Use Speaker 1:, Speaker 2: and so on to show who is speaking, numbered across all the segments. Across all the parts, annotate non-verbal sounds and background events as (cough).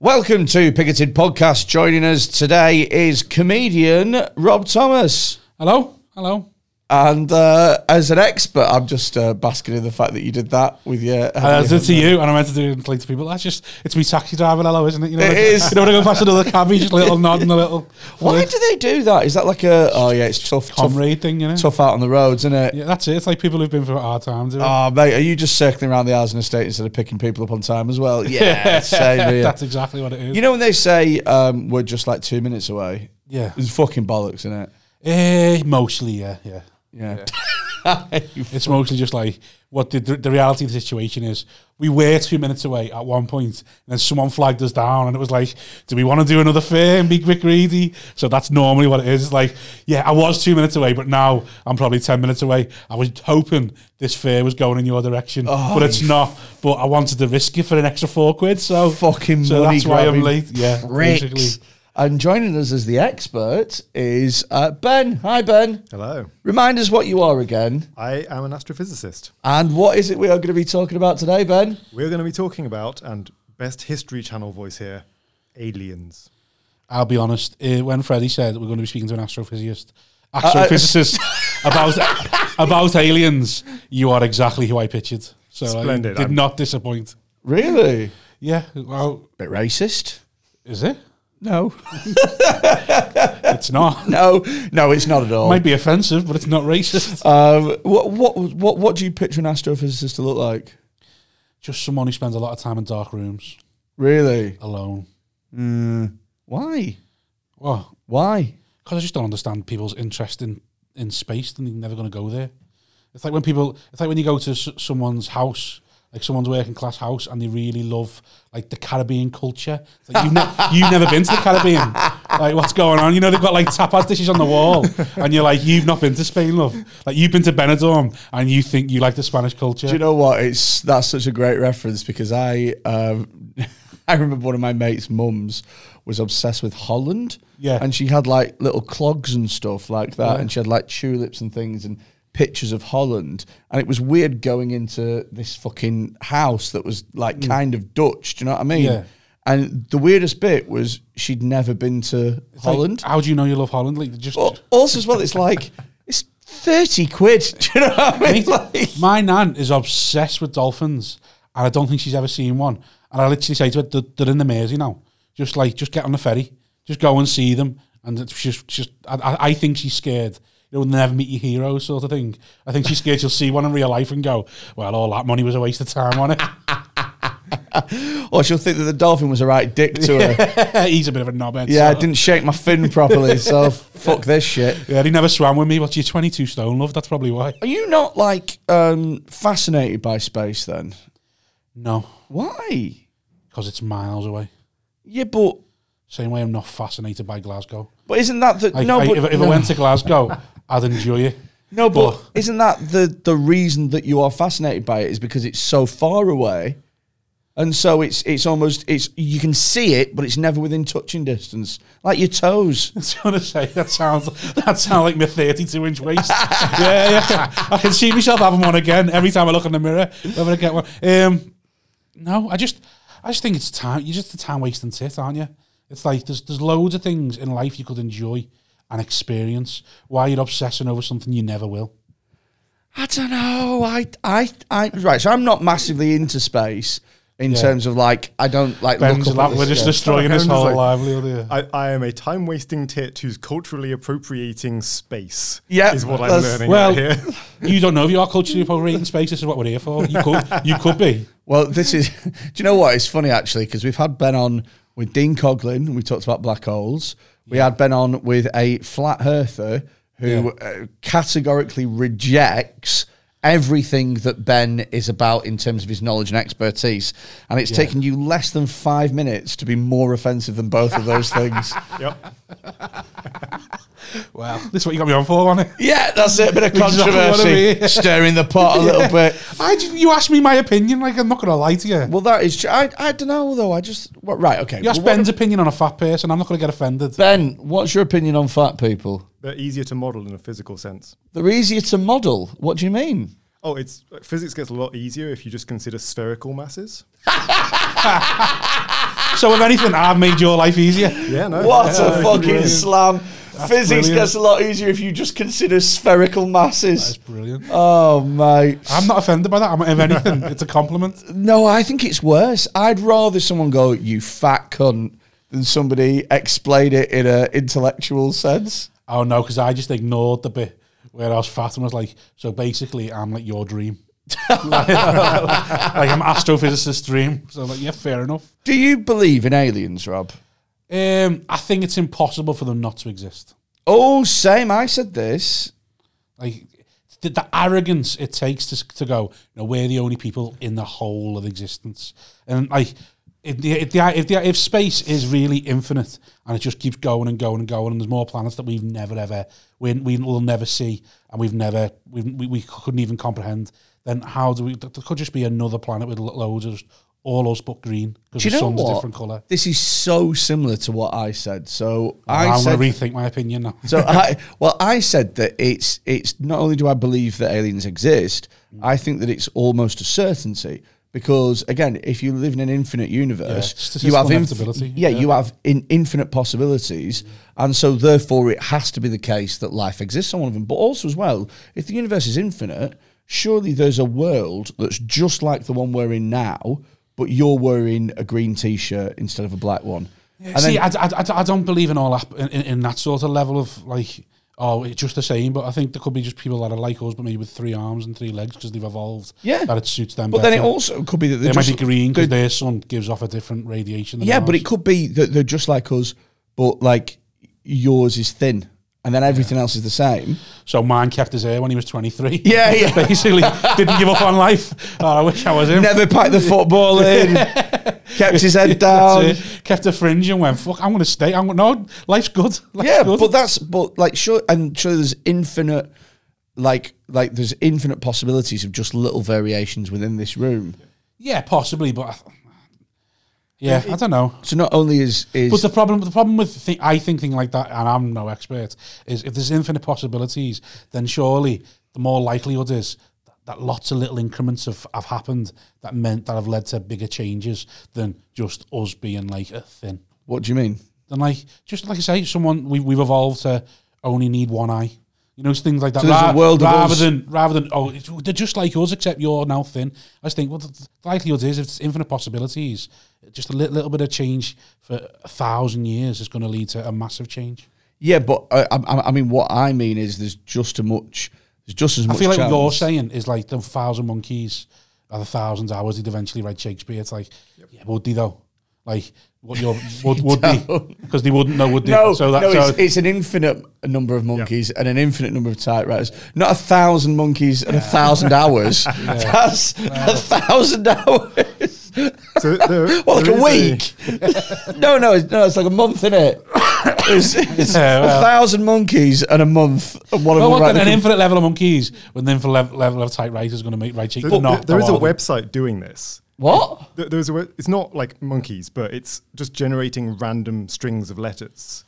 Speaker 1: Welcome to Picketed Podcast. Joining us today is comedian Rob Thomas.
Speaker 2: Hello, hello.
Speaker 1: And uh, as an expert, I'm just uh, basking in the fact that you did that with your.
Speaker 2: Uh, it's to you, and I meant to do it to people. That's just it's me taxi driving. Hello, isn't it? You know,
Speaker 1: It
Speaker 2: like,
Speaker 1: is.
Speaker 2: You know, when I go past another cab, you just a little nod and a little
Speaker 1: (laughs) Why
Speaker 2: like,
Speaker 1: do they do that? Is that like a. Oh, yeah, it's tough. Tough,
Speaker 2: comrade thing, you know.
Speaker 1: tough out on the roads, isn't it?
Speaker 2: Yeah, that's it. It's like people who've been for hard times. isn't it?
Speaker 1: Oh, mate, are you just circling around the hours and estate instead of picking people up on time as
Speaker 2: (laughs)
Speaker 1: well? Yeah, same here.
Speaker 2: that's exactly what it is.
Speaker 1: You know when they say um, we're just like two minutes away?
Speaker 2: yeah,
Speaker 1: It's fucking bollocks, isn't it?
Speaker 2: Eh, mostly, yeah, yeah.
Speaker 1: Yeah.
Speaker 2: It's mostly just like what the, the reality of the situation is. We were two minutes away at one point, and then someone flagged us down, and it was like, "Do we want to do another fair and be quick greedy?" So that's normally what it is. It's like, yeah, I was two minutes away, but now I'm probably ten minutes away. I was hoping this fair was going in your direction, but it's not. But I wanted to risk it for an extra four quid, so
Speaker 1: fucking
Speaker 2: so
Speaker 1: money
Speaker 2: that's why I'm
Speaker 1: grabbing
Speaker 2: late. Yeah,
Speaker 1: pricks.
Speaker 2: basically.
Speaker 1: And joining us as the expert is uh, Ben. Hi, Ben.
Speaker 3: Hello.
Speaker 1: Remind us what you are again,
Speaker 3: I am an astrophysicist.
Speaker 1: and what is it we are going to be talking about today, Ben?
Speaker 3: We're going to be talking about, and best History Channel voice here, aliens.
Speaker 2: I'll be honest. Uh, when Freddie said we're going to be speaking to an astrophysicist, (laughs) astrophysicist about about aliens, you are exactly who I pictured. So I
Speaker 3: Splendid.
Speaker 2: did
Speaker 3: I'm-
Speaker 2: not disappoint.
Speaker 1: Really?
Speaker 2: Yeah, well,
Speaker 1: Bit racist?
Speaker 2: is it?
Speaker 1: No.
Speaker 2: (laughs) It's not.
Speaker 1: No, no, it's not at all.
Speaker 2: (laughs) Might be offensive, but it's not racist.
Speaker 1: um, what, what, what, what do you picture an astrophysicist to look like?
Speaker 2: Just someone who spends a lot of time in dark rooms
Speaker 1: Really?
Speaker 2: alone.
Speaker 1: Why?
Speaker 2: Well,
Speaker 1: Why?
Speaker 2: because I just don't understand people's interest in in space. Then they're never going to go there. It's like when people. It's like when you go to s- someone's house, like someone's working class house, and they really love like the Caribbean culture. It's like you've, ne- you've never been to the Caribbean. Like what's going on? You know they've got like tapas dishes on the wall, and you're like you've not been to Spain, love. Like you've been to Benidorm, and you think you like the Spanish culture.
Speaker 1: Do you know what? It's that's such a great reference because I um, (laughs) I remember one of my mates' mums was obsessed with Holland.
Speaker 2: Yeah.
Speaker 1: and she had like little clogs and stuff like that, and she had like tulips and things and pictures of Holland. And it was weird going into this fucking house that was like kind of Dutch. Do you know what I mean?
Speaker 2: Mm. Yeah.
Speaker 1: And the weirdest bit was she'd never been to
Speaker 2: It's like, (laughs)
Speaker 1: Holland.
Speaker 2: how do you know you love Holland? Like just.
Speaker 1: Al- also, as well, it's like it's thirty quid. (laughs) Do you know what I mean? Like,
Speaker 2: My nan is obsessed with dolphins, and I don't think she's ever seen one. And I literally say to her, "They're, they're in the Mersey now. Just like, just get on the ferry, just go and see them." And it's just, just, I- I, I think she's scared. You know, never meet your hero sort of thing. I think she's scared she'll see one in real life and go, "Well, all that money was a waste of time on it."
Speaker 1: Or Oh, she'll think that the dolphin was a right dick to (laughs) her.
Speaker 2: (laughs) He's a bit of a knobhead.
Speaker 1: Yeah, I
Speaker 2: so-
Speaker 1: didn't shake my fin properly, (laughs) so fuck this shit.
Speaker 2: Yeah, he never swam with me. What's your twenty-two stone, love? That's probably why.
Speaker 1: Are you not like um, fascinated by space then?
Speaker 2: No,
Speaker 1: Why?
Speaker 2: because it's miles away.
Speaker 1: Yeah, but
Speaker 2: Same way, I'm not fascinated by Glasgow.
Speaker 1: but isn't that the
Speaker 2: Like,
Speaker 1: no?
Speaker 2: I-
Speaker 1: but,
Speaker 2: if, if
Speaker 1: no,
Speaker 2: I went to Glasgow, I'd enjoy it.
Speaker 1: no, but,
Speaker 2: but-
Speaker 1: isn't that the the reason that you are fascinated by it is because it's so far away, and so it's it's almost it's you can see it, but it's never within touching distance, like your toes.
Speaker 2: (laughs) That's what I say. That sounds that sounds like my 32 inch waist. (laughs) yeah, yeah. I can see myself having one again every time I look in the mirror. Whether I get one, um, no, I just I just think it's time. You're just a time wasting tit, aren't you? It's like there's there's loads of things in life you could enjoy and experience. Why you're obsessing over something you never will?
Speaker 1: I don't know. I, I, I, right. So I'm not massively into space in terms of like, I don't like
Speaker 2: Ben's
Speaker 1: look up
Speaker 2: like,
Speaker 1: at
Speaker 2: we're
Speaker 1: this,
Speaker 2: just
Speaker 1: yeah.
Speaker 2: destroying his
Speaker 3: Ben's
Speaker 2: whole
Speaker 3: like-
Speaker 2: livelihood. Here. (laughs)
Speaker 3: I, I am a time wasting tit who's culturally appropriating space.
Speaker 1: Yeah,
Speaker 3: Is what I'm
Speaker 1: that's-
Speaker 3: learning
Speaker 2: well-
Speaker 3: out here. (laughs)
Speaker 2: (laughs) you don't know if you are culturally appropriating space. This is what we're here for. You could you could be.
Speaker 1: Well, this is, (laughs) do you know what? It's funny actually, because we've had Ben on with Dean Coglin. We talked about black holes. We had Ben on with a flat earther who uh, categorically rejects everything that Ben is about in terms of his knowledge and expertise. And it's taken you less than five minutes to be more offensive than both of those things.
Speaker 3: yep.
Speaker 2: Wow, this is what you got me on for, wasn't it?
Speaker 1: Yeah, that's it. A bit of
Speaker 2: Exactly what I
Speaker 1: controversy,
Speaker 2: mean.
Speaker 1: stirring the
Speaker 2: (laughs)
Speaker 1: pot a little bit.
Speaker 2: I ju- you asked me my opinion. Like I'm not gonna lie to you.
Speaker 1: Well, that is. Tr- I I don't know though. I just what, right. Okay.
Speaker 2: You ask
Speaker 1: Well, what-
Speaker 2: Ben's opinion on a fat person, I'm not going to get offended.
Speaker 1: Ben, what's your opinion on fat people?
Speaker 3: They're easier to model in a physical sense.
Speaker 1: They're easier to model. What do you mean?
Speaker 3: Oh, it's physics gets a lot easier if you just consider spherical masses.
Speaker 2: So if anything, I've made your life
Speaker 1: (laughs)
Speaker 2: easier.
Speaker 3: Yeah, no.
Speaker 1: What
Speaker 3: yeah,
Speaker 1: a
Speaker 3: no,
Speaker 1: fucking
Speaker 3: brilliant.
Speaker 1: slam! Physics
Speaker 2: brilliant.
Speaker 1: gets a lot easier if you just consider spherical masses.
Speaker 2: That's brilliant.
Speaker 1: Oh, mate.
Speaker 2: I'm not offended by that. I'm, if anything, it's
Speaker 1: (laughs)
Speaker 2: a compliment.
Speaker 1: No, I think it's worse. I'd rather someone go, "You fat cunt," than somebody explain it in a intellectual sense.
Speaker 2: Oh no, because I just ignored the bit where I was fat and was like, so basically, I'm like
Speaker 1: (laughs)
Speaker 2: your dream. like, I'm astrophysicist dream. So I'm like, yeah, fair enough.
Speaker 1: Do you believe in aliens, Rob?
Speaker 2: Um, I think it's impossible for them not to exist.
Speaker 1: Oh, same. I said this.
Speaker 2: Like the, the arrogance it takes to, s- to go, no, we're the only people in the whole of existence, and like. If, the, if, the, if, the, if space is really infinite and it just keeps going and going and going and there's more planets that we've never ever we, we will never see and we've never we, we, we couldn't even comprehend then how do we there could just be another planet with lo- loads of all us but green because
Speaker 1: Do
Speaker 2: the
Speaker 1: you know
Speaker 2: sun's a
Speaker 1: what?
Speaker 2: different colour
Speaker 1: This is so similar to what I said. So
Speaker 2: I,
Speaker 1: I
Speaker 2: want to
Speaker 1: said
Speaker 2: rethink my opinion now
Speaker 1: So I well, I said that it's it's not only do I believe that aliens exist, I think that it's almost a certainty because again, if you live in an infinite universe,
Speaker 2: statistical
Speaker 1: you have
Speaker 2: inevitability,
Speaker 1: yeah,
Speaker 2: yeah.
Speaker 1: you have in infinite possibilities, and so therefore it has to be the case that life exists on one of them. But also as well, if the universe is infinite, surely there's a world that's just like the one we're in now, but you're wearing a green t-shirt instead of a black one. And
Speaker 2: See,
Speaker 1: then-
Speaker 2: I, I, I- I don't believe in all that in, in, in that sort of level of like, oh, it's just the same. But I think there could be just people that are like us, but maybe with three arms and three legs because they've evolved.
Speaker 1: Yeah.
Speaker 2: that it suits them.
Speaker 1: but
Speaker 2: better.
Speaker 1: then it also could be that
Speaker 2: they
Speaker 1: they're
Speaker 2: might
Speaker 1: just-
Speaker 2: be green
Speaker 1: they're-
Speaker 2: because their sun gives off a different radiation. Than
Speaker 1: Yeah, but
Speaker 2: ours.
Speaker 1: it could be that they're just like us, but like yours is thin, and then everything else is the same.
Speaker 2: so mine kept his hair when he was twenty three.
Speaker 1: (laughs) Yeah, yeah.
Speaker 2: (laughs) basically didn't give up on life. Oh, I wish I was
Speaker 1: (laughs)
Speaker 2: him.
Speaker 1: Never packed the football (laughs) in. kept his head down.
Speaker 2: (laughs) That's it. Kept a fringe and went. Fuck, I'm gonna stay. I'm gonna, no, life's good. (laughs) Life's
Speaker 1: Yeah,
Speaker 2: good.
Speaker 1: but that's but like sure, and sure, there's infinite, like like there's infinite possibilities of just little variations within this room.
Speaker 2: yeah, possibly, but I, yeah, I don't know.
Speaker 1: So not only is is
Speaker 2: But the problem, the problem with th- I think thing like that, and I'm no expert, is if there's infinite possibilities, then surely the more likelihood is that, that lots of little increments have, have happened that meant that have led to bigger changes than just us being like a thin.
Speaker 1: what do you mean?
Speaker 2: Then like just like I say, someone we we've evolved to only need one eye. You know, things like that.
Speaker 1: So there's a world of
Speaker 2: rather
Speaker 1: us.
Speaker 2: than rather than oh, it's- they're just like us, except you're now thin. I just think well, the, the likelihood is if it's infinite possibilities, just a li- little bit of change for a thousand years is going to lead to a massive change.
Speaker 1: Yeah, but uh, I, I, I mean, what I mean is there's just as much. There's just as much.
Speaker 2: I feel like
Speaker 1: chance.
Speaker 2: what you're saying is like the thousand monkeys are the thousands hours he'd eventually read Shakespeare. It's like, yeah, would they though? Like,
Speaker 1: (laughs)
Speaker 2: what you're, would, would they? Because they wouldn't know, would they?
Speaker 1: No,
Speaker 2: so that,
Speaker 1: no,
Speaker 2: so
Speaker 1: it's, it's an infinite number of monkeys and an infinite number of typewriters. Not a thousand monkeys and a thousand
Speaker 2: (laughs)
Speaker 1: hours. That's a thousand hours. (laughs)
Speaker 3: So there,
Speaker 1: Well, like
Speaker 3: there
Speaker 1: a
Speaker 3: is
Speaker 1: week. (laughs) no, no, it's, no, it's like a month, in it?
Speaker 2: (laughs)
Speaker 1: It's, it's
Speaker 2: Yeah, well.
Speaker 1: a thousand monkeys and a month, and one of them
Speaker 2: Well, what
Speaker 1: right
Speaker 2: then? An
Speaker 1: there.
Speaker 2: infinite level of monkeys with an infinite level, level of typewriters going to make right cheek.
Speaker 3: There,
Speaker 2: no,
Speaker 3: there is a
Speaker 2: no,
Speaker 3: website doing this.
Speaker 1: What?
Speaker 3: There, there's a, we- it's not like monkeys, but it's just generating random strings of letters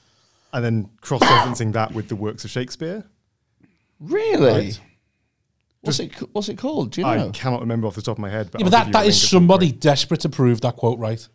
Speaker 3: and then cross-referencing that with the works of Shakespeare.
Speaker 1: Really?
Speaker 3: Right.
Speaker 1: What's it? ca- What's it called? Do you
Speaker 3: I
Speaker 1: know?
Speaker 3: cannot remember off the top of my head, but,
Speaker 2: Oh. Yeah,
Speaker 3: I'll
Speaker 2: but
Speaker 3: give
Speaker 2: that, that
Speaker 3: you a
Speaker 2: is
Speaker 3: link at some
Speaker 2: somebody
Speaker 3: point.
Speaker 2: desperate to prove that quote right.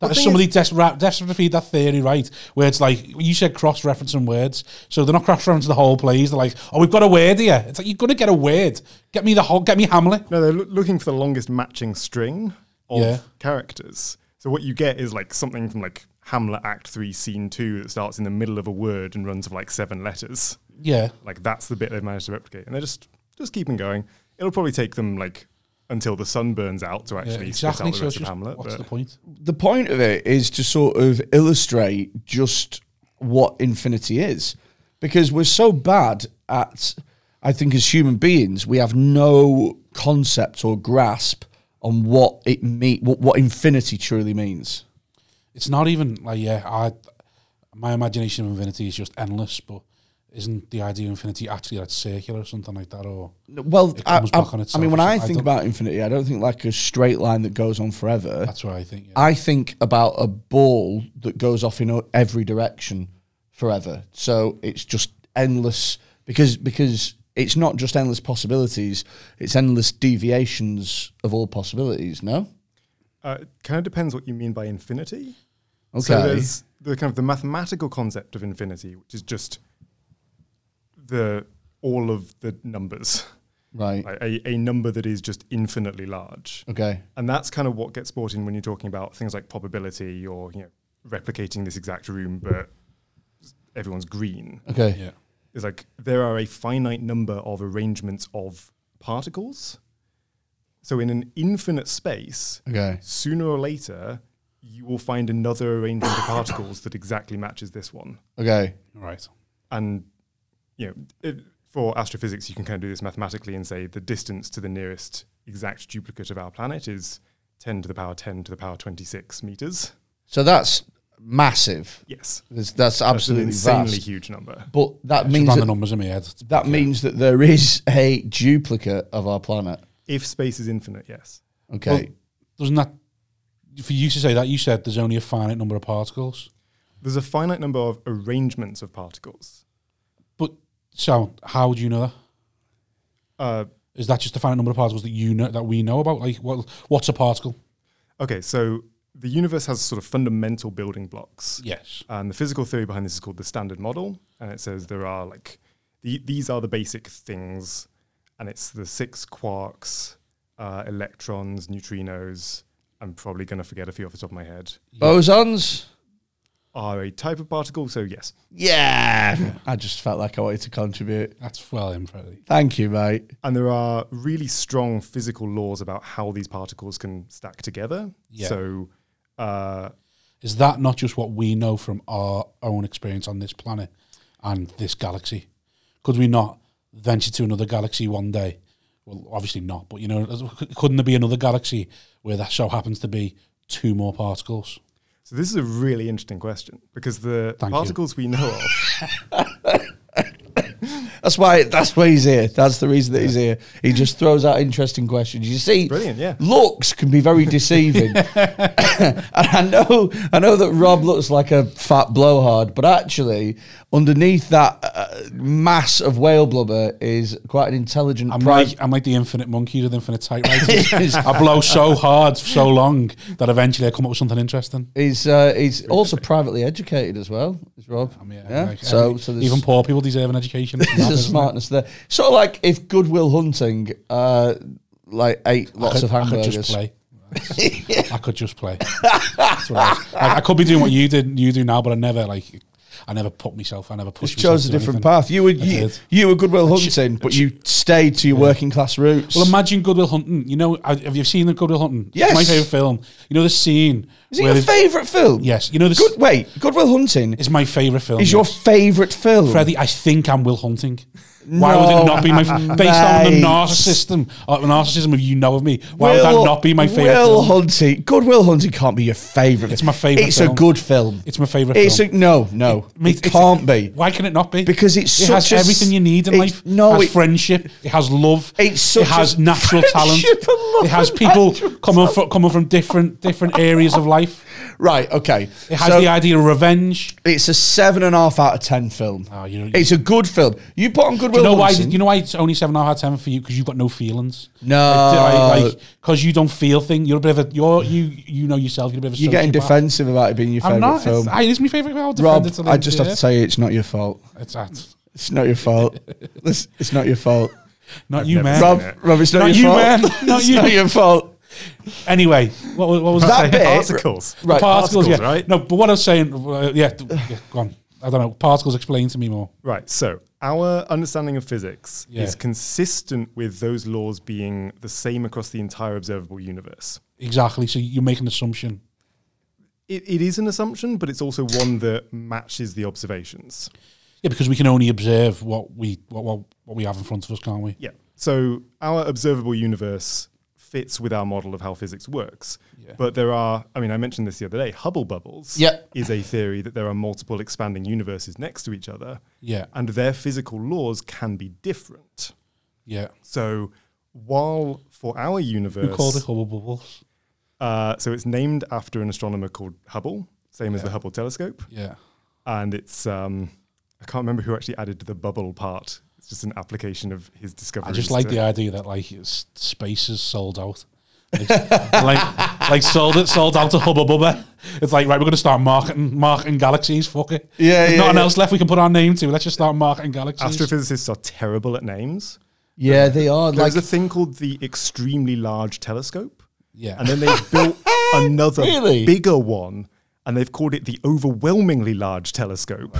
Speaker 2: That is
Speaker 3: thing
Speaker 2: somebody des- ra- desperate to feed that theory right, where it's like you said cross referencing words, so they're not cross referencing the whole plays. They're like, oh, we've got a word here. It's like you're gonna get a word. Get me the whole. Get me Hamlet.
Speaker 3: No, they're loo- looking for the longest matching string of
Speaker 2: Yeah.
Speaker 3: characters. So what you get is like something from like Hamlet Act Three, Scene Two, that starts in the middle of a word and runs for like seven letters.
Speaker 2: Yeah,
Speaker 3: Like that's the bit they've managed to replicate, and they're just just keeping going. It'll probably take them like until the sun burns out to
Speaker 2: yeah
Speaker 3: actually spit
Speaker 2: exactly.
Speaker 3: out
Speaker 2: So
Speaker 3: the
Speaker 2: it's
Speaker 3: rest of
Speaker 2: just,
Speaker 3: Hamlet.
Speaker 2: what's
Speaker 3: but-
Speaker 2: the point?
Speaker 1: the point of it is to sort of illustrate just what infinity is because we're so bad at i think as human beings we have no concept or grasp on what it mean what, what infinity truly means
Speaker 2: It's not even like yeah. I my imagination of infinity is just endless, but isn't the idea of infinity actually like circular or something like that? Or
Speaker 1: well
Speaker 2: It
Speaker 1: I,
Speaker 2: comes
Speaker 1: I-
Speaker 2: back on
Speaker 1: I
Speaker 2: itself
Speaker 1: mean when
Speaker 2: or
Speaker 1: i
Speaker 2: something. I
Speaker 1: think
Speaker 2: don't-
Speaker 1: about infinity i don't think like a straight line that goes on forever
Speaker 2: that's what I think. Yeah.
Speaker 1: I think about a ball that goes off in o- every direction forever. So it's just endless because because i- it's not just endless possibilities; it's endless deviations of all possibilities. No.
Speaker 3: Uh, it kind of depends what you mean by infinity.
Speaker 1: Okay.
Speaker 3: So there's the kind of the mathematical concept of infinity, which is just the all of the numbers, (laughs)
Speaker 1: right.
Speaker 3: like a, a number that is just infinitely large.
Speaker 1: Okay.
Speaker 3: And that's kind of what gets brought in when you're talking about things like probability or you know replicating this exact room, but everyone's green.
Speaker 1: Okay.
Speaker 2: Yeah.
Speaker 3: It's like there are a finite number of arrangements of particles. So in an infinite space,
Speaker 1: Okay.
Speaker 3: sooner or later, you will find another arrangement of particles that exactly matches this one.
Speaker 1: Okay.
Speaker 2: Right.
Speaker 3: And you know, it, for astrophysics, you can kind of do this mathematically and say the distance to the nearest exact duplicate of our planet is 10 to the power 10 to the power 26 meters.
Speaker 1: So that's massive.
Speaker 3: Yes,
Speaker 1: That's, that's
Speaker 3: that's an
Speaker 1: absolutely
Speaker 3: insanely
Speaker 1: vast.
Speaker 3: huge number.
Speaker 1: But that
Speaker 2: Just
Speaker 1: means
Speaker 2: ran the
Speaker 1: that,
Speaker 2: numbers in my head.
Speaker 1: that means that there is a duplicate of our planet.
Speaker 3: If space is infinite, yes.
Speaker 1: Okay.
Speaker 2: Well, doesn't that for you to say that you said there's only a finite number of particles,
Speaker 3: There's a finite number of arrangements of particles.
Speaker 2: but so how do you know that?
Speaker 3: Uh,
Speaker 2: Is that just the finite number of particles that you know that we know about? Like what what's a particle?
Speaker 3: okay, so the universe has sort of fundamental building blocks.
Speaker 2: Yes.
Speaker 3: And the physical theory behind this is called the standard model. And it says there are like, the, these are the basic things. And it's the six quarks, uh, electrons, neutrinos. I'm probably going to forget a few off the top of my head.
Speaker 1: Bosons?
Speaker 3: Are a type of particle. So, yes.
Speaker 1: Yeah. I just felt like I wanted to contribute.
Speaker 2: That's well impressive.
Speaker 1: Thank you, mate.
Speaker 3: And there are really strong physical laws about how these particles can stack together.
Speaker 2: Yeah.
Speaker 3: So, uh,
Speaker 2: Is that not just what we know from our own experience on this planet and this galaxy? Could we not venture to another galaxy one day? Well, obviously not, but you know, couldn't there be another galaxy where that so happens to be two more particles?
Speaker 3: so this is a really interesting question because the
Speaker 2: Thank you.
Speaker 3: particles we know of
Speaker 1: That's why that's why he's here. That's the reason that he's here. He just throws out interesting questions. You see,
Speaker 3: Brilliant, yeah.
Speaker 1: looks can be very deceiving. (laughs) and I know I know that Rob looks like a fat blowhard, but actually underneath that uh, mass of whale blubber is quite an intelligent
Speaker 2: I'm
Speaker 1: pri-
Speaker 2: like I'm like the infinite monkey with infinite typewriters. (laughs) I blow so hard for so long that eventually I come up with something interesting.
Speaker 1: He's uh, he's also privately educated as well. Is Rob?
Speaker 2: I mean,
Speaker 1: yeah.
Speaker 2: like,
Speaker 1: so
Speaker 2: every-
Speaker 1: so there's,
Speaker 2: even poor people deserve an education.
Speaker 1: (laughs) there's a smartness there. Sort of like if Goodwill Hunting, uh, like ate
Speaker 2: I
Speaker 1: lots
Speaker 2: could-
Speaker 1: of
Speaker 2: I
Speaker 1: hamburgers.
Speaker 2: could just
Speaker 1: (laughs)
Speaker 2: play. I could just play. That's what I, was- I- I could be doing what you did, you do now, but I never like, I never put myself. I never pushed.
Speaker 1: Just chose a
Speaker 2: myself to do
Speaker 1: different
Speaker 2: anything.
Speaker 1: path. You were
Speaker 2: I
Speaker 1: you,
Speaker 2: did.
Speaker 1: you were Goodwill Hunting, but you stayed to your working class roots.
Speaker 2: Well, imagine Goodwill Hunting. You know, I- have you seen the Goodwill Hunting?
Speaker 1: Yes.
Speaker 2: it's my favorite film. You know the scene.
Speaker 1: is it
Speaker 2: where
Speaker 1: your
Speaker 2: they-
Speaker 1: favourite film?
Speaker 2: Yes, you know the.
Speaker 1: Good.
Speaker 2: s-
Speaker 1: Wait, Goodwill Hunting is
Speaker 2: It's my favorite film. yes.
Speaker 1: your favourite film.
Speaker 2: Freddie, I think I'm Will Hunting. Why would it not be
Speaker 1: (laughs)
Speaker 2: my f- based on
Speaker 1: mate.
Speaker 2: the narcissism, uh, the narcissism of you know of me? Why would
Speaker 1: Will-
Speaker 2: that not be my favorite?
Speaker 1: Will Hunting. Goodwill Hunting can't be your favourite.
Speaker 2: It's my favourite
Speaker 1: It's a
Speaker 2: film.
Speaker 1: good film.
Speaker 2: It's my favorite.
Speaker 1: It's
Speaker 2: film.
Speaker 1: a, no, no. It,
Speaker 2: Mate, it's-
Speaker 1: can't be.
Speaker 2: Why can it not be?
Speaker 1: Because it's
Speaker 2: it
Speaker 1: such
Speaker 2: has
Speaker 1: a s-
Speaker 2: everything you need in
Speaker 1: it's-
Speaker 2: life.
Speaker 1: no,
Speaker 2: it has
Speaker 1: it-
Speaker 2: friendship. It has love.
Speaker 1: It's such
Speaker 2: it has
Speaker 1: a
Speaker 2: natural talent.
Speaker 1: friendship and love
Speaker 2: It has
Speaker 1: and (laughs)
Speaker 2: people
Speaker 1: natural
Speaker 2: coming from coming from different different areas of life.
Speaker 1: Right. Okay.
Speaker 2: It has
Speaker 1: So
Speaker 2: the idea of revenge.
Speaker 1: it's a seven and a half out of ten film.
Speaker 2: Oh, you- you-
Speaker 1: it's a good film. You put on
Speaker 2: Do
Speaker 1: Goodwill
Speaker 2: you know why?
Speaker 1: Hunting.
Speaker 2: You know why it's only seven out of ten for you because you've got no feelings. uh,
Speaker 1: No.
Speaker 2: like because you don't feel things. You're a bit of a you're you you know yourself. You're a bit of a.
Speaker 1: You're getting
Speaker 2: sociopath.
Speaker 1: defensive about it being your
Speaker 2: I'm
Speaker 1: favourite
Speaker 2: not. It's,
Speaker 1: film.
Speaker 2: I, it's my favorite film. I'll defend
Speaker 1: Rob,
Speaker 2: it till the
Speaker 1: I
Speaker 2: end,
Speaker 1: just have
Speaker 2: yeah.
Speaker 1: to say it's not your fault.
Speaker 2: It's, that's
Speaker 1: It's not your
Speaker 2: (laughs)
Speaker 1: fault. It's, it's not your fault.
Speaker 2: not you,
Speaker 3: never
Speaker 2: man.
Speaker 3: seen
Speaker 1: Rob,
Speaker 3: it.
Speaker 1: Rob, it's not, your
Speaker 2: Not you,
Speaker 1: fault. (laughs)
Speaker 2: man. Not
Speaker 1: it's
Speaker 2: you.
Speaker 1: not your fault.
Speaker 2: Anyway, what, wa- what was I
Speaker 1: That
Speaker 2: saying?
Speaker 1: bit.
Speaker 3: particles.
Speaker 1: Right.
Speaker 2: particles,
Speaker 3: particles,
Speaker 2: yeah.
Speaker 3: right?
Speaker 2: No, but what I was saying, uh, yeah, th- yeah, go on. I don't know. Particles, explain to me more.
Speaker 3: Right. So our understanding of physics
Speaker 2: Yeah.
Speaker 3: is consistent with those laws being the same across the entire observable universe.
Speaker 2: Exactly. So you make an assumption.
Speaker 3: It, it is an assumption, but it's also one that matches the observations.
Speaker 2: Yeah, because we can only observe what we what what, what we have in front of us, can't we?
Speaker 3: Yeah. So our observable universe fits with our model of how physics works.
Speaker 2: Yeah.
Speaker 3: But there are, I mean, I mentioned this the other day, Hubble bubbles
Speaker 1: Yep.
Speaker 3: is a theory that there are multiple expanding universes next to each other,
Speaker 2: Yeah.
Speaker 3: and their physical laws can be different.
Speaker 2: Yeah.
Speaker 3: So while for our universe,
Speaker 2: Who called it Hubble bubbles?
Speaker 3: Uh, so it's named after an astronomer called Hubble, same as the Hubble telescope.
Speaker 2: Yeah.
Speaker 3: And it's, um, I can't remember who actually added the bubble part It's just an application of his discovery.
Speaker 2: I just like the idea that like s- space is sold out. Like, (laughs) like, like sold it, sold out to Hubba Bubba. It's like right, we're gonna start marketing, marketing galaxies. Fuck it.
Speaker 1: Yeah,
Speaker 2: There's
Speaker 1: yeah,
Speaker 2: nothing
Speaker 1: yeah.
Speaker 2: else left we can put our name to. Let's just start marketing galaxies.
Speaker 3: Astrophysicists are terrible at names.
Speaker 1: Yeah, they are.
Speaker 3: There's
Speaker 1: Like,
Speaker 3: a thing called the Extremely Large Telescope,
Speaker 2: yeah,
Speaker 3: and
Speaker 1: (laughs)
Speaker 3: then they've built another
Speaker 1: Really?
Speaker 3: bigger one, and they've called it the Overwhelmingly Large Telescope.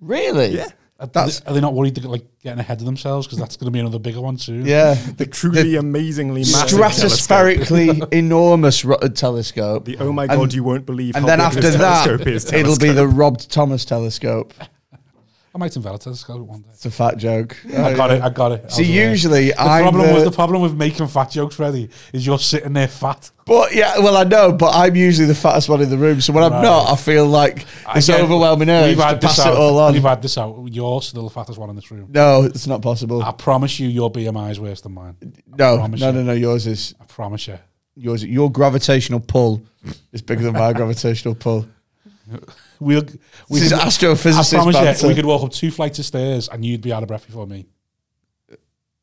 Speaker 1: really?
Speaker 3: Yeah.
Speaker 2: Are they-
Speaker 1: Uh, that's-
Speaker 2: are they not worried that like getting ahead of themselves because that's gonna be another bigger one soon?
Speaker 1: Yeah.
Speaker 3: The truly amazingly massive telescope.
Speaker 1: Stratospherically
Speaker 2: (laughs)
Speaker 1: enormous ro- uh, telescope.
Speaker 3: The oh my
Speaker 1: And-
Speaker 3: god, you won't believe.
Speaker 1: and
Speaker 3: how
Speaker 1: then
Speaker 3: big
Speaker 1: after
Speaker 3: this
Speaker 1: that,
Speaker 3: telescope is
Speaker 1: it'll be
Speaker 3: telescope.
Speaker 1: the Rob Thomas telescope.
Speaker 2: I might invalidate this one day.
Speaker 1: It's a fat joke.
Speaker 2: (laughs) I got it. I got it. I
Speaker 1: See,
Speaker 2: was aware.
Speaker 1: usually
Speaker 2: the
Speaker 1: I'm
Speaker 2: problem
Speaker 1: the-
Speaker 2: with the problem with making fat jokes, Freddie, is you're sitting there fat.
Speaker 1: But yeah, well, I know, but I'm usually the fattest one in the room. So when I'm
Speaker 2: Right.
Speaker 1: not, I feel like it's
Speaker 2: Again,
Speaker 1: overwhelming urge
Speaker 2: we've
Speaker 1: to
Speaker 2: had this
Speaker 1: pass
Speaker 2: out.
Speaker 1: it all on.
Speaker 2: We've had this out. You're still the fattest one in this room.
Speaker 1: no, it's not possible.
Speaker 2: I promise you, your BMI is worse than mine.
Speaker 1: no,
Speaker 2: promise
Speaker 1: no,
Speaker 2: you.
Speaker 1: no, no. Yours is
Speaker 2: I promise you.
Speaker 1: yours. Your gravitational pull is bigger than
Speaker 2: (laughs)
Speaker 1: my gravitational pull.
Speaker 2: We'll, we
Speaker 1: this
Speaker 2: could-
Speaker 1: is
Speaker 2: I
Speaker 1: astrophysicist
Speaker 2: promise
Speaker 1: banter.
Speaker 2: you, we could walk up two flights of stairs and you'd be out of breath before me.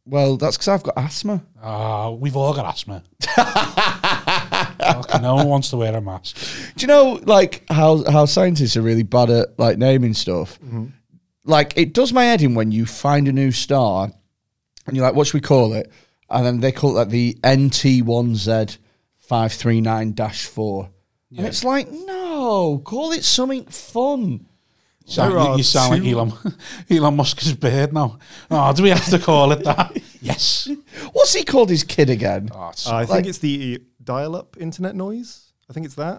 Speaker 1: well, that's because I've got asthma.
Speaker 2: Ah, we've all got
Speaker 1: (laughs)
Speaker 2: asthma. Fucking no one wants to wear a mask.
Speaker 1: Do you know, like how how scientists are really bad at like naming stuff?
Speaker 2: Mm-hmm.
Speaker 1: Like it does my head in when you find a new star, and you're like, "What should we call it?" And then they call it like the NT1Z five three nine dash four, and it's like, no, call it something fun.
Speaker 2: Sound,
Speaker 3: There
Speaker 2: you,
Speaker 3: are
Speaker 2: you sound
Speaker 3: two-
Speaker 2: like Elon, (laughs) Elon Musk's bird now. Oh, do we have to call it that? (laughs) yes.
Speaker 1: What's he called his kid again?
Speaker 2: Oh, it's-
Speaker 3: Uh, I think
Speaker 1: like-
Speaker 3: it's the dial-up internet noise. I think it's
Speaker 1: (laughs)
Speaker 3: that.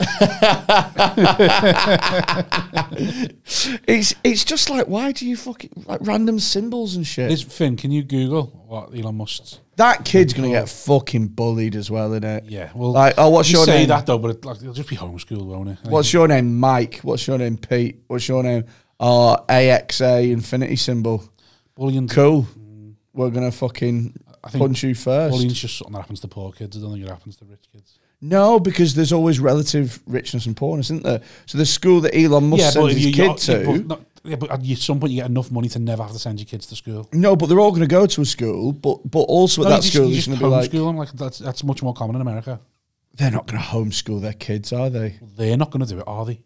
Speaker 1: It's it's just like, why do you fucking like random symbols and shit?
Speaker 2: Liz, Finn, can you Google what Elon Musk's?
Speaker 1: that kid's gonna get fucking bullied as well, innit?
Speaker 2: Oh. Yeah, well,
Speaker 1: Like, oh, what's
Speaker 2: you
Speaker 1: your
Speaker 2: say
Speaker 1: name?
Speaker 2: that though, but it, like, it'll just be homeschooled, won't it? Like,
Speaker 1: What's your name, Mike? What's your name, Pete? What's your name? Oh, AXA infinity symbol.
Speaker 2: bullying's,
Speaker 1: Cool. We're gonna fucking
Speaker 2: I think
Speaker 1: punch you first.
Speaker 2: bullying's just something that happens to poor kids. I don't think it happens to rich kids.
Speaker 1: No, because there's always relative richness and poorness, isn't there? So the school that Elon Musk sends his
Speaker 2: you're-
Speaker 1: kid to.
Speaker 2: but not- yeah, but at some point you get enough money to never have to send your kids to school.
Speaker 1: no, but they're all gonna go to a school, but but also at
Speaker 2: No,
Speaker 1: that
Speaker 2: you
Speaker 1: school
Speaker 2: just,
Speaker 1: is
Speaker 2: you
Speaker 1: gonna
Speaker 2: just
Speaker 1: be like
Speaker 2: homeschool them. Like that's that's much more common in America.
Speaker 1: they're not gonna homeschool their kids, are they?
Speaker 2: They're not going to do it, are they?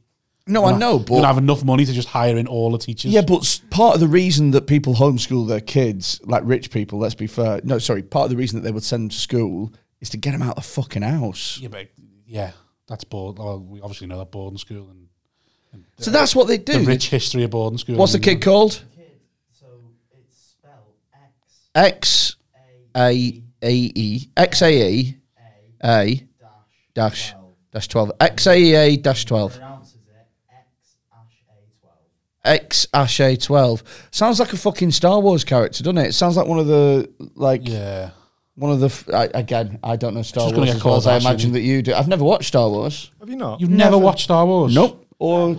Speaker 1: No, I know,
Speaker 2: They don't
Speaker 1: but
Speaker 2: have enough money to just hire in all the teachers.
Speaker 1: yeah, but s- part of the reason that people homeschool their kids, like rich people, let's be fair. No, sorry, part of the reason that they would send them to school is to get them out of the fucking house.
Speaker 2: yeah, but yeah, that's board. Well, we obviously know that boarding school (clears throat) and
Speaker 1: So that's what they
Speaker 2: the
Speaker 1: do.
Speaker 2: rich history of boarding school.
Speaker 1: What's the
Speaker 2: in
Speaker 1: kid
Speaker 2: England.
Speaker 1: called?
Speaker 4: Kid, so it's spelled
Speaker 1: X
Speaker 4: X A
Speaker 1: A E E X A E
Speaker 4: A
Speaker 1: A
Speaker 4: dash
Speaker 1: dash dash
Speaker 4: twelve.
Speaker 1: twelve X A E A dash twelve
Speaker 4: Pronounces it X ash A twelve. (laughs)
Speaker 1: X Ash A twelve. Sounds like a fucking Star Wars character, doesn't it? It sounds like one of the like
Speaker 2: Yeah,
Speaker 1: one of the f- I, again. I don't know Star
Speaker 2: just gonna
Speaker 1: Wars
Speaker 2: get
Speaker 1: as well as I
Speaker 2: called Ash,
Speaker 1: imagine
Speaker 2: isn't
Speaker 1: that you do. I've never watched Star Wars.
Speaker 3: Have you not?
Speaker 2: you've never, watched Star Wars.
Speaker 1: Or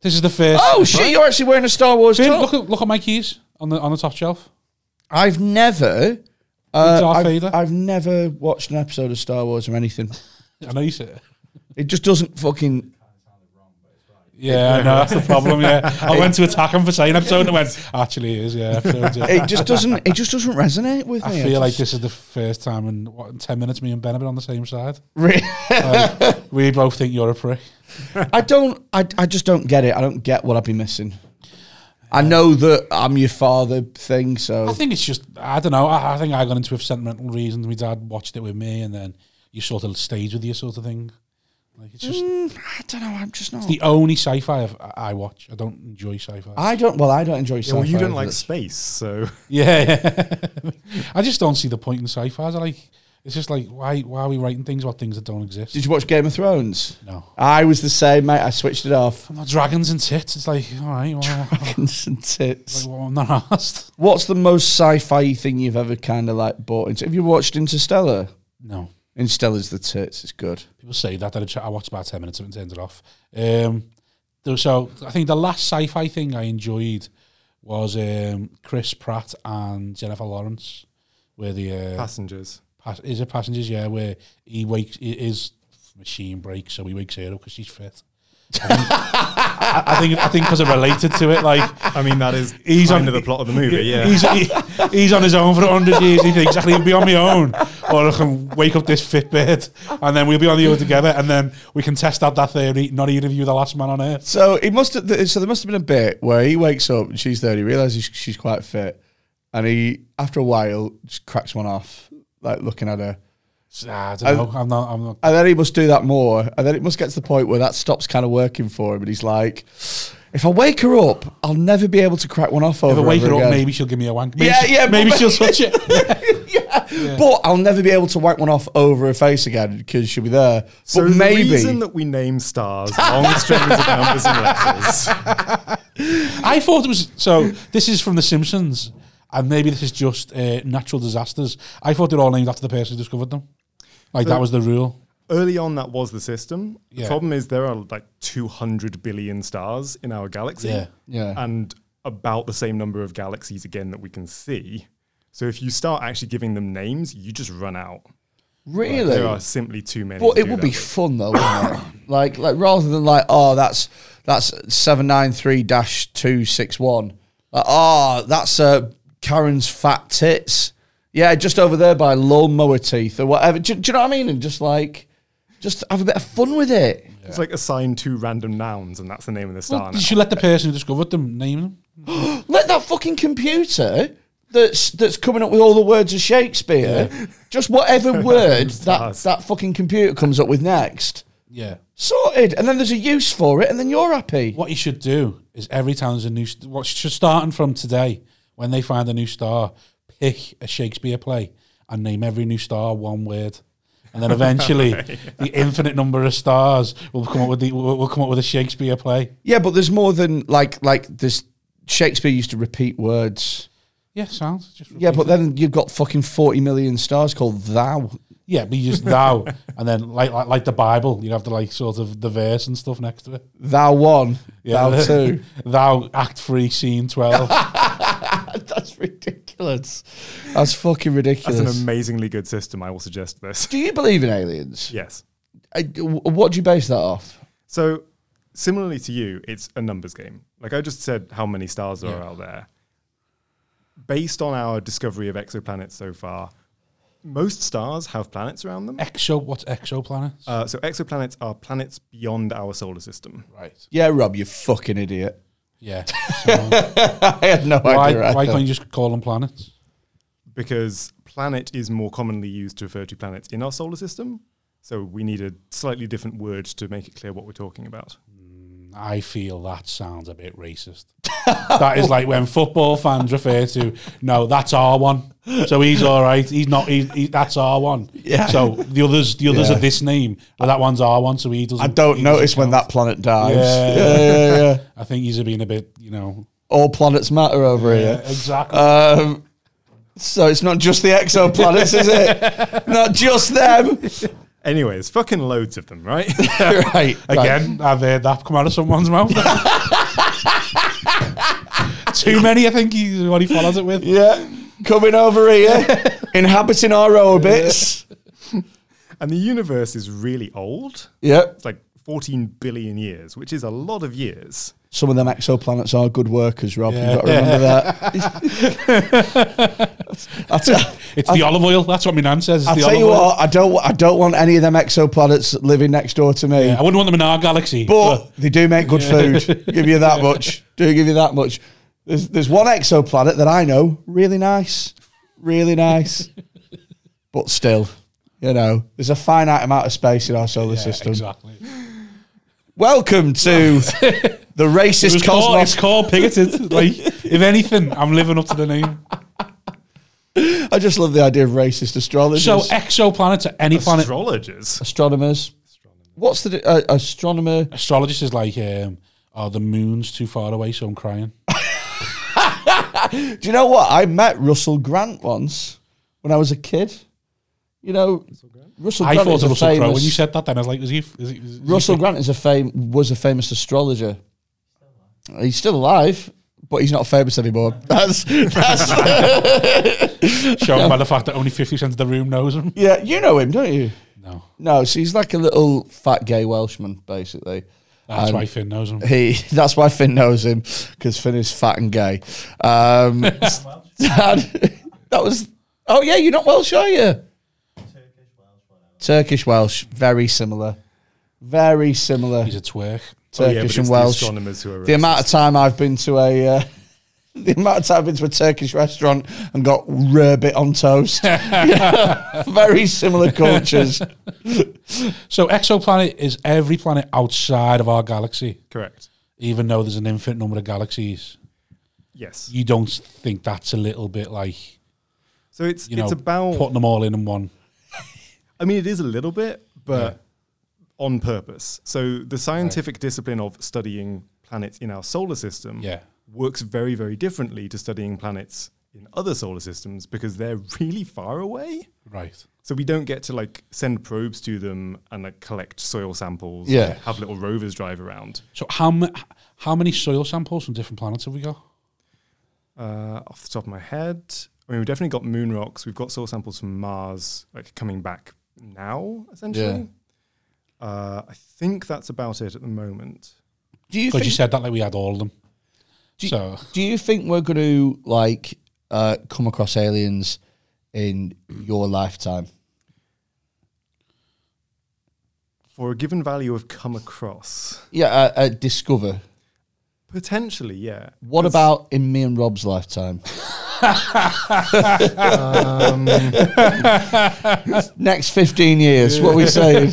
Speaker 2: This is the first.
Speaker 1: oh shit, you're actually wearing a Star Wars
Speaker 2: Finn,
Speaker 1: top.
Speaker 2: look at look at my keys on the on the top shelf.
Speaker 1: I've never. Uh,
Speaker 2: Darth
Speaker 1: I've,
Speaker 2: Vader?
Speaker 1: I've never watched an episode of Star Wars or anything.
Speaker 2: I know you said.
Speaker 1: It just doesn't fucking
Speaker 2: Yeah, I know that's the problem. (laughs) Yeah, I went to attack him for saying episode and I went. Actually, it is yeah. (laughs) episode, yeah."
Speaker 1: it just doesn't it just doesn't resonate with
Speaker 2: I
Speaker 1: me.
Speaker 2: feel like
Speaker 1: just-
Speaker 2: this is the first time in what in ten minutes me and Ben have been on the same side.
Speaker 1: Re-
Speaker 2: Like, we both think you're a prick.
Speaker 1: I don't I, I just don't get it. I don't get what I've been missing. I know that I'm your father thing,
Speaker 2: I
Speaker 1: so
Speaker 2: think it's just I don't know. I, I think I got into it for sentimental reasons. My dad watched it with me, and then you sort of stage with you sort of thing. Like it's just
Speaker 1: Mm, I don't know, I'm just not
Speaker 2: the only sci-fi I've, I watch. I don't enjoy sci-fi.
Speaker 1: I don't well I don't enjoy
Speaker 3: Yeah, well, you
Speaker 1: sci-fi
Speaker 3: don't
Speaker 1: either.
Speaker 3: like space, so
Speaker 2: (laughs) Yeah, yeah. (laughs) I just don't see the point in sci-fi. I like it's just like why why are we writing things about things that don't exist?
Speaker 1: Did you watch Game of Thrones?
Speaker 2: no.
Speaker 1: I was the same, mate. I switched it off.
Speaker 2: Not dragons and tits. It's like, all
Speaker 1: (laughs)
Speaker 2: right, well, like,
Speaker 1: and tits.
Speaker 2: well (laughs) I'm not asked.
Speaker 1: What's the most sci-fi thing you've ever kind of like bought into? Have you watched Interstellar?
Speaker 2: No.
Speaker 1: Interstellar's the tits. It's good.
Speaker 2: People say that. that I, tr- I watched about 10 minutes of it and turned it off. Um, there- so I think the last sci fi thing I enjoyed was um, Chris Pratt and Jennifer Lawrence, where the. Uh,
Speaker 3: passengers.
Speaker 2: pass- is it passengers? Yeah, where he wakes i- his machine breaks, so he wakes her up because she's fit, (laughs) I, I think I think because I related to it. Like
Speaker 3: I mean, that is
Speaker 2: He's
Speaker 3: (laughs) he's
Speaker 2: on-
Speaker 3: kind of the plot of the movie. Yeah,
Speaker 2: he's he, he's on his own for hundred years. He thinks I can be on my own, or I can wake up this Fitbit, and then we'll be on the road together, and then we can test out that theory. Not either of you, are the last man on earth.
Speaker 1: So he must. Have, th- so there must have been a bit where he wakes up and she's there. And he realizes she's quite fit, and he after a while just cracks one off, like looking at her.
Speaker 2: Ah, I don't know. I'm not. I'm not.
Speaker 1: And then he must do that more, and then it must get to the point where that stops kind of working for him, and he's like, "If I wake her up, I'll never be able to crack one off over
Speaker 2: If I wake
Speaker 1: her
Speaker 2: her up,
Speaker 1: again.
Speaker 2: maybe she'll give me a wank. Maybe
Speaker 1: Yeah,
Speaker 2: she-
Speaker 1: yeah, but-
Speaker 2: Maybe she'll touch it.
Speaker 1: (laughs) yeah. But I'll never be able to wipe one off over her face again because she'll be there.
Speaker 3: so
Speaker 1: but
Speaker 3: the
Speaker 1: maybe.
Speaker 3: reason that we name stars long strings of numbers and (laughs) letters.
Speaker 2: I thought it was so. This is from The Simpsons, and maybe this is just uh, natural disasters. I thought they're all named after the person who discovered them. Like that was the rule.
Speaker 3: Early on, that was the system. The
Speaker 2: Yeah.
Speaker 3: problem is there are like 200 billion stars in our galaxy.
Speaker 2: Yeah.
Speaker 1: Yeah.
Speaker 3: And about the same number of galaxies again that we can see. So if you start actually giving them names, you just run out.
Speaker 1: really?
Speaker 3: There are simply too many.
Speaker 1: But
Speaker 3: to
Speaker 1: it
Speaker 3: do
Speaker 1: would
Speaker 3: that
Speaker 1: be
Speaker 3: with.
Speaker 1: fun though, wouldn't it? (coughs) Like, like rather than like, oh, that's that's seven nine three dash two six one. Like, oh, that's uh, Karen's fat tits. Yeah, just over there by lawnmower teeth or whatever. Do, do you know what I mean? And just like, just have a bit of fun with it.
Speaker 3: It's like assign two random nouns, and that's the name of the star.
Speaker 2: Well,
Speaker 3: now.
Speaker 2: you should let the person who discovered them name them.
Speaker 1: Let that fucking computer that's that's coming up with all the words of Shakespeare, just
Speaker 3: (laughs)
Speaker 1: whatever word that
Speaker 3: Stars.
Speaker 1: that fucking computer comes up with next,
Speaker 2: Yeah.
Speaker 1: sorted. And then there's a use for it, and then you're happy.
Speaker 2: What you should do is every time there's a new, st- what should starting from today, when they find a new star, pick a Shakespeare play and name every new star one word, and then eventually the infinite number of stars will come up with the will will come up with a Shakespeare play.
Speaker 1: Yeah, but there's more than like like this. Shakespeare used to repeat words.
Speaker 2: Yeah, sounds. Just
Speaker 1: Yeah, but
Speaker 2: repeat it.
Speaker 1: then you've got fucking forty million stars called thou.
Speaker 2: yeah, but you just thou, (laughs) and then like, like like the Bible, you have to like sort of the verse and stuff next to it.
Speaker 1: Thou one,
Speaker 2: Yeah,
Speaker 1: thou
Speaker 3: (laughs)
Speaker 1: two.
Speaker 2: (laughs) thou act three,
Speaker 1: (laughs)
Speaker 2: scene twelve.
Speaker 1: That's ridiculous. That's fucking ridiculous.
Speaker 3: That's an amazingly good system. I will suggest this. (laughs)
Speaker 1: do you believe in aliens?
Speaker 3: yes.
Speaker 1: Uh, w- what do you base that off?
Speaker 3: So, similarly to you, it's a numbers game. Like I just said, how many stars there are out there. Based on our discovery of exoplanets so far, most stars have planets around them.
Speaker 2: Exo, what's exoplanets?
Speaker 3: Uh, so, exoplanets are planets beyond our solar system.
Speaker 2: right.
Speaker 1: Yeah, Rob, you fucking idiot. (laughs)
Speaker 2: Yeah.
Speaker 1: I had no
Speaker 2: why
Speaker 1: idea.
Speaker 2: why
Speaker 1: either.
Speaker 2: can't you just call them planets?
Speaker 3: because planet is more commonly used to refer to planets in our solar system. So we need a slightly different word to make it clear what we're talking about.
Speaker 2: I feel that sounds a bit racist. (laughs) that is like when football fans refer to no, that's our one. So he's all right. He's not. He's, he, that's our one.
Speaker 1: Yeah.
Speaker 2: So the others, the others
Speaker 1: Yeah.
Speaker 2: are this name, but that one's our one. So he doesn't.
Speaker 1: I don't
Speaker 2: he doesn't
Speaker 1: notice when
Speaker 2: count.
Speaker 1: that planet dies.
Speaker 2: Yeah.
Speaker 1: (laughs) Yeah, yeah, yeah.
Speaker 2: I think he's been a bit, you know. Uh,
Speaker 1: All planets matter over here.
Speaker 2: exactly.
Speaker 1: Um, so it's not just the exoplanets, is it?
Speaker 2: (laughs)
Speaker 1: Not just them.
Speaker 3: Anyways, fucking loads of them, right?
Speaker 1: (laughs) right.
Speaker 2: Again, I've heard that come out of someone's mouth. (laughs) Too many, I think he's what he follows it with.
Speaker 1: Yeah. Coming over
Speaker 2: (laughs)
Speaker 1: here, inhabiting our orbits.
Speaker 3: and the universe is really old.
Speaker 1: Yep.
Speaker 3: It's like 14 billion years, which is a lot of years.
Speaker 1: Some of them exoplanets are good workers, Rob.
Speaker 2: Yeah.
Speaker 1: You've got to remember that.
Speaker 2: (laughs)
Speaker 1: I t-
Speaker 2: It's the olive oil. That's what my nan says. It's
Speaker 1: I'll
Speaker 2: the
Speaker 1: tell
Speaker 2: olive
Speaker 1: you
Speaker 2: oil.
Speaker 1: what, I don't, wa- I don't want any of them exoplanets living next door to me.
Speaker 2: Yeah, I wouldn't want them in our galaxy.
Speaker 1: But they do make good food. give you
Speaker 2: (laughs)
Speaker 1: that much. Do give you that much. There's there's one exoplanet that I know really nice, really
Speaker 2: (laughs)
Speaker 1: nice. but still, you know, there's a finite amount of space in our solar
Speaker 2: Yeah,
Speaker 1: system.
Speaker 2: Exactly.
Speaker 1: Welcome
Speaker 2: (laughs)
Speaker 1: to the
Speaker 2: It
Speaker 1: racist
Speaker 2: was called,
Speaker 1: cosmos.
Speaker 2: it's called Pigoted. like, if anything, I'm living up to the name.
Speaker 1: I just love the idea of racist astrologers,
Speaker 2: So exoplanets are any planet.
Speaker 3: Astrologers.
Speaker 1: astronomers. What's the di- uh, astronomer?
Speaker 2: Astrologist is like, um, oh, the moon's too far away, so I'm (laughs) crying.
Speaker 1: Do you know what? I met Russell Grant once when I was a kid. You know, Russell
Speaker 2: I
Speaker 1: Grant.
Speaker 2: thought
Speaker 1: is
Speaker 2: of
Speaker 1: a
Speaker 2: Russell Crowe when
Speaker 1: famous-
Speaker 2: you said that. Then I was like, is he? Is he is he-
Speaker 1: Russell Grant is a fam- was a famous astrologer. He's still alive, but he's not famous anymore. (laughs) That's
Speaker 3: (laughs)
Speaker 1: that's
Speaker 2: shown by the fact that only fifty percent of the room knows him?
Speaker 1: yeah. You know him, don't you?
Speaker 2: No.
Speaker 1: No, so he's like a little fat gay Welshman, basically.
Speaker 2: That's
Speaker 1: And-
Speaker 2: why Finn knows him.
Speaker 1: He (laughs) that's why Finn knows him because Finn is fat and gay.
Speaker 3: (laughs)
Speaker 1: Um, (laughs)
Speaker 4: I'm Welsh,
Speaker 1: and that was oh yeah, you're not Welsh, are you?
Speaker 4: Turkish, Welsh, whatever.
Speaker 1: Turkish Welsh, very similar, very similar.
Speaker 2: He's a twerk.
Speaker 3: Oh, yeah, but
Speaker 1: Turkish
Speaker 3: it's
Speaker 1: and
Speaker 3: the
Speaker 1: Welsh.
Speaker 3: astronomers who are
Speaker 1: The amount of time I've been to a. Uh, (laughs) the amount of time I've been to a Turkish restaurant and got rarebit on toast. (laughs) Very similar cultures.
Speaker 2: So exoplanet is every planet outside of our galaxy,
Speaker 3: correct.
Speaker 2: even though there's an infinite number of galaxies.
Speaker 3: Yes.
Speaker 2: You don't think that's a little bit like
Speaker 3: So it's
Speaker 2: you
Speaker 3: it's
Speaker 2: know
Speaker 3: about.
Speaker 2: putting them all in in one?
Speaker 3: I mean, it is a little bit, but on purpose. So the scientific discipline of studying planets in our solar system
Speaker 2: Yeah.
Speaker 3: works very, very differently to studying planets in other solar systems because they're (laughs) really far away.
Speaker 2: Right.
Speaker 3: So we don't get to like send probes to them and like collect soil samples.
Speaker 1: Yeah.
Speaker 3: Have little rovers drive around.
Speaker 2: So how m- how many soil samples from different planets have we got?
Speaker 3: Uh, off the top of my head, I mean, we've definitely got moon rocks. We've got soil samples from Mars like coming back now, essentially. Uh, I think that's about it at the moment.
Speaker 1: Do you
Speaker 2: Because
Speaker 1: think
Speaker 2: you said that like we had all of them.
Speaker 1: Do you-
Speaker 2: so
Speaker 1: Do you think we're going to like uh, come across aliens in your lifetime?
Speaker 3: For a given value of come across,
Speaker 1: Yeah, uh, uh, discover.
Speaker 3: potentially, yeah.
Speaker 1: What about in me and Rob's lifetime? (laughs) Next fifteen years, what are we saying?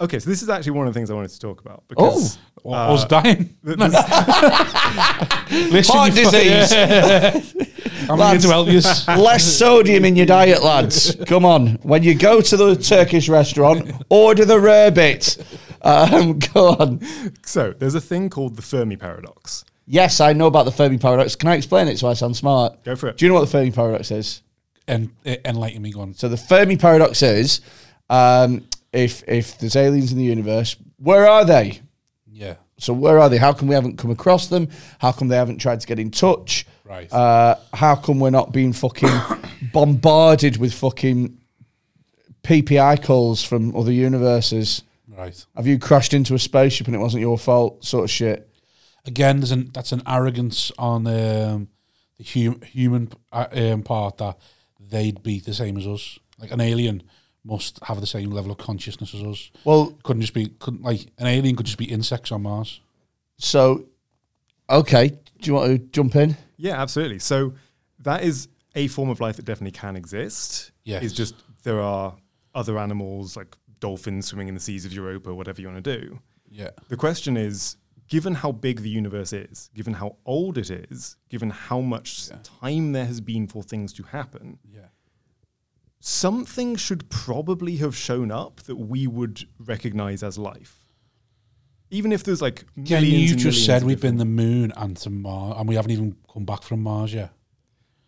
Speaker 3: Okay, so this is actually one of the things I wanted to talk about
Speaker 1: Oh.
Speaker 3: because
Speaker 1: Uh,
Speaker 2: Or
Speaker 1: (laughs)
Speaker 2: us dying.
Speaker 3: th- this-
Speaker 2: (laughs) Listen,
Speaker 1: Heart
Speaker 2: you fuck-
Speaker 1: disease.
Speaker 2: Yeah. (laughs) I'm here
Speaker 1: Lads.
Speaker 2: to help (laughs) you.
Speaker 1: Less sodium in your diet, lads. Come on. When you go to the Turkish restaurant, order the rarebit. Um, (laughs) go on.
Speaker 3: so there's a thing called the Fermi paradox.
Speaker 1: Yes, I know about the Fermi paradox. Can I explain it so I sound smart?
Speaker 3: Go for it.
Speaker 1: Do you know what the Fermi paradox is?
Speaker 2: and uh, enlighten me, gone.
Speaker 1: So the Fermi paradox is, um, if if there's aliens in the universe, where are they?
Speaker 2: Yeah,
Speaker 1: So where are they? How come we haven't come across them? How come they haven't tried to get in touch?
Speaker 2: Right.
Speaker 1: Uh, how come we're not being fucking
Speaker 2: (coughs)
Speaker 1: bombarded with fucking PPI calls from other universes?
Speaker 2: right.
Speaker 1: Have you crashed into a spaceship and it wasn't your fault? Sort of shit.
Speaker 2: Again, there's an that's an arrogance on um, the hum, human uh, um, part that they'd be the same as us. Like an alien must have the same level of consciousness as us.
Speaker 1: Well,
Speaker 2: Couldn't just be couldn't like an alien could just be insects on Mars.
Speaker 1: so okay. Do you want to jump in?
Speaker 3: Yeah, absolutely. So that is a form of life that definitely can exist.
Speaker 2: Yes.
Speaker 3: It's just there are other animals like dolphins swimming in the seas of Europa, whatever you want to do.
Speaker 2: Yeah,
Speaker 3: The question is given how big the universe is, given how old it is, given how much time there has been for things to happen,
Speaker 2: yeah,
Speaker 3: something should probably have shown up that we would recognize as life. Even if there's like millions
Speaker 2: yeah. You
Speaker 3: and
Speaker 2: just
Speaker 3: millions
Speaker 2: said
Speaker 3: of
Speaker 2: we've been
Speaker 3: different-
Speaker 2: the moon and to Mars, and we haven't even come back from Mars yet.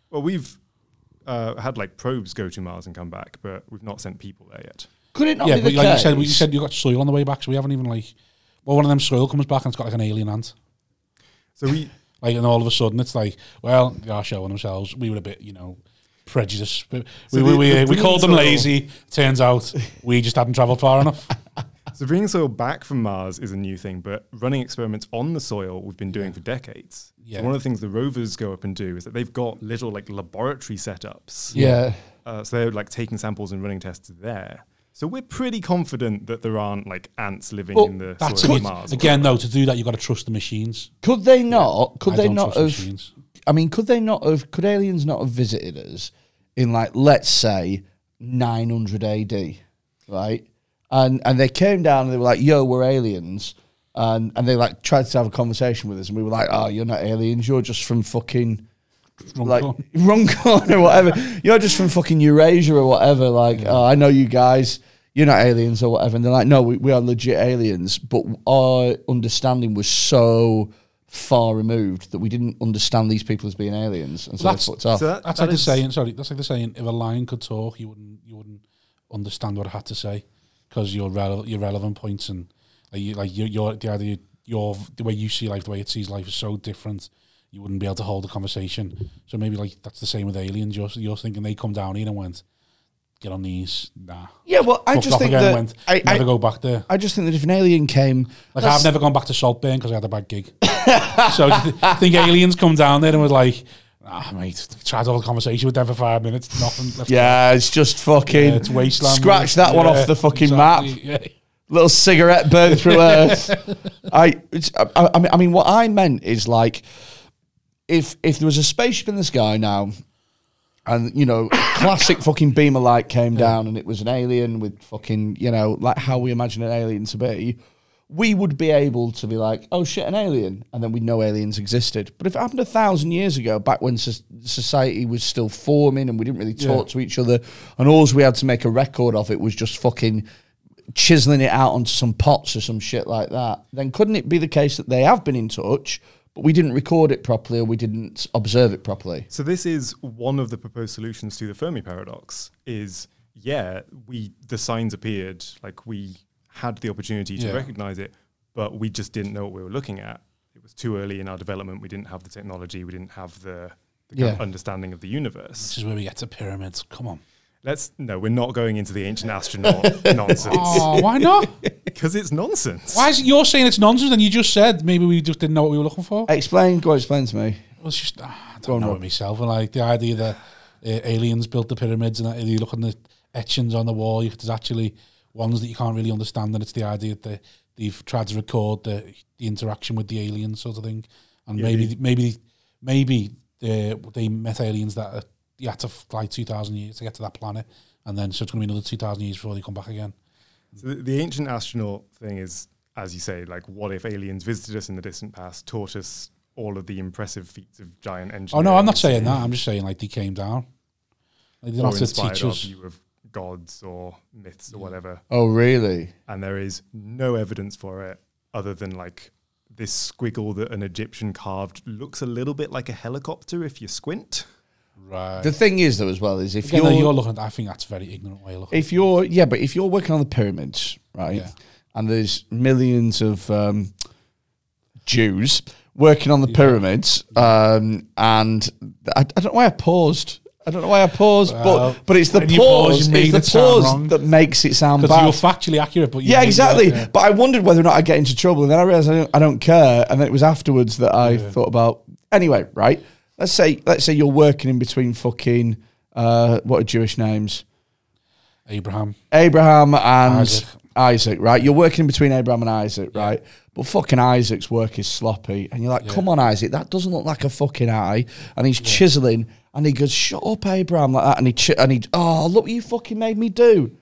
Speaker 3: Well, we've uh, had like probes go to Mars and come back, but we've not sent people there yet.
Speaker 1: Could it not
Speaker 2: yeah,
Speaker 1: be the
Speaker 2: but like you
Speaker 1: case?
Speaker 2: said, we- you said you got soil on the way back, so we haven't even like. Well, one of them soil comes back and it's got like an alien ant.
Speaker 3: So we
Speaker 2: Like, and all of a sudden, it's like, well, they are showing themselves. We were a bit, you know, prejudiced. But we,
Speaker 3: the-
Speaker 2: we, we,
Speaker 3: the
Speaker 2: we called them
Speaker 3: green
Speaker 2: lazy. Turns out we just hadn't travelled far enough.
Speaker 3: so bringing soil back from Mars is a new thing, but running experiments on the soil we've been doing for decades.
Speaker 2: Yeah.
Speaker 3: So one of the things the rovers go up and do is that they've got little like laboratory setups.
Speaker 1: yeah.
Speaker 3: Uh, so they're like taking samples and running tests there. So we're pretty confident that there aren't like ants living
Speaker 1: Well,
Speaker 3: (laughs) in the
Speaker 2: That's
Speaker 3: soil
Speaker 2: it.
Speaker 3: of Mars.
Speaker 2: Again, though, to do that, you've got to trust the machines.
Speaker 1: Could they not? Could
Speaker 2: I
Speaker 1: they
Speaker 2: don't
Speaker 1: not
Speaker 2: trust
Speaker 1: have?
Speaker 2: machines.
Speaker 1: I mean, could they not have? Could aliens not have visited us in like, let's say, 900 AD, right? And and they came down and they were like, "Yo, we're aliens," and and they like tried to have a conversation with us, and we were like, "Oh, you're not aliens. You're just from fucking."
Speaker 2: Wrong
Speaker 1: like
Speaker 2: call.
Speaker 1: (laughs) wrong corner, whatever. You're just from fucking Eurasia or whatever. Like, oh, I know you guys. You're not aliens or whatever. And they're like, no, we, we are legit aliens. But our understanding was so far removed that we didn't understand these people as being aliens. And so
Speaker 2: That's-
Speaker 1: they fucked off.
Speaker 3: So that,
Speaker 2: That's
Speaker 3: that
Speaker 2: like
Speaker 3: is-
Speaker 2: the saying. Sorry, that's like the saying. If a lion could talk, you wouldn't you wouldn't understand what I had to say because your rele- your relevant points and like you, like your your the idea your the way you see life, the way it sees life is so different. You wouldn't be able to hold a conversation. So maybe like that's the same with aliens. You're you're thinking they come down here and went. get on these. Nah.
Speaker 1: Yeah, well, I
Speaker 2: Fucked
Speaker 1: just
Speaker 2: off
Speaker 1: think
Speaker 2: again
Speaker 1: that
Speaker 2: went,
Speaker 1: I,
Speaker 2: never
Speaker 1: I,
Speaker 2: go back there.
Speaker 1: I just think that if an alien came,
Speaker 2: Like
Speaker 1: that's-
Speaker 2: I've never gone back to Saltburn because I had a bad gig. (laughs) so I th- think aliens come down there and was like, ah, mate, tried to have a conversation with them for five minutes, nothing. Let's
Speaker 1: Yeah, it's just fucking.
Speaker 2: go. it's wasteland.
Speaker 1: Scratch that one
Speaker 2: Yeah,
Speaker 1: off the fucking map.
Speaker 2: exactly, yeah.
Speaker 1: Little cigarette burn through Earth. I, it's, I, I mean, I mean, what I meant is like, if if there was a spaceship in the sky now, and you know, (coughs) classic fucking beamer light came down, and it was an alien with fucking, you know, like how we imagine an alien to be. We would be able to be like, oh shit, an alien, and then we'd know aliens existed. But if it happened a thousand years ago, back when so- society was still forming and we didn't really talk to each other, and all we had to make a record of it was just fucking chiseling it out onto some pots or some shit like that, then couldn't it be the case that they have been in touch, but we didn't record it properly or we didn't observe it properly?
Speaker 3: So this is one of the proposed solutions to the Fermi paradox. Is yeah, we the signs appeared, like we had the opportunity to
Speaker 2: Yeah.
Speaker 3: recognize it, but we just didn't know what we were looking at. It was too early in our development. We didn't have the technology. We didn't have the, the kind
Speaker 1: Yeah.
Speaker 3: of understanding of the
Speaker 2: This
Speaker 3: universe.
Speaker 2: is where we get to pyramids. Come on.
Speaker 3: Let's no, we're not going into the ancient
Speaker 2: (laughs)
Speaker 3: astronaut nonsense
Speaker 2: Oh, why not?
Speaker 3: because it's
Speaker 2: (laughs)
Speaker 3: nonsense.
Speaker 2: Why is it you're saying it's nonsense and you just said maybe we just didn't know what we were looking for?
Speaker 1: Explain, go explain to me.
Speaker 2: Well, it's just ah, I
Speaker 1: on,
Speaker 2: don't know
Speaker 1: Rob.
Speaker 2: it myself. And like the idea that uh, aliens built the pyramids and that eh, you look on the etchings on the wall, you, there's actually ones that you can't really understand, and it's the idea that they've tried to record the, the interaction with the aliens sort of thing. And maybe maybe maybe they they met aliens that uh, you had to fly two thousand years to get to that planet, and then so it's going to be another two thousand years before they come back again.
Speaker 3: So the, the ancient astronaut thing is, as you say, like what if aliens visited us in the distant past, taught us all of the impressive feats of giant
Speaker 2: Oh
Speaker 3: engineering?
Speaker 2: no, I'm not saying that. I'm just saying like they came down. Like, they
Speaker 3: or
Speaker 2: don't have to
Speaker 3: inspired
Speaker 2: teach
Speaker 3: our
Speaker 2: us.
Speaker 3: view of gods or myths or whatever,
Speaker 1: Oh, really?
Speaker 3: and there is no evidence for it other than like this squiggle that an Egyptian carved looks a little bit like a helicopter if you squint.
Speaker 2: Right.
Speaker 1: The thing is, though, as well, is if
Speaker 2: Again, though,
Speaker 1: you're,
Speaker 2: you're looking. At, I think that's a very ignorant way of looking.
Speaker 1: if you're, yeah, but if you're working on the pyramids, right,
Speaker 2: Yeah.
Speaker 1: and there's millions of um, Jews working on the pyramids, um, and I, I don't know why I paused. I don't know why I paused,
Speaker 2: Well,
Speaker 1: but but it's the
Speaker 2: when you pause, you
Speaker 1: pause,
Speaker 2: made it
Speaker 1: it's the
Speaker 2: sound
Speaker 1: pause
Speaker 2: wrong.
Speaker 1: that makes it sound
Speaker 2: Because
Speaker 1: bad.
Speaker 2: you're factually accurate, but you
Speaker 1: Yeah,
Speaker 2: made it-
Speaker 1: exactly.
Speaker 2: yeah.
Speaker 1: But I wondered whether or not I'd get into trouble. And then I realized I don't, I don't care. And then it was afterwards that I thought about. Anyway, right? Let's say let's say you're working in between fucking uh, what are Jewish names?
Speaker 2: Abraham.
Speaker 1: Abraham and
Speaker 2: Isaac.
Speaker 1: Isaac. right? You're working in between Abraham and Isaac, right? But fucking Isaac's work is sloppy. And you're like, come on, Isaac, that doesn't look like a fucking eye. And he's chiseling and he goes, shut up, Abraham, like that. And he, chi- and he, oh, look what you fucking made me do.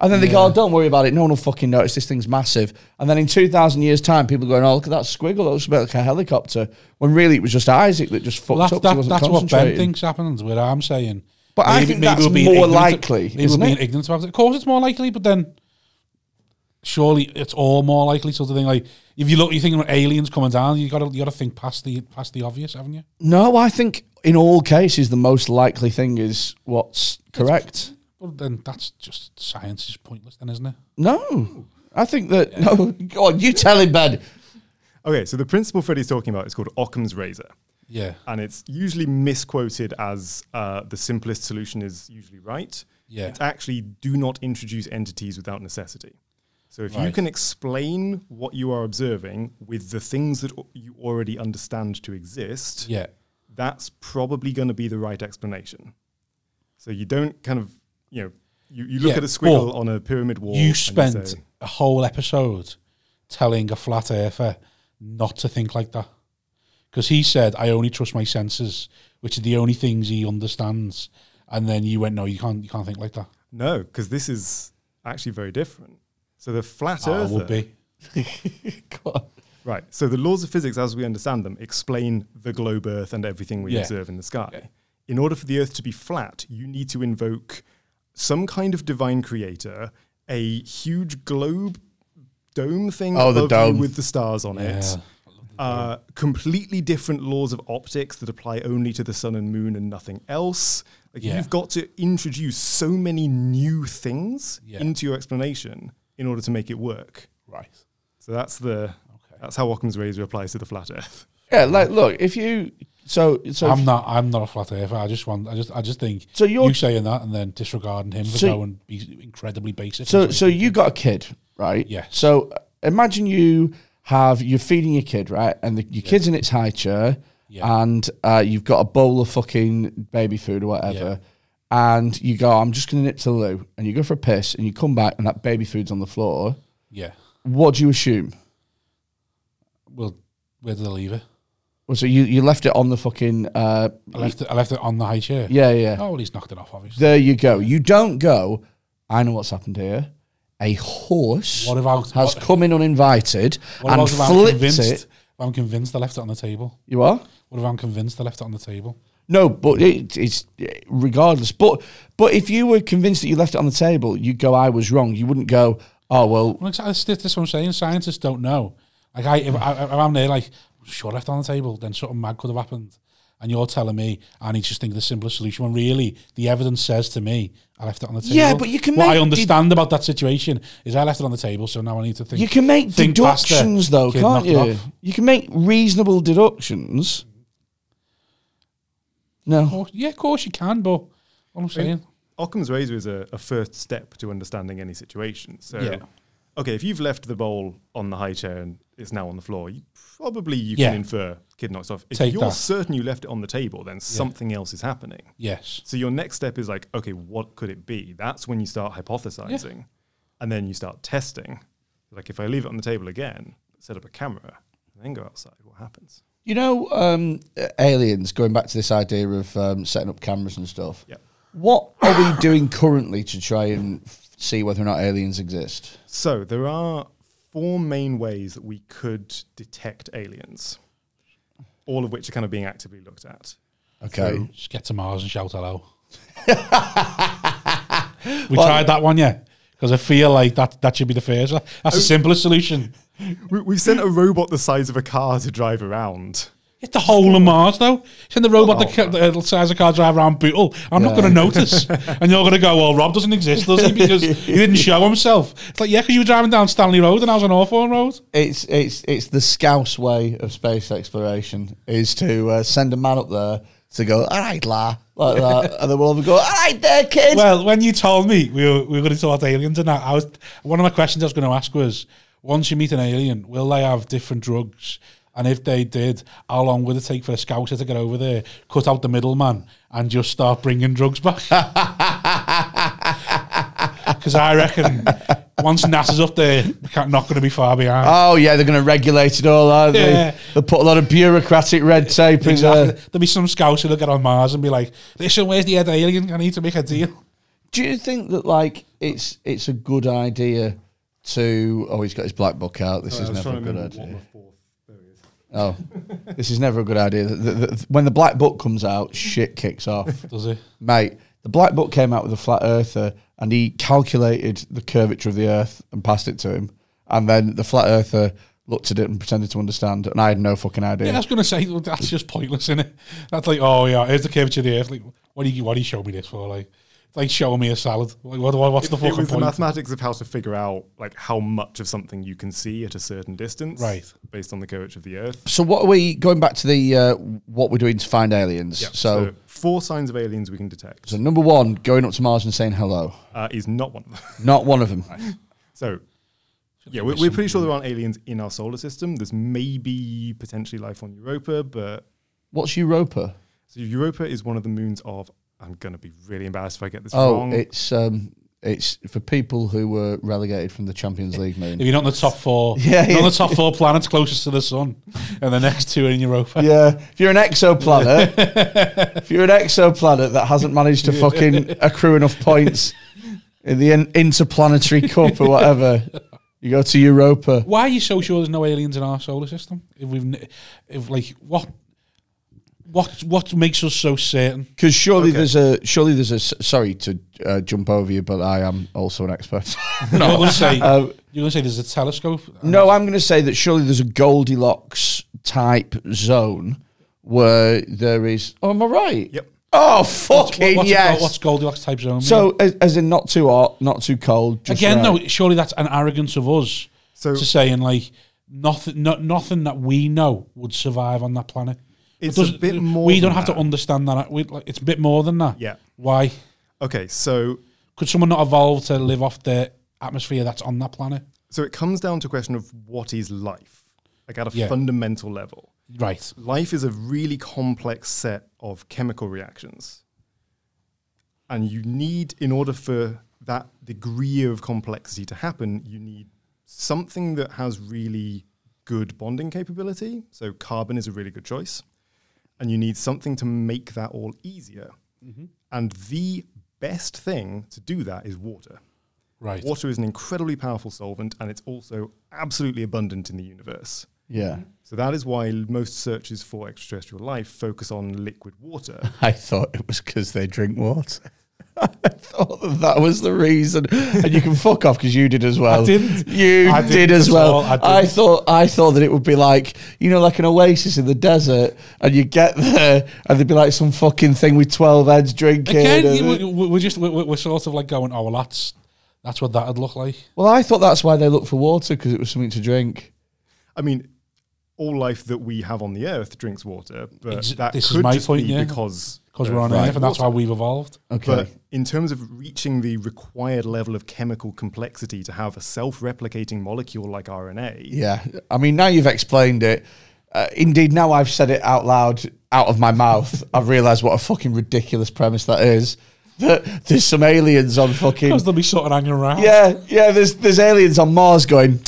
Speaker 1: And then they go, oh, don't worry about it. No one will fucking notice. This thing's massive. And then in 2,000 years' time, people are going, oh, look at that squiggle. That looks a bit like a helicopter. When really it was just Isaac that just fucked
Speaker 2: Well, that's,
Speaker 1: up. 'cause he
Speaker 2: that,
Speaker 1: wasn't
Speaker 2: that's what Ben
Speaker 1: concentrating.
Speaker 2: thinks happens. Where I'm saying,
Speaker 1: But I think that's
Speaker 2: we're being
Speaker 1: more
Speaker 2: ignorant-
Speaker 1: likely,
Speaker 2: Maybe we're
Speaker 1: isn't
Speaker 2: being
Speaker 1: it?
Speaker 2: ignorant about it. Of course, it's more likely, but then surely it's all more likely sort of thing. Like if you look, you think about aliens coming down. You got to you got to think past the past the obvious, haven't you?
Speaker 1: No, I think in all cases, the most likely thing is what's correct.
Speaker 2: Well, then that's just science is pointless, then, isn't it?
Speaker 1: No. I think that no. (laughs) Go on, you tell him, Ben. (laughs)
Speaker 3: Okay, so the principle Freddy's talking about is called Occam's razor.
Speaker 2: Yeah.
Speaker 3: and it's usually misquoted as uh, the simplest solution is usually right.
Speaker 2: Yeah.
Speaker 3: It's actually do not introduce entities without necessity. So if you
Speaker 2: Right.
Speaker 3: can explain what you are observing with the things that o- you already understand to exist,
Speaker 2: Yeah.
Speaker 3: that's probably going to be the right explanation. So you don't kind of, you know, you, you look
Speaker 2: Yeah,
Speaker 3: at a squiggle
Speaker 2: or
Speaker 3: on a pyramid wall. and
Speaker 2: You spent
Speaker 3: say,
Speaker 2: a whole episode telling a flat earther not to think like that. Because he said, I only trust my senses, which are the only things he understands. And then you went, No, you can't you can't think like that.
Speaker 3: no, because this is actually very different. So the flat
Speaker 2: Oh,
Speaker 3: earth
Speaker 2: it would be.
Speaker 1: Go on.
Speaker 3: Right. So the laws of physics, as we understand them, explain the globe Earth and everything we
Speaker 2: Yeah.
Speaker 3: observe in the sky. In order for the Earth to be flat, you need to invoke some kind of divine creator, a huge globe dome thing
Speaker 1: Oh, the
Speaker 3: above
Speaker 1: dome.
Speaker 3: you with the stars on it.
Speaker 2: Yeah.
Speaker 3: Uh, completely different laws of optics that apply only to the sun and moon and nothing else. Like
Speaker 2: Yeah.
Speaker 3: you've got to introduce so many new things
Speaker 2: Yeah.
Speaker 3: into your explanation in order to make it work.
Speaker 2: Right.
Speaker 3: So that's the that's how Occam's razor applies to the flat Earth.
Speaker 1: Yeah, like look, if you so so
Speaker 2: I'm not. I'm not a flat earther. I just want. I just. I just think.
Speaker 1: So you're-
Speaker 2: you saying that and then disregarding him for
Speaker 1: So-
Speaker 2: going be incredibly basic.
Speaker 1: so
Speaker 2: and
Speaker 1: so you got a kid, right?
Speaker 2: Yes.
Speaker 1: So uh, imagine you have you're feeding your kid, right, and the, your kid's in its high chair,
Speaker 2: Yeah.
Speaker 1: and uh, you've got a bowl of fucking baby food or whatever. And you go, I'm just going to nip to the loo, and you go for a piss, and you come back, and that baby food's on the floor.
Speaker 2: yeah.
Speaker 1: What do you assume?
Speaker 2: Well, where did I leave it?
Speaker 1: Well, so you, you left it on the fucking uh,
Speaker 2: I left it. I left it on the high chair.
Speaker 1: yeah yeah.
Speaker 2: Oh well, he's knocked it off. Obviously.
Speaker 1: There you go. You don't go. I know what's happened here. A horse
Speaker 2: What about
Speaker 1: has
Speaker 2: what-
Speaker 1: come in uninvited
Speaker 2: What
Speaker 1: and
Speaker 2: about if I'm
Speaker 1: flipped
Speaker 2: convinced?
Speaker 1: it.
Speaker 2: If I'm convinced I left it on the table.
Speaker 1: You are
Speaker 2: What if I'm convinced I left it on the table?
Speaker 1: no, but it, it's regardless. But but if you were convinced that you left it on the table, you'd go. I was wrong. You wouldn't go. Oh well.
Speaker 2: Well, exactly. That's, that's what I'm saying. Scientists don't know. Like, I, if, I, if I'm there, like, sure, I left it on the table, then something mad could have happened. And you're telling me I need to just think of the simplest solution. When really, the evidence says to me I left it on the table.
Speaker 1: Yeah, but you can
Speaker 2: What
Speaker 1: make-
Speaker 2: I understand about that situation is I left it on the table, so now I need to think.
Speaker 1: You can make
Speaker 2: think faster.
Speaker 1: deductions though,
Speaker 2: Kid
Speaker 1: can't
Speaker 2: knocked it
Speaker 1: you?
Speaker 2: off.
Speaker 1: You can make reasonable deductions. No.
Speaker 2: Oh, yeah, of course you can, but what I'm saying.
Speaker 3: Occam's razor is a, a first step to understanding any situation. So,
Speaker 2: Yeah.
Speaker 3: okay, if you've left the bowl on the high chair and it's now on the floor, you probably you
Speaker 2: Yeah.
Speaker 3: can infer kid knocks off. If
Speaker 2: Take
Speaker 3: you're
Speaker 2: that.
Speaker 3: certain you left it on the table, then something else is happening.
Speaker 2: Yes.
Speaker 3: So your next step is like, okay, what could it be? That's when you start hypothesizing, and then you start testing. Like, if I leave it on the table again, set up a camera, and then go outside, what happens?
Speaker 1: You know, um, aliens. Going back to this idea of um, setting up cameras and stuff.
Speaker 3: Yeah.
Speaker 1: What are we doing currently to try and f- see whether or not aliens exist?
Speaker 3: So there are four main ways that we could detect aliens, all of which are kind of being actively looked at.
Speaker 1: Okay.
Speaker 2: Just get to Mars and shout hello. we tried that one, yeah. Because I feel like that, that should be the first. That's the simplest solution.
Speaker 3: We, we've sent a robot the size of a car to drive around.
Speaker 2: Hit the whole of Mars, though. Send the robot the, ca- the size of car drive around Bootle. I'm not going to notice. and you're going to go, well, Rob doesn't exist, does he? Because he didn't show himself. It's like, yeah, because you were driving down Stanley Road and I was on Hawthorne Road.
Speaker 1: It's it's it's the scouse way of space exploration is to uh, send a man up there to go, all right, la, like
Speaker 2: (laughs)
Speaker 1: that, and then we'll all go, all right, there, kid.
Speaker 2: Well, when you told me we were, we were going to talk aliens and that, I was one of my questions I was going to ask was: once you meet an alien, will they have different drugs? And if they did, how long would it take for a scouser to get over there, cut out the middleman, and just start bringing drugs back? (laughs) Because I reckon once NASA's up there, we can't not going to be far behind.
Speaker 1: oh yeah, they're going to regulate it all, aren't they?
Speaker 2: Yeah.
Speaker 1: They put a lot of bureaucratic red tape in
Speaker 2: Exactly.
Speaker 1: there.
Speaker 2: There'll be some scouser that'll get on Mars and be like, "Listen, where's the head alien? I need to make a deal."
Speaker 1: Do you think that like it's it's a good idea to? Oh, he's got his black book out. This is never a good idea. Oh, (laughs) this is never a good idea. The- the- the- when the black book comes out, shit kicks off, (laughs)
Speaker 2: Does it?
Speaker 1: mate. The black book came out with a flat earther, and he calculated the curvature of the Earth and passed it to him. And then the flat earther looked at it and pretended to understand, and I had no fucking idea.
Speaker 2: Yeah, I was going to say well, that's just pointless, is it? That's like, oh yeah, here's the curvature of the earth. Like, what do you what do you show me this for? Like, it's like showing me a salad. Like, what, what- what's the
Speaker 3: it
Speaker 2: fucking
Speaker 3: was the
Speaker 2: point?
Speaker 3: mathematics of how to figure out like how much of something you can see at a certain distance,
Speaker 2: Right.
Speaker 3: Based on the curvature of the Earth.
Speaker 1: So what are we going back to the uh, what we're doing to find aliens? So,
Speaker 3: four signs of aliens we can detect
Speaker 1: so number one, going up to Mars and saying hello.
Speaker 3: uh, is not one of them. (laughs)
Speaker 1: Not one of them.
Speaker 3: So, yeah, we're, we're pretty sure there aren't aliens in our solar system. There's maybe potentially life on Europa, but
Speaker 1: What's Europa?
Speaker 3: so Europa is one of the moons of. I'm gonna be really embarrassed if I get this
Speaker 1: Oh,
Speaker 3: wrong.
Speaker 1: it's um, it's for people who were relegated from the Champions League moon.
Speaker 2: If you're not in the top four,
Speaker 1: (laughs) Yeah,
Speaker 2: not in
Speaker 1: yeah.
Speaker 2: the top four planets closest to the sun, and the next two are in Europa.
Speaker 1: Yeah, if you're an exoplanet, if you're an exoplanet that hasn't managed to fucking accrue enough points in the in- interplanetary cup or whatever, you go to Europa.
Speaker 2: Why are you so sure there's no aliens in our solar system? If we've, n- if like what, what, what makes us so
Speaker 1: (laughs)
Speaker 2: certain?
Speaker 1: Because surely there's a surely there's a s- sorry to uh, jump over you, but I am also an expert.
Speaker 2: No, you're going to say
Speaker 1: Um,
Speaker 2: you're going to say there's a telescope.
Speaker 1: no, I'm going to say that surely there's a Goldilocks type zone where there is. Oh, am I right?
Speaker 3: Yep.
Speaker 1: Oh
Speaker 2: What's-
Speaker 1: fucking
Speaker 2: what's,
Speaker 1: yes.
Speaker 2: what's Goldilocks type zone? mean?
Speaker 1: so as, as in not too hot, not too cold. Just
Speaker 2: Again,
Speaker 1: right.
Speaker 2: though, surely that's an arrogance of us
Speaker 3: So-
Speaker 2: to saying like nothing, no, nothing that we know would survive on that planet. It
Speaker 3: It's a
Speaker 2: doesn't-
Speaker 3: bit more
Speaker 2: We
Speaker 3: than
Speaker 2: don't have to
Speaker 3: that.
Speaker 2: understand that. We, like, it's a bit more than that.
Speaker 3: Yeah.
Speaker 2: Why
Speaker 3: Okay, so
Speaker 2: could someone not evolve to live off the atmosphere that's on that planet?
Speaker 3: so it comes down to a question of what is life, like at a
Speaker 2: Yeah.
Speaker 3: fundamental level.
Speaker 2: Right.
Speaker 3: life is a really complex set of chemical reactions. And you need, in order for that degree of complexity to happen, you need something that has really good bonding capability. So, carbon is a really good choice. And you need something to make that all easier. And the best thing to do that is water.
Speaker 2: Right.
Speaker 3: Water is an incredibly powerful solvent, and it's also absolutely abundant in the universe.
Speaker 1: Yeah.
Speaker 3: So that is why l- most searches for extraterrestrial life focus on liquid water.
Speaker 1: I thought it was because they drink water. (laughs) I thought that, that was the reason, and you can fuck off because you did as well.
Speaker 2: didn't.
Speaker 1: You
Speaker 2: I
Speaker 1: did
Speaker 2: didn't
Speaker 1: as
Speaker 2: at
Speaker 1: well.
Speaker 2: all. I
Speaker 1: I,
Speaker 2: didn't.
Speaker 1: thought I thought that it would be like you know, like an oasis in the desert, and you get there, and there'd be like some fucking thing with twelve heads drinking.
Speaker 2: Again,
Speaker 1: and-
Speaker 3: eh?
Speaker 2: you- we- we're just we're, we're sort of like going, oh well, that's that's what that'd look like.
Speaker 1: well, I thought that's why they looked for water because it was something to drink.
Speaker 3: I mean, all life that we have on the Earth drinks water, but
Speaker 2: Ex-
Speaker 3: that
Speaker 2: this is
Speaker 3: could
Speaker 2: my
Speaker 3: just
Speaker 2: point,
Speaker 3: be
Speaker 2: yeah.
Speaker 3: because
Speaker 2: Because
Speaker 3: of
Speaker 2: we're on
Speaker 3: liquid
Speaker 2: Earth, and that's
Speaker 3: water.
Speaker 2: why we've evolved.
Speaker 1: Okay,
Speaker 3: But in terms of reaching the required level of chemical complexity to have a self-replicating molecule like RNA,
Speaker 1: yeah. I mean, now you've explained it. Uh, indeed, now I've said it out loud, out of my mouth. (laughs) I've realised what a fucking ridiculous premise that is. That there's some aliens on fucking
Speaker 2: Because they'll be sort of hanging around.
Speaker 1: Yeah, yeah. There's there's aliens on Mars going.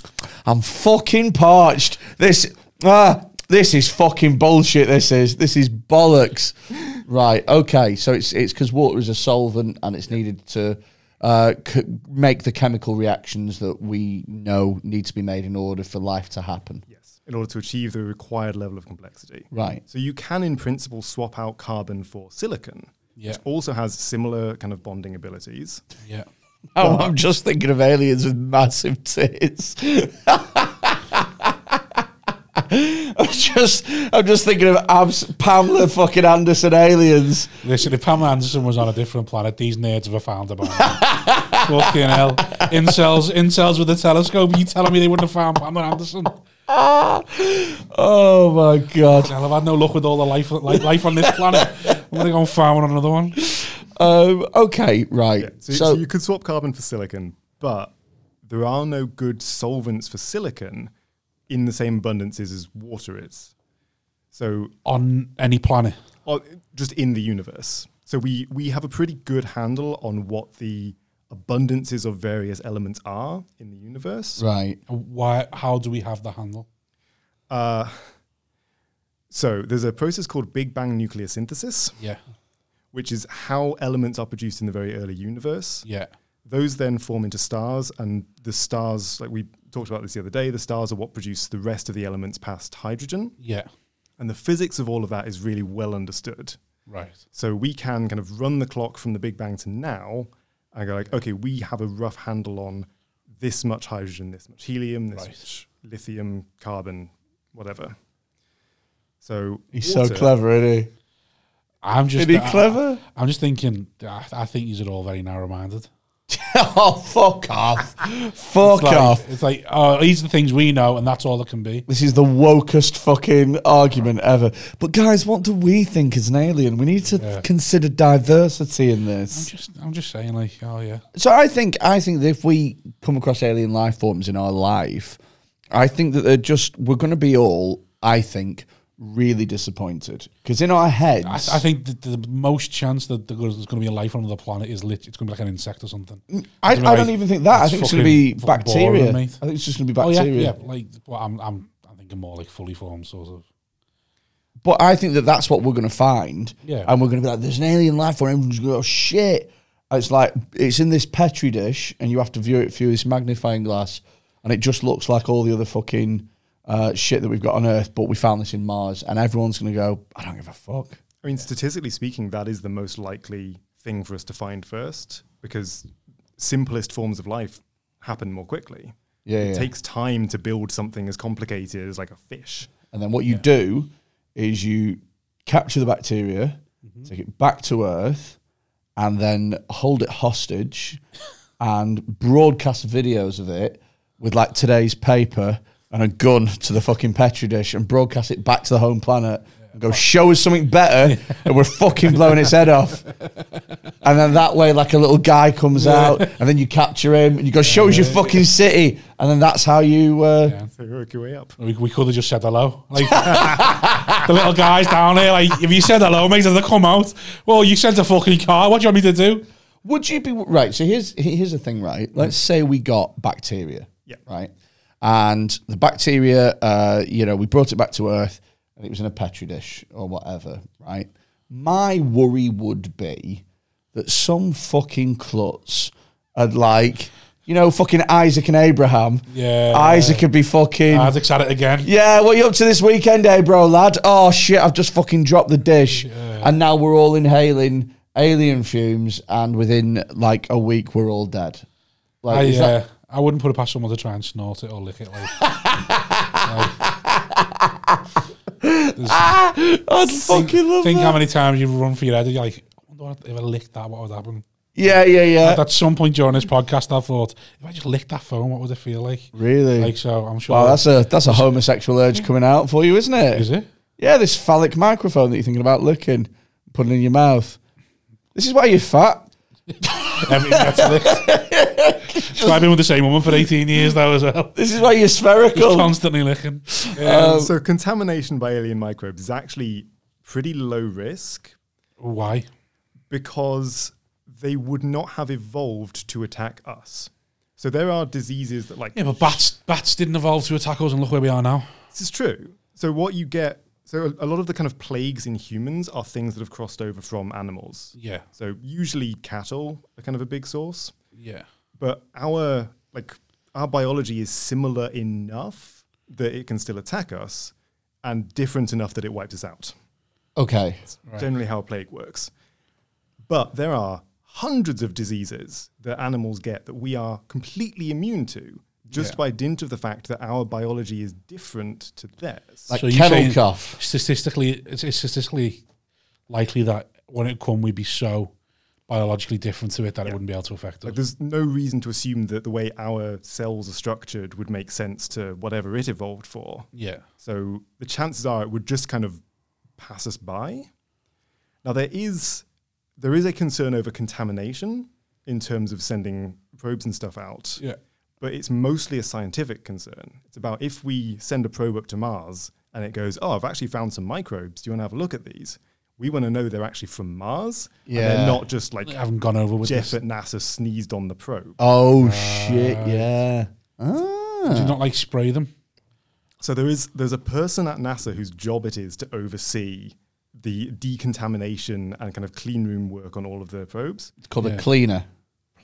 Speaker 1: I'm fucking parched. This ah, this is fucking bullshit. This is this is bollocks. Right. Okay. So it's it's because water is a solvent and it's needed to uh, c- make the chemical reactions that we know need to be made in order for life to happen.
Speaker 3: yes, in order to achieve the required level of complexity.
Speaker 1: Right.
Speaker 3: So you can, in principle, swap out carbon for silicon,
Speaker 2: Yeah.
Speaker 3: which also has similar kind of bonding abilities.
Speaker 2: Yeah.
Speaker 1: Oh, I'm just thinking of aliens with massive tits. (laughs) I'm just, I'm just thinking of abs- Pamela fucking Anderson aliens.
Speaker 2: Listen, if Pamela Anderson was on a different planet, these nerds would have found her. by now. (laughs) Fucking hell. Incels, incels with a telescope. You telling me they wouldn't have found Pamela Anderson?
Speaker 1: Ah. Oh my god.
Speaker 2: Hell, I've had no luck with all the life, life, life on this planet. I'm going to go and find one on another one.
Speaker 1: Um, okay, right.
Speaker 3: So,
Speaker 1: so,
Speaker 3: so you could swap carbon for silicon, but there are no good solvents for silicon in the same abundances as water is. So
Speaker 2: On any planet.
Speaker 3: or just in the universe. So we we have a pretty good handle on what the abundances of various elements are in the universe.
Speaker 1: right.
Speaker 2: Why? How do we have the handle?
Speaker 3: Uh, so there's a process called Big Bang nuclear synthesis,
Speaker 2: Yeah.
Speaker 3: which is how elements are produced in the very early universe.
Speaker 2: Yeah.
Speaker 3: those then form into stars and the stars like we talked about this the other day the stars are what produce the rest of the elements past hydrogen
Speaker 2: Yeah.
Speaker 3: and the physics of all of that is really well understood
Speaker 2: Right.
Speaker 3: so we can kind of run the clock from the big bang to now and go like okay we have a rough handle on this much hydrogen this much helium this
Speaker 2: Right.
Speaker 3: much lithium carbon whatever so
Speaker 1: He's so
Speaker 3: water-
Speaker 1: clever, isn't
Speaker 2: I'm
Speaker 1: he?
Speaker 2: just.
Speaker 1: Isn't he
Speaker 2: I-
Speaker 1: clever? (laughs)
Speaker 2: I, am just thinking. I, I think these are all very narrow-minded.
Speaker 1: oh, fuck off. fuck
Speaker 2: It's like,
Speaker 1: off.
Speaker 2: It's like, oh, these are the things we know, and that's all that can be.
Speaker 1: This is the wokest fucking argument ever. But guys, what do we think is an alien? We need to
Speaker 2: Yeah.
Speaker 1: consider diversity in
Speaker 2: I'm
Speaker 1: this.
Speaker 2: just, I'm just saying, like, oh yeah,
Speaker 1: So I think I think that if we come across alien life forms in our life, I think that they're just we're going to be all I think really disappointed because in our heads,
Speaker 2: I, I think the, the most chance that there's going to be a life on another planet is lit. It's going to be like an insect or something.
Speaker 1: Mm, I,
Speaker 2: Otherwise,
Speaker 1: I don't even think that. I
Speaker 2: that's
Speaker 1: think it's going to
Speaker 2: fucking-
Speaker 1: be
Speaker 2: fucking
Speaker 1: bacteria.
Speaker 2: boring,
Speaker 1: I
Speaker 2: mate.
Speaker 1: think it's just going to be
Speaker 2: Oh yeah,
Speaker 1: bacteria.
Speaker 2: yeah. Like, well, I'm, I'm, I'm thinking more like fully formed sort of.
Speaker 1: But I think that that's what we're going to find.
Speaker 2: Yeah.
Speaker 1: And we're going to be like, there's an alien life form. Everyone's going to go, shit. And It's like, it's in this Petri dish and you have to view it through this magnifying glass. And it just looks like all the other fucking uh, shit that we've got on Earth, but we found this in Mars. And everyone's going to go, I don't give a fuck.
Speaker 3: I mean, statistically speaking, that is the most likely thing for us to find first because simplest forms of life happen more quickly.
Speaker 1: Yeah.
Speaker 3: It
Speaker 1: yeah.
Speaker 3: takes time to build something as complicated as like a fish.
Speaker 1: And then what you do is you capture the bacteria, take it back to Earth, and then hold it hostage and broadcast videos of it with like today's paper and a gun to the fucking petri dish and broadcast it back to the home planet and go, show us something better, and we're fucking blowing its head off. And then that way, like a little guy comes out, and then you capture him, and you go, show us your fucking city, and then that's how you. Uh,
Speaker 2: Yeah.
Speaker 3: So work your way up.
Speaker 2: We, we could have just said hello.
Speaker 1: (laughs)
Speaker 2: Like (laughs) the little guys down there, like if you said hello, mate, they come out. Well, you sent a fucking car. What do you want me to do?
Speaker 1: Would you be right? So here's he- here's the thing, right? Let's say we got bacteria,
Speaker 3: Yeah.
Speaker 1: right, and the bacteria, uh, you know, we brought it back to Earth, and it was in a petri dish or whatever, right? My worry would be that some fucking klutz had like, you know, fucking Isaac and Abraham.
Speaker 2: Yeah.
Speaker 1: Isaac could be fucking.
Speaker 2: Isaac's at it again.
Speaker 1: Yeah, what you up to this weekend, eh, bro, lad? Oh shit, I've just fucking dropped the dish, and now we're all inhaling alien fumes, and within like a week, we're all dead. Like,
Speaker 2: I,
Speaker 1: is
Speaker 2: uh,
Speaker 1: that-
Speaker 2: I wouldn't put it past someone to try and snort it or lick it. Like,
Speaker 1: I'd (laughs) fucking love
Speaker 2: think
Speaker 1: that.
Speaker 2: how many times you've run for your head. and You're like, I wonder what- if I licked that, what would happen?
Speaker 1: yeah, yeah, yeah.
Speaker 2: At some point during this podcast, I thought, if I just licked that phone, what would it feel like?
Speaker 1: really?
Speaker 2: Like, so I'm sure.
Speaker 1: wow, that's a that's a homosexual urge coming out for you, isn't it?
Speaker 2: (laughs) is it?
Speaker 1: Yeah, this phallic microphone that you're thinking about licking, putting in your mouth. This is why you're fat.
Speaker 2: Everything gets
Speaker 3: (laughs)
Speaker 2: licked. so I've been with the same woman for 18 years now as (laughs) well.
Speaker 1: This is why you're
Speaker 2: Just
Speaker 1: spherical.
Speaker 2: constantly licking. Um,
Speaker 3: so contamination by alien microbes is actually pretty low risk
Speaker 2: Why?
Speaker 3: because they would not have evolved to attack us. So there are diseases that like
Speaker 2: Yeah, but bats bats didn't evolve to attack us, and look where we are now.
Speaker 3: This is true. So what you get, so a, a lot of the kind of plagues in humans are things that have crossed over from animals.
Speaker 2: Yeah,
Speaker 3: So usually cattle are kind of a big source,
Speaker 2: yeah.
Speaker 3: but our like our biology is similar enough that it can still attack us, and different enough that it wipes us out.
Speaker 1: Okay.
Speaker 3: That's generally how a plague works. But there are hundreds of diseases that animals get that we are completely immune to just
Speaker 2: Yeah.
Speaker 3: by dint of the fact that our biology is different to theirs.
Speaker 1: Like
Speaker 2: So you're
Speaker 1: kennel
Speaker 2: saying-
Speaker 1: cough.
Speaker 2: Statistically, it's, it's statistically likely that when it come, we'd be so biologically different to it that it wouldn't be able to affect us.
Speaker 3: Like, there's no reason to assume that the way our cells are structured would make sense to whatever it evolved for.
Speaker 2: yeah,
Speaker 3: So the chances are it would just kind of pass us by. Now there is there is a concern over contamination in terms of sending probes and stuff out.
Speaker 2: yeah.
Speaker 3: but it's mostly a scientific concern. It's about if we send a probe up to Mars and it goes, oh, I've actually found some microbes. Do you want to have a look at these? We want to know they're actually from Mars and
Speaker 1: Yeah.
Speaker 3: they're not just like
Speaker 2: I haven't gone over with
Speaker 3: Jeff
Speaker 2: this.
Speaker 3: at NASA sneezed on the probe.
Speaker 1: Oh shit! Yeah.
Speaker 2: Did
Speaker 1: Ah.
Speaker 2: you not like spray them?
Speaker 3: So there is there's a person at NASA whose job it is to oversee the decontamination and kind of clean room work on all of the probes.
Speaker 1: It's called
Speaker 2: Yeah.
Speaker 1: a cleaner.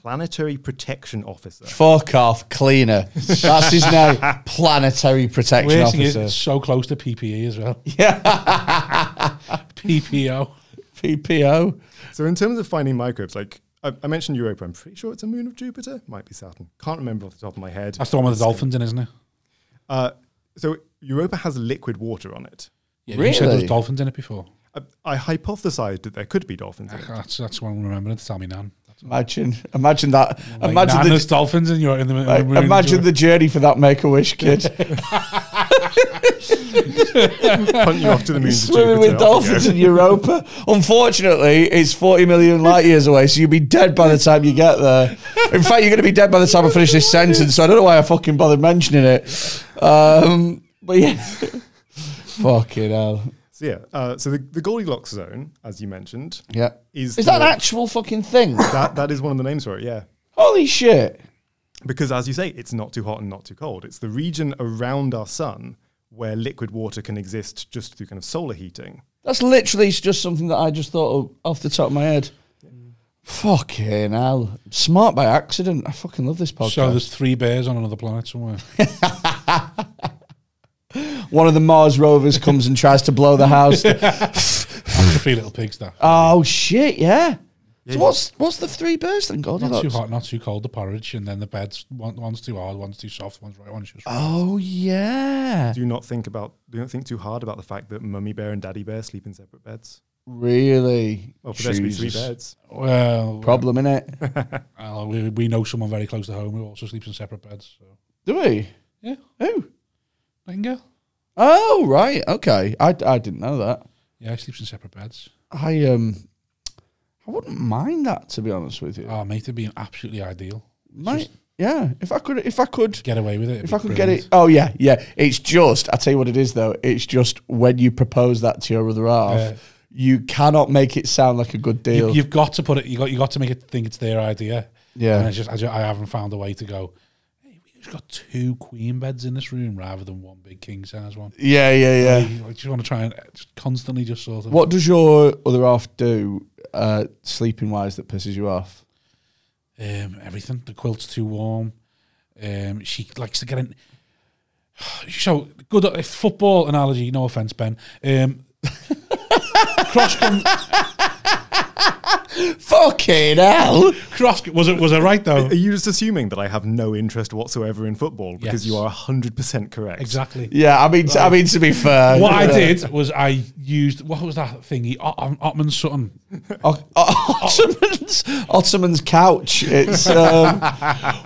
Speaker 3: Planetary Protection Officer.
Speaker 1: Fuck off, cleaner. That's his name.
Speaker 2: (laughs)
Speaker 1: Planetary Protection
Speaker 2: Weird thing is,
Speaker 1: Officer.
Speaker 2: it's so close to PPE as well.
Speaker 1: (laughs) Yeah,
Speaker 2: PPO.
Speaker 1: PPO.
Speaker 3: So in terms of finding microbes, like I, I mentioned Europa, I'm pretty sure it's a moon of Jupiter. Might be Saturn. Can't remember off the top of my head.
Speaker 2: That's the one with the dolphins in, isn't it?
Speaker 3: Uh, so Europa has liquid water on it.
Speaker 2: Yeah, You said there was
Speaker 1: Really?
Speaker 2: dolphins in it before.
Speaker 3: I, I hypothesized that there could be
Speaker 1: (laughs)
Speaker 3: dolphins in it.
Speaker 2: That's that's one I'm remembering to tell me, Nan.
Speaker 1: Imagine, imagine that.
Speaker 2: Like,
Speaker 1: imagine
Speaker 2: Nan,
Speaker 1: the,
Speaker 2: there's dolphins in your in the, in
Speaker 1: like,
Speaker 2: the room.
Speaker 1: imagine the journey for that Make a Wish
Speaker 2: (laughs)
Speaker 1: kid.
Speaker 3: Punt you off to the moon.
Speaker 1: Swimming with dolphins in Europa. Unfortunately, it's 40 million light years away, so you'll be dead by the time you get there. In fact, you're going to be dead by the time I finish this sentence, so I don't know why I fucking bothered mentioning it. Um, but yeah. (laughs) Fucking hell.
Speaker 3: So yeah. Uh, so the, the Goldilocks zone, as you mentioned,
Speaker 1: Yeah.
Speaker 3: is
Speaker 1: Is that an
Speaker 3: the-
Speaker 1: actual fucking thing?
Speaker 3: that that is one of the names for it. Yeah.
Speaker 1: Holy shit.
Speaker 3: Because as you say, it's not too hot and not too cold. It's the region around our sun where liquid water can exist just through kind of solar heating.
Speaker 1: That's literally just something that I just thought of off the top of my head. Fucking hell. Smart by accident. I fucking love this
Speaker 2: So
Speaker 1: podcast.
Speaker 2: there's three bears on another planet somewhere.
Speaker 1: One of the Mars rovers comes and tries to blow the house.
Speaker 2: three little pigs
Speaker 1: (laughs)
Speaker 2: there.
Speaker 1: oh, shit, yeah. So what's what's the three birds then,
Speaker 2: Not too
Speaker 1: Goldilocks?
Speaker 2: hot, not too cold. The porridge, and then the beds. One, one's too hard, one's too soft, one's right, one's just. Right.
Speaker 1: Oh, yeah.
Speaker 3: Do not think about do not think too hard about the fact that mummy bear and daddy bear sleep in separate beds.
Speaker 1: Really?
Speaker 3: Well, for there to be three
Speaker 1: Jesus.
Speaker 3: beds.
Speaker 2: well, uh,
Speaker 1: Problem, innit?
Speaker 2: well, we, we know someone very close to home who also sleeps in separate beds. So.
Speaker 1: Do we?
Speaker 2: Yeah.
Speaker 1: Who?
Speaker 2: Nightingale.
Speaker 1: Oh right, okay. I, I didn't know that.
Speaker 2: Yeah, he sleeps in separate beds.
Speaker 1: I um, I wouldn't mind that to be honest with you.
Speaker 2: Oh, mate, it'd be absolutely ideal.
Speaker 1: Might, yeah, if I could, if I could,
Speaker 2: Get away with it. it'd
Speaker 1: if
Speaker 2: be
Speaker 1: I could get
Speaker 2: brilliant.
Speaker 1: it. Oh yeah, yeah. It's just I tell you what it is though. It's just when you propose that to your other half,
Speaker 2: Yeah.
Speaker 1: you cannot make it sound like a good deal.
Speaker 2: you, you've got to put it. You got you got to make it think it's their idea.
Speaker 1: Yeah.
Speaker 2: and I just I, ju- I haven't found a way to go. Hey, we just got two queen beds in this room rather than one big king size one.
Speaker 1: yeah, yeah, yeah.
Speaker 2: Like, I just want to try and uh, just constantly just sort of
Speaker 1: What does your other half do uh, sleeping wise that pisses you off?
Speaker 2: um, everything. The quilt's too warm. Um, she likes to get in. (sighs) So good uh, football analogy. No offense, Ben. Um, (laughs) cross com-
Speaker 1: Fucking hell!
Speaker 2: cross was it was I right
Speaker 1: (laughs)
Speaker 2: though?
Speaker 3: Are you just assuming that I have no interest whatsoever in football? Because
Speaker 2: Yes.
Speaker 3: you are 100% correct.
Speaker 2: Exactly.
Speaker 1: Yeah, I mean, I mean to be fair,
Speaker 2: What I did was I used what was that thingy? Ot- Ot- Otman Sutton.
Speaker 1: O- O- Ottoman's Ottoman's couch. It's um,
Speaker 2: (laughs)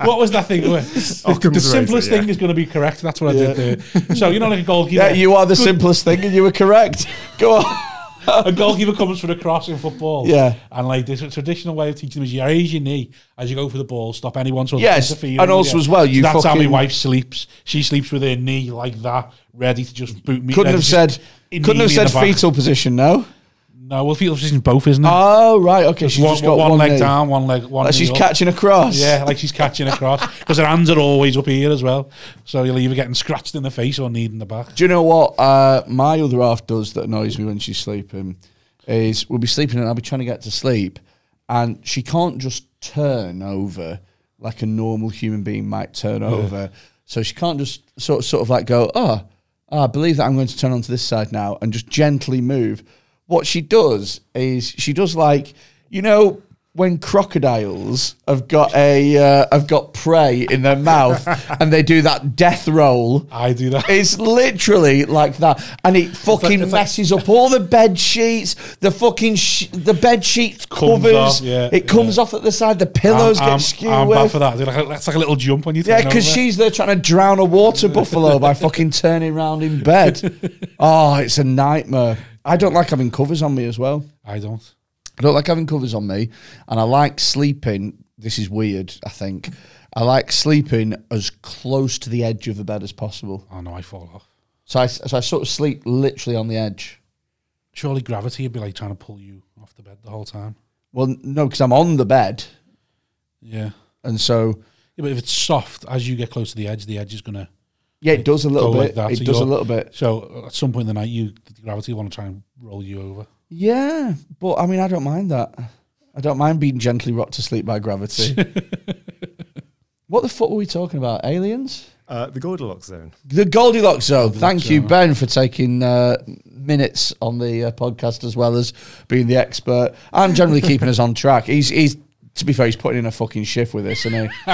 Speaker 2: What was
Speaker 1: (laughs)
Speaker 2: that thing? the, the
Speaker 3: Occam's razor,
Speaker 2: simplest thing
Speaker 3: yeah.
Speaker 2: is going to be correct. That's what I did there. So you know, like a goalkeeper.
Speaker 1: yeah, you are the simplest thing, and you were correct. Go on.
Speaker 2: a goalkeeper comes for the cross in football.
Speaker 1: Yeah.
Speaker 2: And like this traditional way of teaching them is you raise your knee as you go for the ball, stop anyone sort
Speaker 1: Yes,
Speaker 2: of interfering.
Speaker 1: and also
Speaker 2: Yeah.
Speaker 1: as well, you
Speaker 2: that's how my
Speaker 1: fucking-
Speaker 2: wife sleeps. She sleeps with her knee like that, ready to just boot me.
Speaker 1: Couldn't
Speaker 2: ready
Speaker 1: have
Speaker 2: to
Speaker 1: said.
Speaker 2: just knee
Speaker 1: Couldn't have
Speaker 2: me in
Speaker 1: said
Speaker 2: the back.
Speaker 1: fetal position. No.
Speaker 2: No, well, fetal position both, isn't it?
Speaker 1: Oh right, okay. She's
Speaker 2: one,
Speaker 1: just got
Speaker 2: one
Speaker 1: one,
Speaker 2: leg
Speaker 1: knee.
Speaker 2: down, one leg, one.
Speaker 1: Like
Speaker 2: knee
Speaker 1: she's
Speaker 2: up.
Speaker 1: catching a cross.
Speaker 2: Yeah, like she's catching a cross because her hands are always up here as well. So you're either getting scratched in the face or kneed in the back.
Speaker 1: Do you know what uh, my other half does that annoys me when she's sleeping? Is we'll be sleeping and I'll be trying to get to sleep, and she can't just turn over like a normal human being might turn over. So she can't just sort sort of like go, oh, I believe that I'm going to turn onto this side now and just gently move. What she does is she does like you know when crocodiles have got a uh, have got prey in their mouth and they do that death roll.
Speaker 2: I do that.
Speaker 1: It's literally like that, and it fucking
Speaker 3: it's like-
Speaker 1: messes up all the bed sheets. The fucking sh- the bed sheets
Speaker 2: Comes
Speaker 1: covers.
Speaker 2: off, yeah,
Speaker 1: it comes off at the side. The pillows
Speaker 2: I'm,
Speaker 1: get skewed.
Speaker 2: I'm
Speaker 1: with.
Speaker 2: bad for that. They're Like, that's like a little jump when you.
Speaker 1: Yeah,
Speaker 2: turn
Speaker 1: because
Speaker 2: over.
Speaker 1: she's there trying to drown a
Speaker 2: (laughs)
Speaker 1: water buffalo by fucking turning round in bed. Oh, it's a nightmare. I don't like having covers on me as well.
Speaker 2: I don't.
Speaker 1: I don't like having covers on me, and I like sleeping. This is weird. I think I like sleeping as close to the edge of the bed as possible.
Speaker 2: Oh no, I fall off.
Speaker 1: So I, so I sort of sleep literally on the edge.
Speaker 2: Surely gravity would be like trying to pull you off the bed the whole time.
Speaker 1: Well, no, because I'm on the bed,
Speaker 2: Yeah.
Speaker 1: and so
Speaker 2: Yeah, but if it's soft, as you get close to the edge, the edge is gonna.
Speaker 1: yeah, it does a little
Speaker 2: Go
Speaker 1: bit.
Speaker 2: like that,
Speaker 1: it
Speaker 2: so
Speaker 1: does a
Speaker 2: you're-
Speaker 1: little bit.
Speaker 2: So at some point in the night, you the gravity want to try and roll you over.
Speaker 1: Yeah, but I mean, I don't mind that. I don't mind being gently rocked to sleep by
Speaker 2: (laughs)
Speaker 1: gravity. what the fuck were we talking about? Aliens?
Speaker 3: Uh, the Goldilocks zone.
Speaker 1: The Goldilocks Zone. Thank you,
Speaker 2: Zone.
Speaker 1: Ben, for taking uh, minutes on the uh, podcast as well as being the expert and generally keeping us on track. He's he's to be fair, he's putting in a fucking shift with this, isn't
Speaker 2: (laughs)
Speaker 1: he?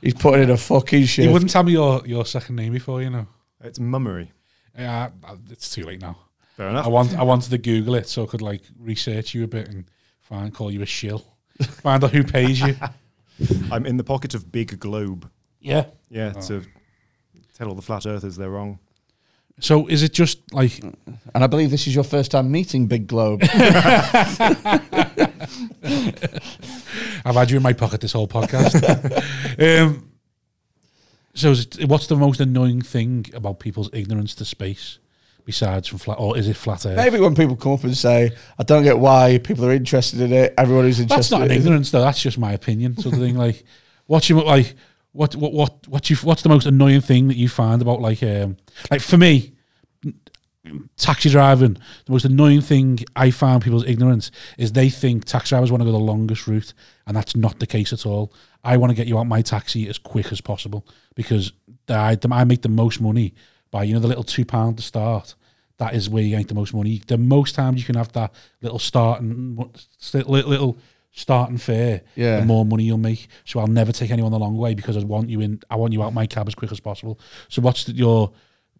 Speaker 1: he's putting in a fucking shift.
Speaker 2: You wouldn't tell me your, your second name before, you know.
Speaker 3: It's mummery.
Speaker 2: Yeah, I- it's too late now.
Speaker 3: Fair
Speaker 2: I
Speaker 3: enough.
Speaker 2: want I wanted to Google it so I could like research you a bit and find call you
Speaker 1: (laughs)
Speaker 2: a shill, find out who pays you.
Speaker 3: I'm in the pocket of Big Globe.
Speaker 2: yeah.
Speaker 3: Yeah, to tell all the flat earthers they're wrong.
Speaker 2: So is it just like
Speaker 1: And I believe this is your first time meeting Big Globe. (laughs)
Speaker 2: I've had you in my pocket this
Speaker 1: (laughs)
Speaker 2: whole podcast? um, so is it, what's the most annoying thing about people's ignorance to space? Besides from flat, or is it flat Earth?
Speaker 1: Maybe when people come up and say, I don't get why people are interested in it, everyone who's interested
Speaker 2: That's not an
Speaker 1: in it.
Speaker 2: ignorance though. That's just my opinion. Sort of thing. Like, what's your like? What what what what you what's the most annoying thing that you find about like um like for me, taxi driving. The most annoying thing I find people's ignorance is they think taxi drivers want to go the longest route, and that's not the case at all. I want to get you out my taxi as quick as possible because I I make the most money by you know the little two pound to start that is where you make the most money. The most times you can have that little start and mo- st- li- little start and fare,
Speaker 1: Yeah.
Speaker 2: the more money you'll make. So I'll never take anyone the long way because I want you in. I want you out my cab as quick as possible. So what's the, your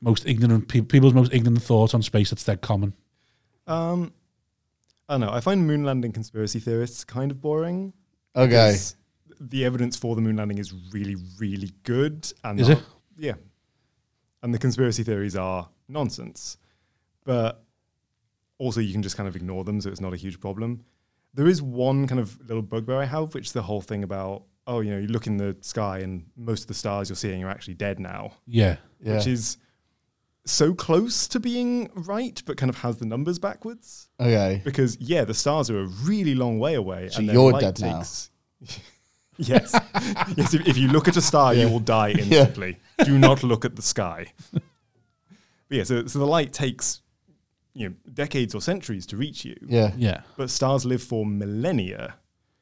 Speaker 2: most ignorant peop people's most ignorant thoughts on space that's dead common?
Speaker 3: Um, I don't know. I find moon landing conspiracy theorists kind of boring.
Speaker 1: Okay.
Speaker 3: 'cause The evidence for the moon landing is really, really good. And
Speaker 2: Is
Speaker 3: the-
Speaker 2: it?
Speaker 3: Yeah. and the conspiracy theories are nonsense. But also, you can just kind of ignore them, so it's not a huge problem. There is one kind of little bugbear I have, which is the whole thing about oh, you know, you look in the sky and most of the stars you're seeing are actually dead now
Speaker 2: Yeah.
Speaker 1: Yeah.
Speaker 3: which is so close to being right, but kind of has the numbers backwards.
Speaker 2: (laughs)
Speaker 1: okay.
Speaker 3: Because yeah, the stars are a really long way away.
Speaker 1: So
Speaker 3: their
Speaker 1: you're
Speaker 3: light
Speaker 1: dead now.
Speaker 3: (laughs) yes, yes. If, if you look at a star, you will
Speaker 1: (laughs)
Speaker 3: die instantly. Do not look at the sky. But yeah, so so the light takes you know decades or centuries to reach you,
Speaker 1: Yeah.
Speaker 2: Yeah.
Speaker 3: but stars live for millennia.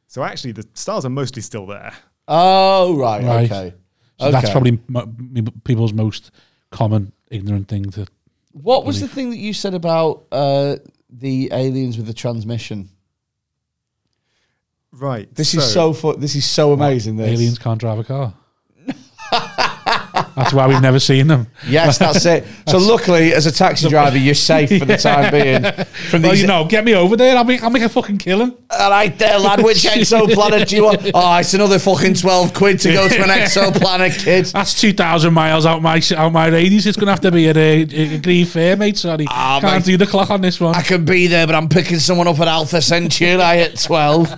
Speaker 3: So actually, the stars are mostly still there.
Speaker 1: Oh right.
Speaker 2: Right.
Speaker 1: Okay.
Speaker 2: So that's probably mo- m- people's most common ignorant thing to.
Speaker 1: What was the thing that you said about uh, the aliens with the transmission?
Speaker 3: Right.
Speaker 1: This is so fu- this is so amazing. This.
Speaker 2: Aliens can't drive a car. that's why we've never seen them. (laughs)
Speaker 1: Yes, that's it. So luckily, as a taxi driver, you're safe for the time being from
Speaker 2: Well,
Speaker 1: these.
Speaker 2: you know, get me over there. I'll make, I'll make a fucking killing.
Speaker 1: All right, there, lad.
Speaker 2: (laughs)
Speaker 1: Which exoplanet do you want? Oh, it's another fucking twelve quid to go to
Speaker 2: (laughs)
Speaker 1: an exoplanet, kid.
Speaker 2: That's two thousand miles out my out my radius. It's gonna have to be a, a, a green fair, mate. Sorry,
Speaker 1: Ah,
Speaker 2: can't
Speaker 1: mate.
Speaker 2: do the clock on this one.
Speaker 1: I can be there, but I'm picking someone up at Alpha Centauri at (laughs) twelve.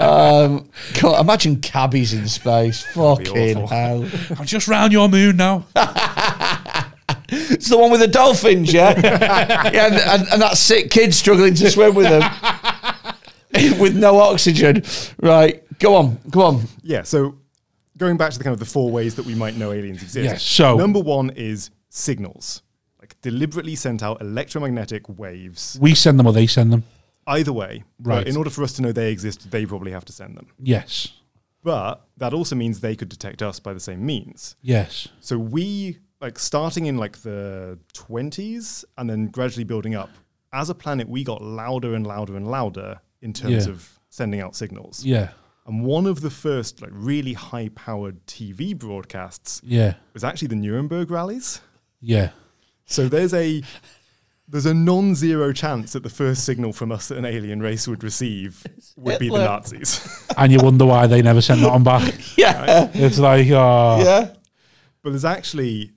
Speaker 1: Um, God, imagine cabbies in space.
Speaker 3: be
Speaker 1: Fucking
Speaker 3: awful.
Speaker 1: hell!
Speaker 2: I'm just round your moon now.
Speaker 1: It's the one with the dolphins, (laughs) yeah, yeah, and, and, and that sick kid struggling to swim with them (laughs) with no oxygen. Right, go on, go on.
Speaker 3: Yeah, so going back to the kind of the four ways that we might know aliens exist.
Speaker 2: Yes, so-
Speaker 3: number one is signals. Like deliberately sent out electromagnetic waves.
Speaker 2: We send them or they send them.
Speaker 3: Either way, but
Speaker 2: Right.
Speaker 3: in order for us to know they exist, they probably have to send them.
Speaker 2: Yes,
Speaker 3: But that also means they could detect us by the same means.
Speaker 2: yes,
Speaker 3: So we like starting in like the 20s and then gradually building up. As a planet, we got louder and louder and louder in terms
Speaker 2: Yeah.
Speaker 3: of sending out signals.
Speaker 2: yeah,
Speaker 3: And one of the first like really high-powered TV broadcasts
Speaker 2: yeah,
Speaker 3: was actually the Nuremberg rallies.
Speaker 2: yeah.
Speaker 3: So there's a there's a non-zero chance that the first signal from us that an alien race would receive would be the
Speaker 1: Hitler.
Speaker 3: Nazis.
Speaker 2: And you wonder why they never send that on back.
Speaker 1: (laughs) Yeah,
Speaker 2: It's like, oh,
Speaker 1: yeah.
Speaker 3: but there's actually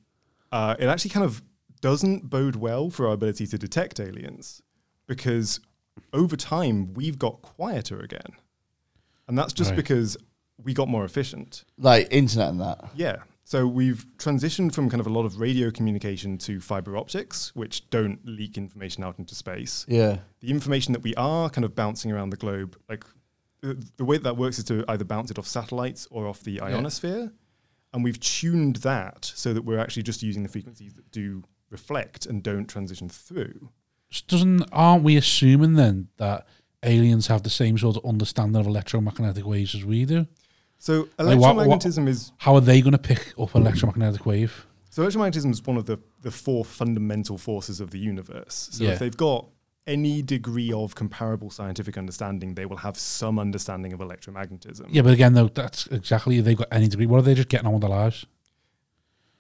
Speaker 3: uh, it actually kind of doesn't bode well for our ability to detect aliens because over time we've got quieter again, and that's just
Speaker 2: Right.
Speaker 3: because we got more efficient.
Speaker 1: Like internet and that.
Speaker 3: Yeah. So we've transitioned from kind of a lot of radio communication to fiber optics, which don't leak information out into space.
Speaker 1: Yeah.
Speaker 3: The information that we are kind of bouncing around the globe, like uh, the way that works is to either bounce it off satellites or off the ionosphere. And we've tuned that so that we're actually just using the frequencies that do reflect and don't transition through.
Speaker 2: S- doesn't aren't we assuming then that aliens have the same sort of understanding of electromagnetic waves as we do?
Speaker 3: So
Speaker 2: Like, what- what-
Speaker 3: electromagnetism is
Speaker 2: How are they going to pick up an electromagnetic wave?
Speaker 3: So electromagnetism is one of the, the four fundamental forces of the universe. So
Speaker 2: Yeah.
Speaker 3: if they've got any degree of comparable scientific understanding, they will have some understanding of electromagnetism.
Speaker 2: Yeah, but again, though, that's exactly they've got any degree. What are they just getting on with their lives?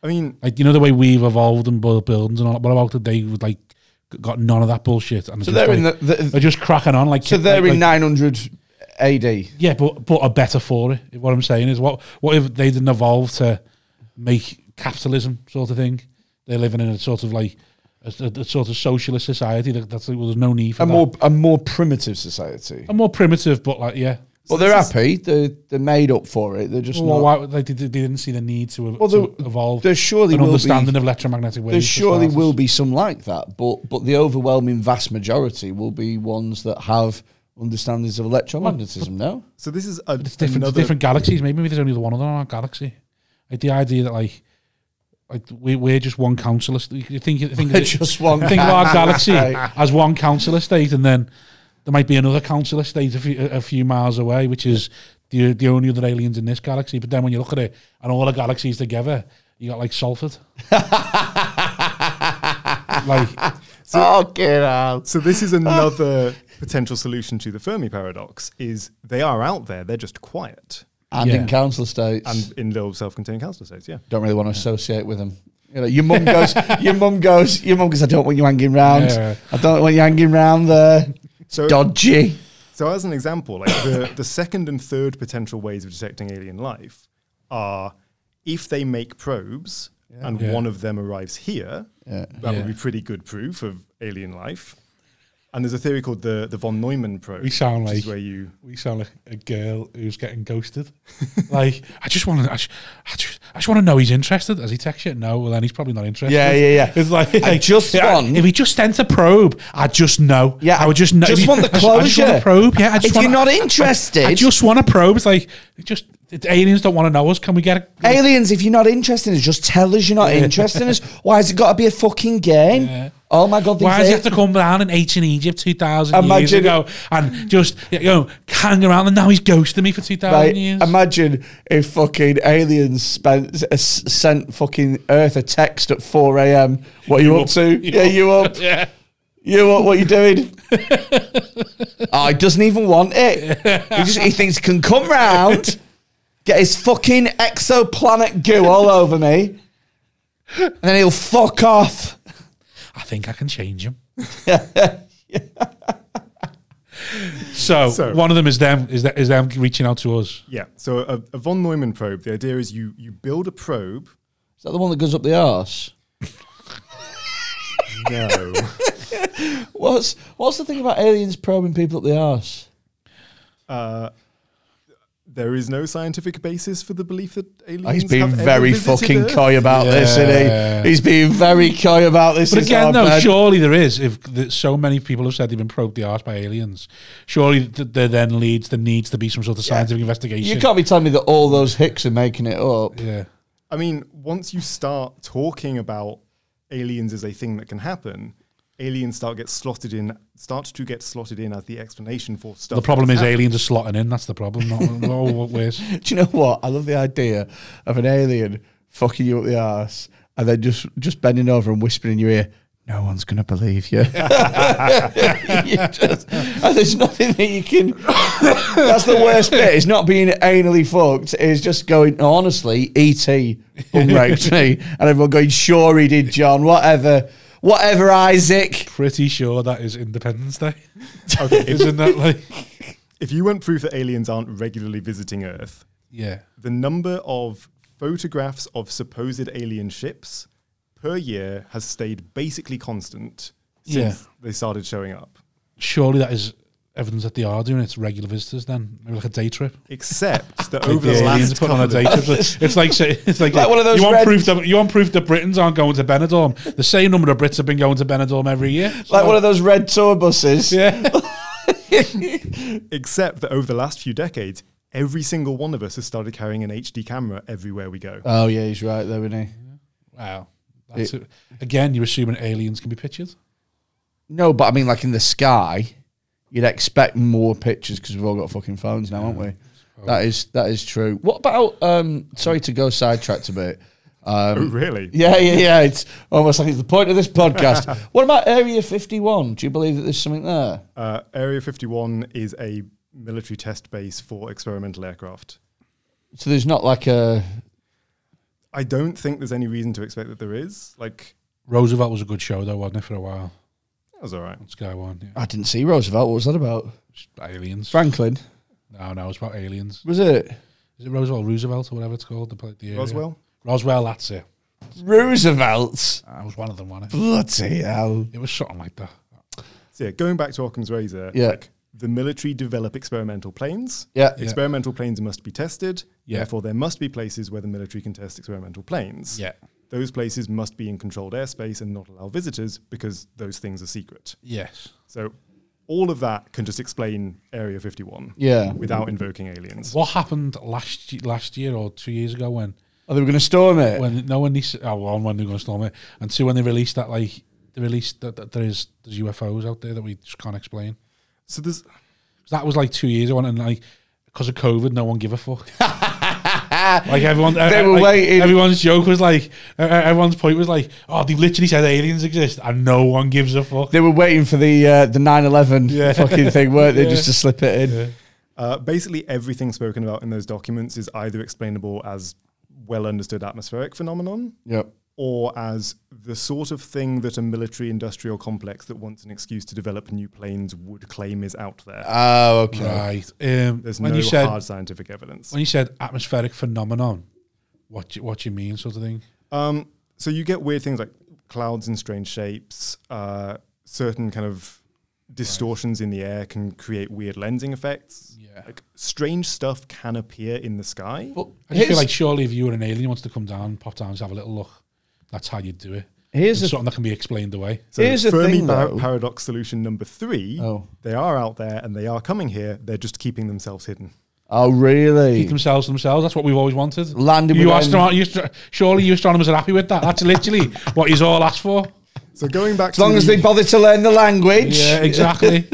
Speaker 3: I mean,
Speaker 2: Like you know the way we've evolved and built buildings and all. that? What about the day with like g- got none of that bullshit and
Speaker 1: So
Speaker 2: just,
Speaker 1: they're in the,
Speaker 2: like-
Speaker 1: the
Speaker 2: they're just cracking on like
Speaker 1: so they're
Speaker 2: like,
Speaker 1: in
Speaker 2: like-
Speaker 1: 900 AD.
Speaker 2: yeah, but but are better for it. What I'm saying is what what if they didn't evolve to make capitalism sort of thing? They're living in a sort of like a, a- a sort of socialist society that that's well, there's no need for
Speaker 1: A
Speaker 2: that.
Speaker 1: more a more primitive society.
Speaker 2: a more primitive, but like yeah.
Speaker 1: But they're happy. They're they're made up for it. They're just
Speaker 2: Well,
Speaker 1: not.
Speaker 2: why, they, did- they didn't see the need to,
Speaker 1: Well,
Speaker 2: to
Speaker 1: there-
Speaker 2: evolve
Speaker 1: there surely
Speaker 2: an
Speaker 1: will be-
Speaker 2: understanding of electromagnetic waves.
Speaker 1: There
Speaker 2: for
Speaker 1: surely
Speaker 2: starters.
Speaker 1: will be some like that, but but the overwhelming vast majority will be ones that have understandings of electromagnetism. No,
Speaker 3: so this is a,
Speaker 2: It's different.
Speaker 3: another
Speaker 2: different galaxies. Maybe, maybe there's only the one other on our galaxy. Like the idea that like, like we we're just one council estate. You think think of,
Speaker 1: They're
Speaker 2: it-
Speaker 1: just one.
Speaker 2: think of our
Speaker 1: (laughs)
Speaker 2: galaxy
Speaker 1: Right.
Speaker 2: as one council estate, and then there might be another council estate a few, a few miles away, which is the the only other aliens in this galaxy. But then when you look at it and all the galaxies together, you got
Speaker 1: (laughs)
Speaker 2: like Salford. like
Speaker 1: oh, get out.
Speaker 3: so this is another potential solution to the Fermi paradox is they are out there, they're just quiet.
Speaker 1: And
Speaker 2: Yeah.
Speaker 1: in council estates,
Speaker 3: And in little self-contained council states, yeah.
Speaker 1: don't really want to associate with them. You know, your mum
Speaker 2: (laughs)
Speaker 1: goes, your mum goes, your mum goes. I don't want you hanging round.
Speaker 2: Yeah.
Speaker 1: I don't want you hanging round there.
Speaker 3: So
Speaker 1: Dodgy.
Speaker 3: So, as an example, like the, the second and third potential ways of detecting alien life are if they make probes and
Speaker 2: Yeah.
Speaker 3: one of them arrives here,
Speaker 1: Yeah.
Speaker 3: that would
Speaker 2: Yeah.
Speaker 3: be pretty good proof of alien life. And there's a theory called the, the von Neumann probe,
Speaker 2: We sound
Speaker 3: which is
Speaker 2: like-
Speaker 3: where you
Speaker 2: We sound like a girl who's getting ghosted. (laughs) like, I just want to, I, ju- I just, I just want to know he's interested. Has he texted you? No. Well, then he's probably not interested.
Speaker 1: Yeah, yeah, yeah.
Speaker 2: It's like
Speaker 1: I just
Speaker 2: Yeah,
Speaker 1: want-
Speaker 2: If he just sent a probe, I just know.
Speaker 1: Yeah,
Speaker 2: I would just know.
Speaker 1: just
Speaker 2: if he-
Speaker 1: want the
Speaker 2: I just- I just want
Speaker 1: closure.
Speaker 2: a probe. Yeah, I just
Speaker 1: If
Speaker 2: want.
Speaker 1: you're not
Speaker 2: I- I-
Speaker 1: interested-
Speaker 2: I, just want a probe. It's like it just it, aliens don't want to know us. Can we get a?
Speaker 1: Aliens, if you're not interested in us, just tell us you're not interested in us. Why has it got to be a fucking game?
Speaker 2: Yeah.
Speaker 1: Oh my god, these
Speaker 2: Why does he have
Speaker 1: a-
Speaker 2: to come down in ancient Egypt two thousand years
Speaker 1: Imagine-
Speaker 2: ago and just you know hang around and now he's ghosting me for two thousand
Speaker 1: Like,
Speaker 2: years?
Speaker 1: imagine if fucking aliens spent, s- sent fucking Earth a text at 4 a.m. What you, up,
Speaker 2: (laughs)
Speaker 1: to? yeah, you up.
Speaker 2: yeah.
Speaker 1: You up. What you (laughs) doing? oh, he doesn't even want it. He, just, he thinks he can come round, get his fucking exoplanet goo all over me, and then he'll fuck off.
Speaker 2: I think I can change (laughs) him. so,
Speaker 3: So-
Speaker 2: one of them is them is that is them reaching out to us.
Speaker 3: yeah. So a, a von Neumann probe. The idea is you you build a probe.
Speaker 1: Is that the one that goes up the arse?
Speaker 3: No, (laughs)
Speaker 1: What's what's the thing about aliens probing people up the arse?
Speaker 3: there is no scientific basis for the belief that aliens.
Speaker 1: He's being
Speaker 3: have ever
Speaker 1: very
Speaker 3: visited
Speaker 1: fucking
Speaker 3: Earth.
Speaker 1: coy about this,
Speaker 2: Yeah.
Speaker 1: isn't he? He's being very coy about this.
Speaker 2: But
Speaker 1: It's
Speaker 2: again,
Speaker 1: our
Speaker 2: though,
Speaker 1: bad-
Speaker 2: surely there is. If th so many people have said they've been probed the arse by aliens, surely th- there then leads there needs to be some sort of scientific investigation.
Speaker 1: You can't be telling me that all those hicks are making it up.
Speaker 2: yeah,
Speaker 3: I mean, once you start talking about aliens as a thing that can happen, aliens start get slotted in, start to get slotted in as the explanation for stuff.
Speaker 2: the problem
Speaker 3: that's
Speaker 2: is aliens are slotting in. That's the problem. (laughs) Not, oh, what
Speaker 1: (laughs)
Speaker 2: worse?
Speaker 1: Do you know what? I love the idea of an alien fucking you up the arse and then just just bending over and whispering in your ear. No one's gonna believe you. (laughs) You just- and there's nothing that you can. That's the worst bit. It's not being anally fucked. It's just going honestly. Et unraped me, and everyone going, sure he did, John. Whatever, whatever, Isaac.
Speaker 2: Pretty sure that is Independence (laughs) Day,
Speaker 3: happened. Okay, if,
Speaker 2: isn't that like?
Speaker 3: if you want proof that aliens aren't regularly visiting Earth,
Speaker 2: Yeah,
Speaker 3: the number of photographs of supposed alien ships per year has stayed basically constant since
Speaker 2: Yeah.
Speaker 3: they started showing up.
Speaker 2: surely that is evidence that they are doing it. It's regular visitors. Then maybe like a day trip.
Speaker 3: Except that
Speaker 2: Like
Speaker 3: over the,
Speaker 2: the aliens
Speaker 3: last
Speaker 2: put
Speaker 3: couple
Speaker 2: on a
Speaker 3: of
Speaker 2: date. It's, it's like say- it's like,
Speaker 1: Like one of those
Speaker 2: You want
Speaker 1: red-
Speaker 2: proof that you want proof that Britons aren't going to Benidorm. The same number of Brits have been going to Benidorm every year.
Speaker 1: Like one of those red tour buses.
Speaker 2: (laughs) yeah,
Speaker 3: except that over the last few decades, every single one of us has started carrying an HD camera everywhere we go.
Speaker 1: Oh yeah, he's right though, isn't he?
Speaker 2: wow. That's it. Again, you're assuming aliens can be pictured.
Speaker 1: No, but I mean, like in the sky, you'd expect more pictures because we've all got fucking phones now, haven't we? That is that is true. What about? Um, sorry to go sidetracked a bit.
Speaker 3: oh,
Speaker 1: Um,
Speaker 3: (clears throat) really?
Speaker 1: yeah, yeah, yeah. It's almost like it's the point of this podcast. what about Area Fifty One? Do you believe that there's something there?
Speaker 3: Uh, Area 51 is a military test base for experimental aircraft.
Speaker 1: So there's not like a
Speaker 3: I don't think there's any reason to expect that there is. Like,
Speaker 2: Roosevelt was a good show though, wasn't it? For a while,
Speaker 3: that was all right.
Speaker 2: on Sky One. Yeah.
Speaker 1: I didn't see Roosevelt. What was that about?
Speaker 2: It's aliens.
Speaker 1: Franklin
Speaker 2: No, no, it's about aliens.
Speaker 1: was it?
Speaker 2: Is it Roosevelt, Roosevelt, or whatever it's called? The, pla- the area?
Speaker 3: Roswell?
Speaker 2: Roswell. That's it.
Speaker 1: Roosevelt.
Speaker 2: I was one of them, wasn't it?
Speaker 1: Bloody hell.
Speaker 2: It was something like that.
Speaker 3: So, yeah, going back to Occam's razor,
Speaker 1: Yeah.
Speaker 3: like, the military develop experimental planes.
Speaker 1: Yeah.
Speaker 3: Experimental planes must be tested.
Speaker 2: Yeah.
Speaker 3: Therefore, there must be places where the military can test experimental planes.
Speaker 2: Yeah,
Speaker 3: Those places must be in controlled airspace and not allow visitors because those things are secret.
Speaker 2: yes.
Speaker 3: So, all of that can just explain Area 51
Speaker 1: Yeah.
Speaker 3: without invoking aliens.
Speaker 2: What happened last ye- last year or two years ago when
Speaker 1: Are they were going to storm it?
Speaker 2: when no one needs oh one when they're going to storm it and two when they released that like they released that, that there is there's UFOs out there that we just can't explain.
Speaker 3: So, there's
Speaker 2: 'Cause That was like two years ago and like because of COVID, no one give a fuck. like everyone, uh,
Speaker 1: They were
Speaker 2: like,
Speaker 1: waiting.
Speaker 2: Everyone's joke was like, uh, uh, everyone's point was like, oh, they've literally said aliens exist and no one gives a fuck.
Speaker 1: They were waiting for the uh, the 9/11 (laughs)
Speaker 2: Yeah.
Speaker 1: fucking thing, weren't they?
Speaker 2: Yeah.
Speaker 1: Just to slip it in.
Speaker 2: Yeah.
Speaker 3: Uh, basically, everything spoken about in those documents is either explainable as well understood atmospheric phenomenon
Speaker 1: Yep.
Speaker 3: or as the sort of thing that a military industrial complex that wants an excuse to develop new planes would claim is out there.
Speaker 1: Oh, okay.
Speaker 2: Right. Um,
Speaker 3: There's
Speaker 2: when
Speaker 3: no
Speaker 2: you said
Speaker 3: hard scientific evidence.
Speaker 2: when you said atmospheric phenomenon, what do you, what do you mean, sort of thing?
Speaker 3: Um, so you get weird things like clouds in strange shapes, uh, certain kind of distortions in the air can create weird lensing effects.
Speaker 2: Yeah.
Speaker 3: Like strange stuff can appear in the sky.
Speaker 1: But
Speaker 2: I just feel
Speaker 1: here's-
Speaker 2: like surely if you were an alien who wants to come down, pop down, just have a little look. That's how you'd do it.
Speaker 1: here's the
Speaker 2: It's something that can be explained away.
Speaker 3: So
Speaker 1: Here's the
Speaker 3: Fermi
Speaker 1: thing,
Speaker 3: par-
Speaker 1: though.
Speaker 3: paradox solution number three.
Speaker 1: Oh.
Speaker 3: They are out there and they are coming here. They're just keeping themselves hidden.
Speaker 1: oh
Speaker 2: Keep
Speaker 1: really
Speaker 2: themselves to themselves. That's what we've always wanted.
Speaker 1: landing
Speaker 2: you
Speaker 1: with
Speaker 2: astronaut, you astro- surely you astronomers are happy with that. That's
Speaker 1: (laughs)
Speaker 2: literally what he's all asked for.
Speaker 3: So going back
Speaker 1: as long
Speaker 3: to
Speaker 1: as
Speaker 3: the,
Speaker 1: they bother to learn the language.
Speaker 2: Yeah, exactly.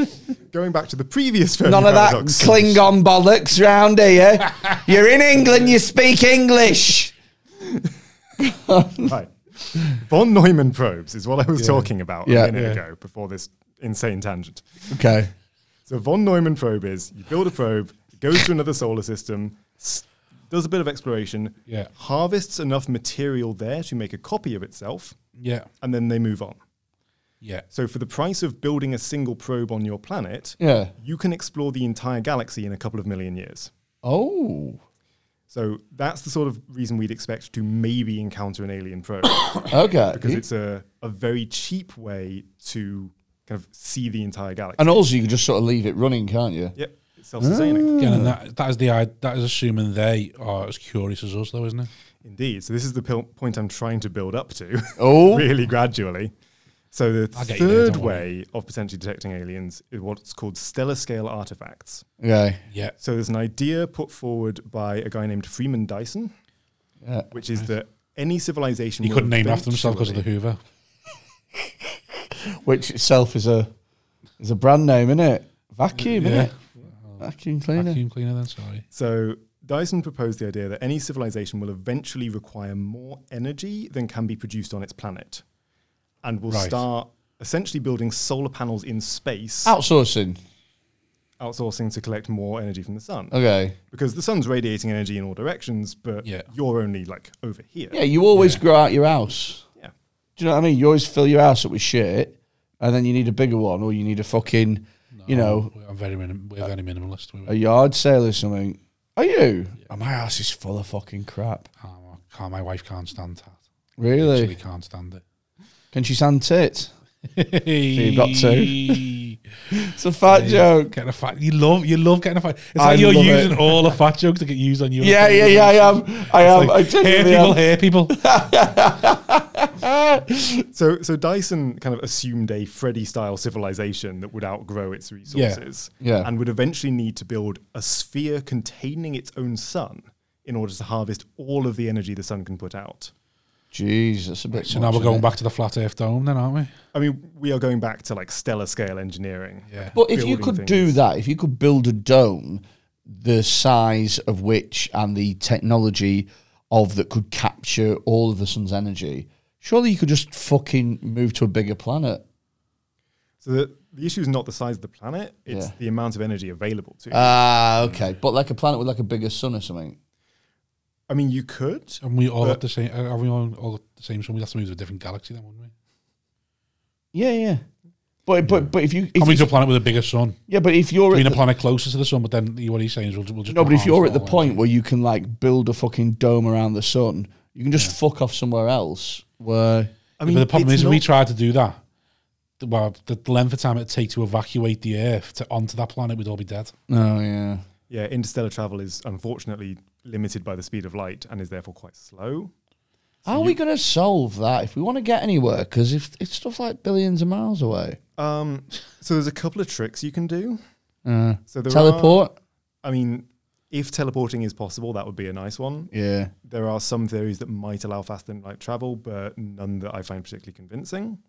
Speaker 3: going back to the previous Fermi
Speaker 1: None of that
Speaker 3: paradox solution.
Speaker 1: Klingon bollocks round here.
Speaker 2: (laughs)
Speaker 1: You're in England, you speak English.
Speaker 3: Right. Von Neumann probes is what I was talking about
Speaker 1: Yeah.
Speaker 3: a minute
Speaker 2: Yeah.
Speaker 3: ago before this insane tangent.
Speaker 1: Okay.
Speaker 3: So von Neumann probe is you build a probe, it goes to another solar system, s- does a bit of exploration,
Speaker 2: Yeah.
Speaker 3: harvests enough material there to make a copy of itself,
Speaker 2: yeah,
Speaker 3: and then they move on.
Speaker 2: yeah.
Speaker 3: So for the price of building a single probe on your planet,
Speaker 1: Yeah.
Speaker 3: you can explore the entire galaxy in a couple of million years.
Speaker 1: Oh.
Speaker 3: So that's the sort of reason we'd expect to maybe encounter an alien probe.
Speaker 1: (coughs) Okay.
Speaker 3: because it's a, a very cheap way to kind of see the entire galaxy.
Speaker 1: and also, you can just sort of leave it running, can't you?
Speaker 3: yep, it's self-sustaining.
Speaker 1: Ah.
Speaker 2: Again, and that, that is the i- that is assuming they are as curious as us, though, isn't it?
Speaker 3: Indeed. So this is the pil- point I'm trying to build up to, (laughs)
Speaker 1: Oh.
Speaker 3: really gradually. So the
Speaker 2: I'll get
Speaker 3: third
Speaker 2: you there, don't worry.
Speaker 3: way of potentially detecting aliens is what's called stellar scale artifacts.
Speaker 1: Yeah.
Speaker 2: Yeah,
Speaker 3: So there's an idea put forward by a guy named Freeman Dyson,
Speaker 1: Yeah.
Speaker 3: which is that any civilization
Speaker 2: he
Speaker 3: will
Speaker 2: couldn't name after himself because of the
Speaker 3: eventually-
Speaker 2: Hoover.
Speaker 1: Which itself is a is a brand name, isn't it? Vacuum,
Speaker 2: Yeah.
Speaker 1: innit? Vacuum cleaner.
Speaker 2: Vacuum cleaner, then sorry.
Speaker 3: So Dyson proposed the idea that any civilization will eventually require more energy than can be produced on its planet, and will
Speaker 2: Right.
Speaker 3: start essentially building solar panels in space,
Speaker 1: Outsourcing.
Speaker 3: outsourcing to collect more energy from the sun.
Speaker 1: Okay.
Speaker 3: Because the sun's radiating energy in all directions, but
Speaker 2: Yeah.
Speaker 3: you're only like over here.
Speaker 1: Yeah, you always grow out your house.
Speaker 3: Yeah.
Speaker 1: Do you know what I mean? You always fill your house up with shit, and then you need a bigger one, or you need a fucking, you know,
Speaker 2: I'm very minim- we're very minimalist. We're,
Speaker 1: a yard sale or something. Are you? Oh, my house is full of fucking crap.
Speaker 2: oh, I can't, my wife can't stand that.
Speaker 1: Really?
Speaker 2: She can't stand it.
Speaker 1: Can she stand tit?
Speaker 2: you've
Speaker 1: got
Speaker 2: two.
Speaker 1: It's a fat joke.
Speaker 2: Getting a fat, you love, you love getting a fat. It's
Speaker 1: I
Speaker 2: like you're
Speaker 1: love it.
Speaker 2: using all the fat jokes to get used on you.
Speaker 1: Yeah, yeah, yeah. I am. I am. I
Speaker 2: Like, hair
Speaker 1: genuinely
Speaker 2: people,
Speaker 1: am.
Speaker 2: hair people.
Speaker 1: (laughs)
Speaker 3: So, so Dyson kind of assumed a Freddy-style civilization that would outgrow its resources,
Speaker 1: Yeah.
Speaker 3: and would eventually need to build a sphere containing its own sun in order to harvest all of the energy the sun can put out.
Speaker 1: Jeez, that's a bit.
Speaker 2: So now
Speaker 1: much,
Speaker 2: we're going
Speaker 1: innit?
Speaker 2: back to the flat Earth dome, then, aren't we?
Speaker 3: I mean, we are going back to like stellar scale engineering.
Speaker 2: Yeah.
Speaker 1: But if you
Speaker 3: building
Speaker 1: could
Speaker 3: things.
Speaker 1: do that, if you could build a dome, the size of which and the technology of that could capture all of the sun's energy, surely you could just fucking move to a bigger planet.
Speaker 3: So the, the issue is not the size of the planet; it's
Speaker 1: Yeah.
Speaker 3: the amount of energy available
Speaker 2: Uh,
Speaker 3: to. you.
Speaker 1: Ah, okay. But like a planet with like a bigger sun or something.
Speaker 3: I mean, you could.
Speaker 2: And we all
Speaker 3: But-
Speaker 2: got the same. Are we all, all got the same? So we have to move to a different galaxy, then, wouldn't we?
Speaker 1: Yeah, yeah. But but but if you if,
Speaker 2: Coming to a planet with a bigger sun.
Speaker 1: yeah, but if you're
Speaker 2: I mean,
Speaker 1: at
Speaker 2: a
Speaker 1: the,
Speaker 2: planet closer to the sun. But then what he's saying is, we'll, we'll just.
Speaker 1: no, but if
Speaker 2: harness
Speaker 1: you're
Speaker 2: it
Speaker 1: at the
Speaker 2: all
Speaker 1: point where you can like build a fucking dome around the sun, you can just fuck off somewhere else where
Speaker 3: I
Speaker 2: in.
Speaker 3: mean,
Speaker 2: but the problem
Speaker 3: it's
Speaker 2: is, if we
Speaker 3: not-
Speaker 2: tried to do that. the- Well, the the length of time it'd take to evacuate the Earth to onto that planet, we'd all be dead.
Speaker 1: Oh yeah.
Speaker 3: yeah, interstellar travel is unfortunately limited by the speed of light and is therefore quite slow.
Speaker 1: How are we going to solve that if we want to get anywhere? Because if it's stuff like billions of miles away,
Speaker 3: Um, so there's a couple of tricks you can do.
Speaker 1: uh,
Speaker 3: So there
Speaker 1: teleport.
Speaker 3: Are, I mean, if teleporting is possible, that would be a nice one.
Speaker 1: Yeah.
Speaker 3: There are some theories that might allow faster than light travel, but none that I find particularly convincing.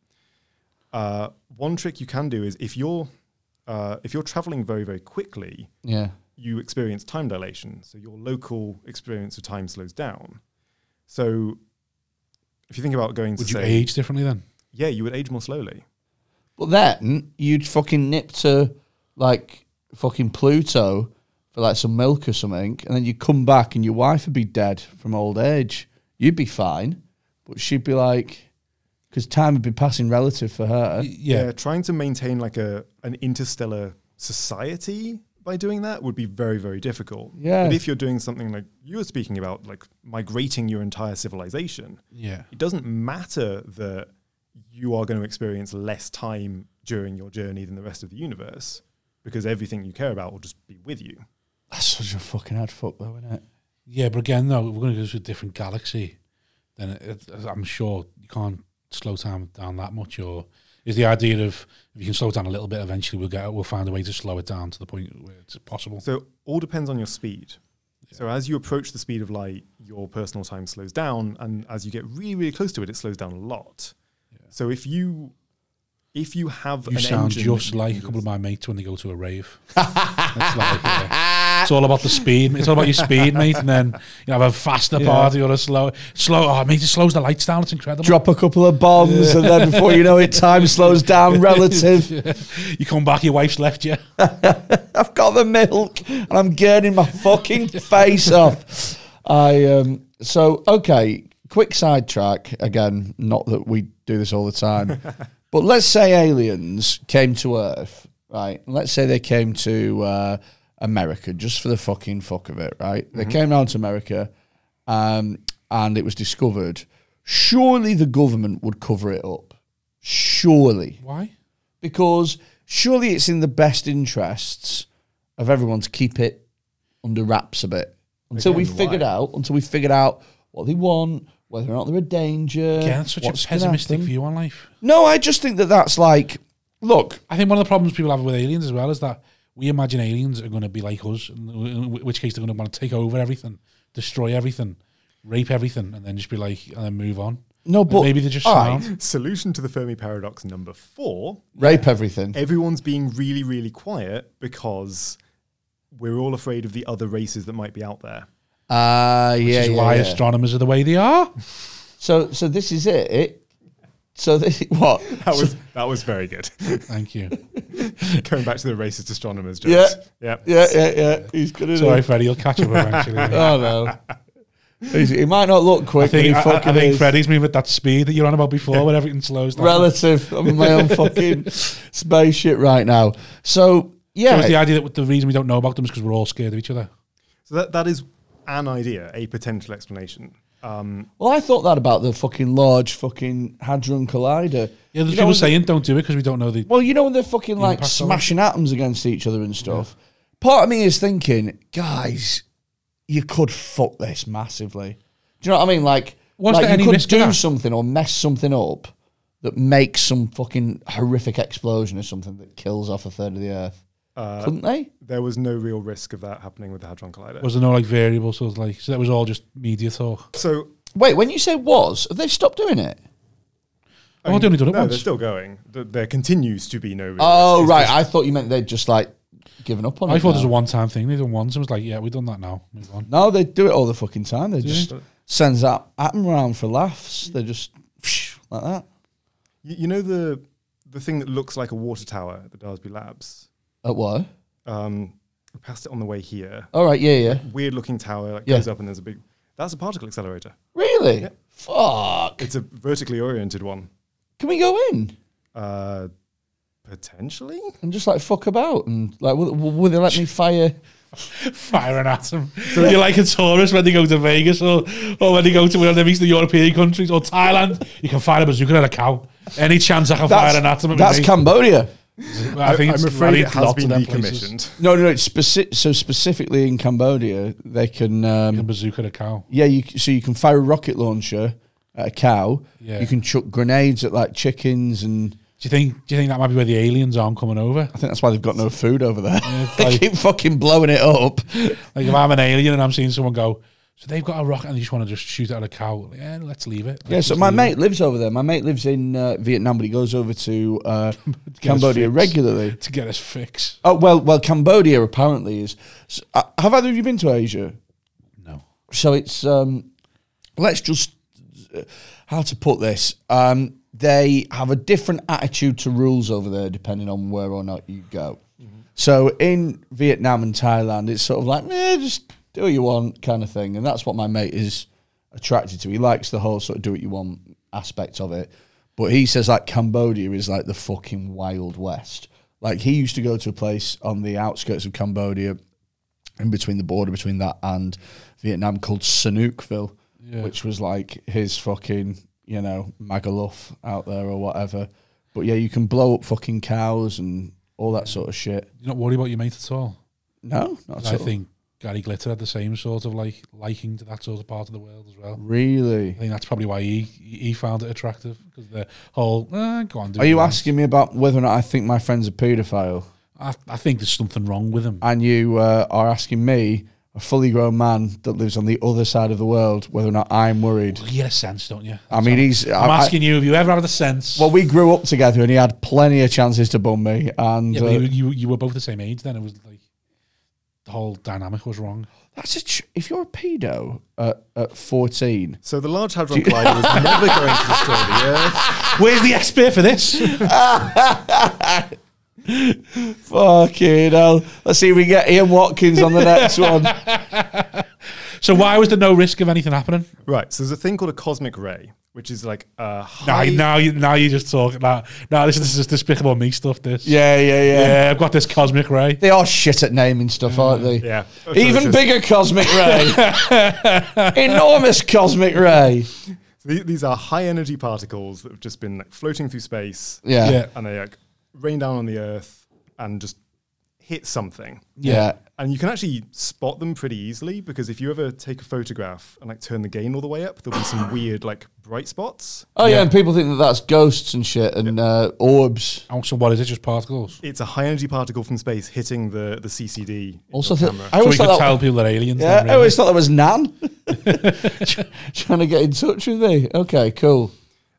Speaker 3: Uh, one trick you can do is if you're uh, if you're traveling very very quickly,
Speaker 1: Yeah.
Speaker 3: you experience time dilation. So your local experience of time slows down. So if you think about going to
Speaker 2: Would you
Speaker 3: say,
Speaker 2: age differently then?
Speaker 3: yeah, you would age more slowly.
Speaker 1: But then you'd fucking nip to like fucking Pluto for like some milk or something, and then you come back and your wife would be dead from old age. You'd be fine, but she'd be like, because time would be passing relative for her.
Speaker 2: Yeah,
Speaker 3: trying to maintain like a an interstellar society by doing that would be very, very difficult.
Speaker 1: Yeah.
Speaker 3: But if you're doing something like you were speaking about, like migrating your entire civilization,
Speaker 2: Yeah.
Speaker 3: it doesn't matter that you are going to experience less time during your journey than the rest of the universe because everything you care about will just be with you.
Speaker 1: That's such a fucking head fuck, though, isn't it?
Speaker 2: Yeah, but again, though, if we're going to go to a different galaxy. Then it, it, I'm sure you can't slow time down that much. Or is the idea of if you can slow it down a little bit, eventually we'll get we'll find a way to slow it down to the point where it's possible.
Speaker 3: So it all depends on your speed. So as you approach the speed of light, your personal time slows down, and as you get really, really close to it, it slows down a lot. So if you if you have
Speaker 2: You
Speaker 3: an
Speaker 2: sound
Speaker 3: engine that
Speaker 2: just
Speaker 3: you
Speaker 2: like a
Speaker 3: can
Speaker 2: couple of
Speaker 3: just-
Speaker 2: my mates when they go to
Speaker 1: (laughs)
Speaker 2: a rave. it's, like, yeah, it's all about the speed. It's all about your speed, mate. And then you know, have a faster party or a slow, slow. Oh, mate, it slows the lights down. It's incredible.
Speaker 1: Drop a couple of bombs, and then before you know it, time slows down (laughs) relative.
Speaker 2: (laughs) You come back, your wife's left you.
Speaker 1: (laughs) I've got the milk, and I'm getting my fucking face off. I um. So okay, quick sidetrack again. Not that we do this all the time, but let's say aliens came to Earth, right? Let's say they came to uh, America just for the fucking fuck of it, right? They came down to America, um, and it was discovered. Surely the government would cover it up. Surely
Speaker 2: Why?
Speaker 1: because surely it's in the best interests of everyone to keep it under wraps a bit until we
Speaker 3: Again, why?
Speaker 1: figured out until we figured out what they want, whether or not they're a danger.
Speaker 2: Yeah, that's such
Speaker 1: what's
Speaker 2: a
Speaker 1: gonna
Speaker 2: pessimistic
Speaker 1: happen.
Speaker 2: view on life.
Speaker 1: No, I just think that that's like, look,
Speaker 2: I think one of the problems people have with aliens as well is that we imagine aliens are going to be like us, in in which case they're going to want to take over everything, destroy everything, rape everything, and then just be like, and then move on.
Speaker 1: no,
Speaker 2: And
Speaker 1: but
Speaker 2: maybe they're just
Speaker 1: all right,
Speaker 2: sound.
Speaker 3: (laughs) Solution to the Fermi paradox number four:
Speaker 1: rape everything.
Speaker 2: Eh,
Speaker 3: everyone's being really, really quiet because we're all afraid of the other races that might be
Speaker 2: (laughs)
Speaker 3: out there.
Speaker 1: Ah, yeah,
Speaker 2: Which is
Speaker 1: yeah,
Speaker 2: why
Speaker 1: yeah.
Speaker 2: astronomers are the way they are.
Speaker 1: So, so this is it. So (laughs) this what?
Speaker 2: (laughs)
Speaker 3: That was that was very good.
Speaker 1: (laughs)
Speaker 2: Thank you.
Speaker 3: Going back to the racist astronomers.
Speaker 1: Yeah.
Speaker 3: Jokes. Yeah.
Speaker 1: Yeah, yeah, yeah. He's gonna do.
Speaker 2: Sorry,
Speaker 1: it.
Speaker 2: Freddie, you'll catch up
Speaker 1: (laughs)
Speaker 2: eventually. mate.
Speaker 1: Oh
Speaker 2: (laughs)
Speaker 1: no. He's- he might not look
Speaker 2: I
Speaker 1: quick, but he
Speaker 2: think, I, I- I
Speaker 1: fucking
Speaker 2: think
Speaker 1: is.
Speaker 2: Freddie's moving at that speed that you're on about before, when everything slows down.
Speaker 1: relative. I'm in my
Speaker 2: (laughs)
Speaker 1: own fucking spaceship right now. So
Speaker 2: So it's the
Speaker 1: yeah,
Speaker 2: idea that the reason we don't know about them is because we're all scared of each other.
Speaker 3: So that, that is an idea, a potential explanation. Um,
Speaker 1: well, I thought that about the fucking large fucking hadron collider.
Speaker 2: Yeah, there's
Speaker 1: You know,
Speaker 2: people
Speaker 1: when
Speaker 2: saying don't do it because we don't know the.
Speaker 1: Well, you know when they're fucking like
Speaker 2: impact of it.
Speaker 1: smashing atoms against each other and stuff. Part of me is thinking, guys, you could fuck this massively. Do you know what I mean? Like,
Speaker 2: Was
Speaker 1: like
Speaker 2: there
Speaker 1: you
Speaker 2: any
Speaker 1: could
Speaker 2: risk to
Speaker 1: do
Speaker 2: that?
Speaker 1: something or mess something up that makes some fucking horrific explosion or something that kills off a third of the earth.
Speaker 2: Uh,
Speaker 1: Couldn't they?
Speaker 3: there was no real risk of that happening with the Hadron Collider.
Speaker 2: Was there no like variable sort of like so that was all just media talk?
Speaker 3: so
Speaker 1: Wait, when you say was, have they stopped doing it?
Speaker 2: Oh, they've only done it
Speaker 3: no, they're
Speaker 2: once.
Speaker 3: still going. Th- There continues to be no real
Speaker 1: Oh
Speaker 3: risk. It's
Speaker 1: right,
Speaker 3: just-
Speaker 1: I thought you meant they'd just like given up on it.
Speaker 2: I thought it was
Speaker 1: now.
Speaker 2: a one-time thing. They done once. I was like, yeah, we've done that now. Move (laughs) on.
Speaker 1: No, they do it all the fucking time. They just sends that atom round for laughs. They just like that.
Speaker 3: you, you know the the thing that looks like a water tower at the Darsby Labs.
Speaker 1: At what?
Speaker 3: Um, we passed it on the way here.
Speaker 1: All right, yeah, yeah.
Speaker 3: Weird looking tower, like
Speaker 1: Yeah.
Speaker 3: goes up and there's a big. That's a particle accelerator.
Speaker 1: Really? Fuck.
Speaker 3: It's a vertically oriented one.
Speaker 1: Can we go in
Speaker 3: Uh, potentially.
Speaker 1: and just like fuck about and like will, will will they let me fire?
Speaker 2: Firing at them. So you're like a tourist when they go to Vegas or, or when they go to one of them Eastern European countries or Thailand. You can fire a bazooka at a cow. Any chance I can fire an atom at
Speaker 1: that's
Speaker 2: me.
Speaker 1: Cambodia.
Speaker 2: I think it's
Speaker 3: am afraid
Speaker 2: bloody
Speaker 3: it has
Speaker 2: lots of
Speaker 3: been
Speaker 2: them places.
Speaker 3: decommissioned.
Speaker 1: No, no, no. It's speci- so specifically in Cambodia, they can. Um,
Speaker 2: You can bazooka at a cow.
Speaker 1: Yeah, you c- so you can fire a rocket launcher at a cow.
Speaker 2: Yeah.
Speaker 1: You can chuck grenades at like chickens, and
Speaker 2: Do you think? Do you think that might be where the aliens aren't coming over?
Speaker 1: I think that's why they've got no food over there. (laughs)
Speaker 2: it's
Speaker 1: they
Speaker 2: like-
Speaker 1: keep fucking blowing it
Speaker 2: (laughs)
Speaker 1: up.
Speaker 2: Like if I'm an alien and I'm seeing someone go, so they've got a rocket and they just want to just shoot it at a cow. Yeah, let's leave it.
Speaker 1: Yeah,
Speaker 2: Let's
Speaker 1: so
Speaker 2: just
Speaker 1: my
Speaker 2: leave
Speaker 1: mate lives over there. My mate lives in uh, Vietnam, but he goes over to
Speaker 2: (laughs)
Speaker 1: uh, Cambodia
Speaker 2: fixed.
Speaker 1: regularly.
Speaker 2: it to get us fixed.
Speaker 1: Oh well, well, Cambodia apparently is. s- uh, have either of you been to Asia?
Speaker 2: No.
Speaker 1: So it's um, let's just uh, how to put this. Um, they have a different attitude to rules over there, depending on where or not you go. So in Vietnam and Thailand, it's sort of like, eh, just do what you want kind of thing, and that's what my mate is attracted to. He likes the whole sort of do what you want aspect of it, but he says like Cambodia is like the fucking wild west. Like he used to go to a place on the outskirts of Cambodia, in between the border between that and Vietnam called Sanukville, which was like his fucking you know Magaluf out there or whatever. But yeah, you can blow up fucking cows and all that sort of shit.
Speaker 2: You're not worried about your mate at all.
Speaker 1: No, not at
Speaker 2: I
Speaker 1: all.
Speaker 2: think Gary Glitter had the same sort of like liking to that sort of part of the world as well. I
Speaker 1: Really?
Speaker 2: think that's probably why he he found it attractive because the whole ah, go on. Do
Speaker 1: Are
Speaker 2: what
Speaker 1: you
Speaker 2: want."
Speaker 1: asking me about whether or not I think my friend's a paedophile?
Speaker 2: I, I think there's something wrong with him.
Speaker 1: and you uh, are asking me, a fully grown man that lives on the other side of the world, whether or not I'm worried.
Speaker 2: you get a sense, don't you?
Speaker 1: I mean, he's.
Speaker 2: I'm
Speaker 1: I- I-
Speaker 2: asking you, have you ever had a sense?
Speaker 1: well, we grew up together, and he had plenty of chances to bum me, and
Speaker 2: yeah, but
Speaker 1: uh,
Speaker 2: you, you you were both the same age then. It was like the whole dynamic was wrong.
Speaker 1: that's a. Tr- if you're a pedo at, at 14,
Speaker 3: So the Large Hadron Collider was never going to destroy
Speaker 2: (laughs)
Speaker 3: the
Speaker 2: (laughs)
Speaker 3: Earth.
Speaker 2: Where's the expert for this?
Speaker 1: fucking hell. Let's see if we get Ian Watkins on the (laughs) next one.
Speaker 2: so why was there no risk of anything happening?
Speaker 3: Right. So there's a thing called a cosmic ray, which is like a
Speaker 2: Now,
Speaker 3: high.
Speaker 2: now you now you just talking about now this, this is despicable me stuff. This
Speaker 1: Yeah, yeah, yeah.
Speaker 2: yeah, I've got this cosmic ray.
Speaker 1: They are shit at naming stuff, aren't they?
Speaker 3: Yeah.
Speaker 1: Even
Speaker 3: Atrocious.
Speaker 1: bigger (laughs) cosmic ray. Enormous cosmic ray.
Speaker 3: The- These are high energy particles that have just been like floating through space.
Speaker 1: Yeah.
Speaker 2: Yeah.
Speaker 1: Yeah.
Speaker 3: And they like rain down on the Earth and just hit something.
Speaker 1: yeah.
Speaker 3: And you can actually spot them pretty easily because if you ever take a photograph and like turn the gain all the way up, there'll be some weird like bright spots.
Speaker 1: Oh yeah. and people think that that's ghosts and shit and uh, orbs.
Speaker 2: Oh, so what is it? Just particles.
Speaker 3: It's a high energy particle from space hitting the the CCD. in
Speaker 1: Also, th-
Speaker 3: your camera.
Speaker 1: I
Speaker 2: So
Speaker 1: always
Speaker 2: we could
Speaker 1: thought that.
Speaker 2: tell people that aliens.
Speaker 1: Yeah,
Speaker 2: then,
Speaker 1: I always
Speaker 2: really.
Speaker 1: thought that was Nan (laughs) trying to get in touch with me. Okay, cool.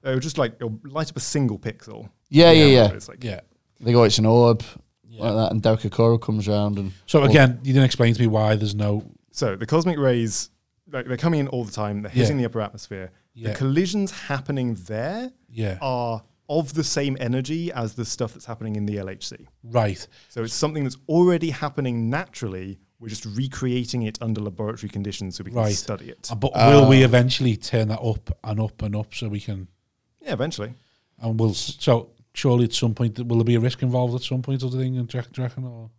Speaker 3: It'll just like it'll light up a single pixel.
Speaker 1: Yeah, yeah, yeah.
Speaker 3: It's like
Speaker 2: yeah.
Speaker 1: They go, it's an orb, like that, and Dowka Koro comes round and
Speaker 2: So again, you didn't explain to me why there's no.
Speaker 3: So the cosmic rays, like they're coming in all the time. They're hitting the upper atmosphere.
Speaker 2: Yeah.
Speaker 3: The collisions happening there
Speaker 2: Yeah.
Speaker 3: are of the same energy as the stuff that's happening in the LHC.
Speaker 2: Right.
Speaker 3: So it's something that's already happening naturally. We're just recreating it under laboratory conditions so we can
Speaker 2: Right.
Speaker 3: study it.
Speaker 2: Uh, But will we eventually turn that up and up and up so we can
Speaker 3: Yeah, eventually.
Speaker 2: and we'll so surely at some point will there be a risk involved at some point or the thing and Jack Dragon or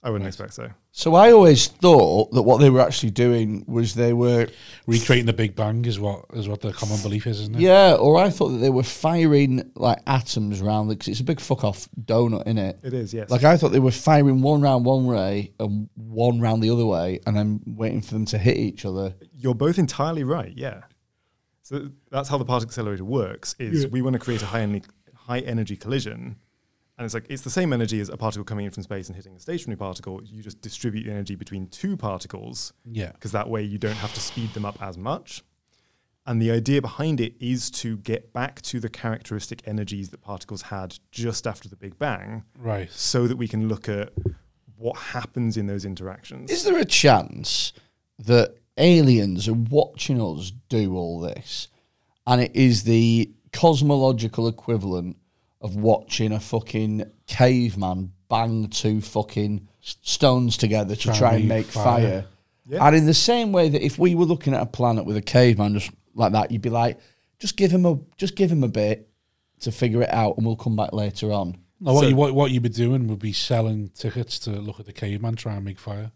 Speaker 3: I wouldn't expect so.
Speaker 1: So I always thought that what they were actually doing was they were,
Speaker 2: recreating the Big Bang is what is what the common belief is, isn't it?
Speaker 1: yeah, or I thought that they were firing like atoms round because it's a big fuck off donut in it.
Speaker 3: It is, yes.
Speaker 1: Like I thought they were firing one round one way and one round the other way, and then waiting for them to hit each other.
Speaker 3: You're both entirely right, yeah. So that's how the particle accelerator works is we want to create a high, en- high energy collision. And it's like it's the same energy as a particle coming in from space and hitting a stationary particle. You just distribute the energy between two particles
Speaker 2: Yeah.
Speaker 3: because that way you don't have to speed them up as much. And the idea behind it is to get back to the characteristic energies that particles had just after the Big Bang
Speaker 2: Right.
Speaker 3: so that we can look at what happens in those interactions.
Speaker 1: Is there a chance that aliens are watching us do all this and it is the cosmological equivalent of watching a fucking caveman bang two fucking stones together to try and make fire? And in the same way that if we were looking at a planet with a caveman just like that, you'd be like, just give him a just give him a bit to figure it out and we'll come back later on.
Speaker 2: No, what
Speaker 3: So-
Speaker 2: you what, what you'd be doing would be selling tickets to look at the caveman try and make fire.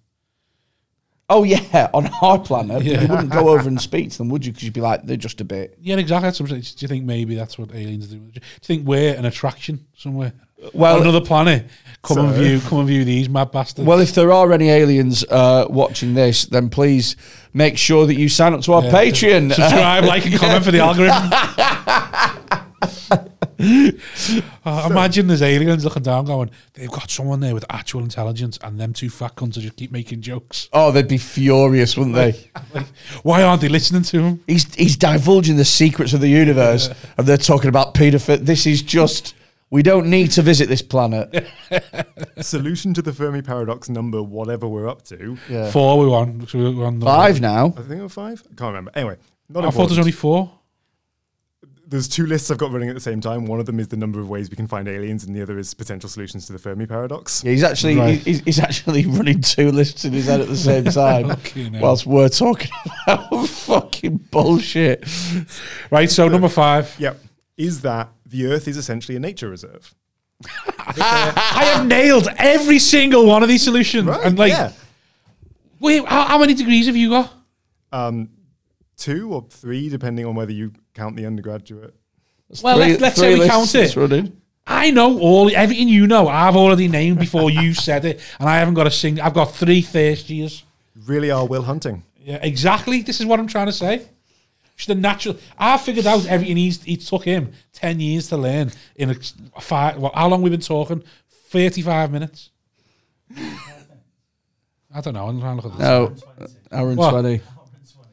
Speaker 1: Oh yeah, (laughs) on our planet, you wouldn't go over and speak to them, would you? Because you'd be like, they're just a bit.
Speaker 2: Yeah, exactly. That's what I'm saying. Do you think maybe that's what aliens do? Do you think we're an attraction somewhere?
Speaker 1: Well-
Speaker 2: On another planet. Come and
Speaker 3: So-
Speaker 2: view, come and view these mad bastards.
Speaker 1: Well, if there are any aliens uh, watching this, then please make sure that you sign up to our
Speaker 2: (laughs) Yeah.
Speaker 1: Patreon. uh,
Speaker 2: subscribe, like, and comment for the algorithm. (laughs) Uh, imagine there's aliens looking down, going, "They've got someone there with actual intelligence, and them two fat cunts are just keep making jokes.
Speaker 1: (laughs) oh, they'd be furious, wouldn't
Speaker 2: (laughs)
Speaker 1: they?
Speaker 2: Like, why aren't they listening to him?
Speaker 1: He's he's divulging the secrets of the universe, and they're talking about paedophile. This is just. We don't need to visit this planet.
Speaker 3: solution to the Fermi paradox number, whatever we're up to.
Speaker 1: Yeah.
Speaker 2: Four we won. So we won the-
Speaker 1: Five now.
Speaker 3: I think it was five. I can't remember. Anyway, not
Speaker 2: I thought there's
Speaker 3: important.
Speaker 2: only four.
Speaker 1: (laughs)
Speaker 3: There's two lists I've got running at the same time. One of them is the number of ways we can find aliens, and the other is potential solutions to the Fermi paradox.
Speaker 1: Yeah, he's actually
Speaker 2: Right.
Speaker 1: he's, he's actually (laughs) running two lists in his head at the same time,
Speaker 2: (laughs) Fucking hell.
Speaker 1: whilst we're talking about (laughs) fucking bullshit.
Speaker 2: Right. So number five.
Speaker 3: Yep. Is that the Earth is essentially a nature reserve?
Speaker 2: I have nailed every single one of these solutions. and like,
Speaker 3: yeah.
Speaker 2: wait, how, how many degrees have you got?
Speaker 3: um, two or three, depending on whether you count the undergraduate.
Speaker 2: Well,
Speaker 1: Three-
Speaker 2: let's, let's
Speaker 1: three
Speaker 2: say we count
Speaker 1: lists
Speaker 2: it.
Speaker 1: running.
Speaker 2: I know all everything you know. I've already named before you said it, and I haven't got a single. I've got three first years.
Speaker 3: You really are Will Hunting.
Speaker 2: Yeah, exactly. This is what I'm trying to say. Just a natural. I figured out everything he's, it took him ten years to learn in a s- five. Well, how long we've been talking? Thirty-five minutes. I don't know. I'm trying to look at this.
Speaker 1: No, hour and
Speaker 2: What?
Speaker 1: 20.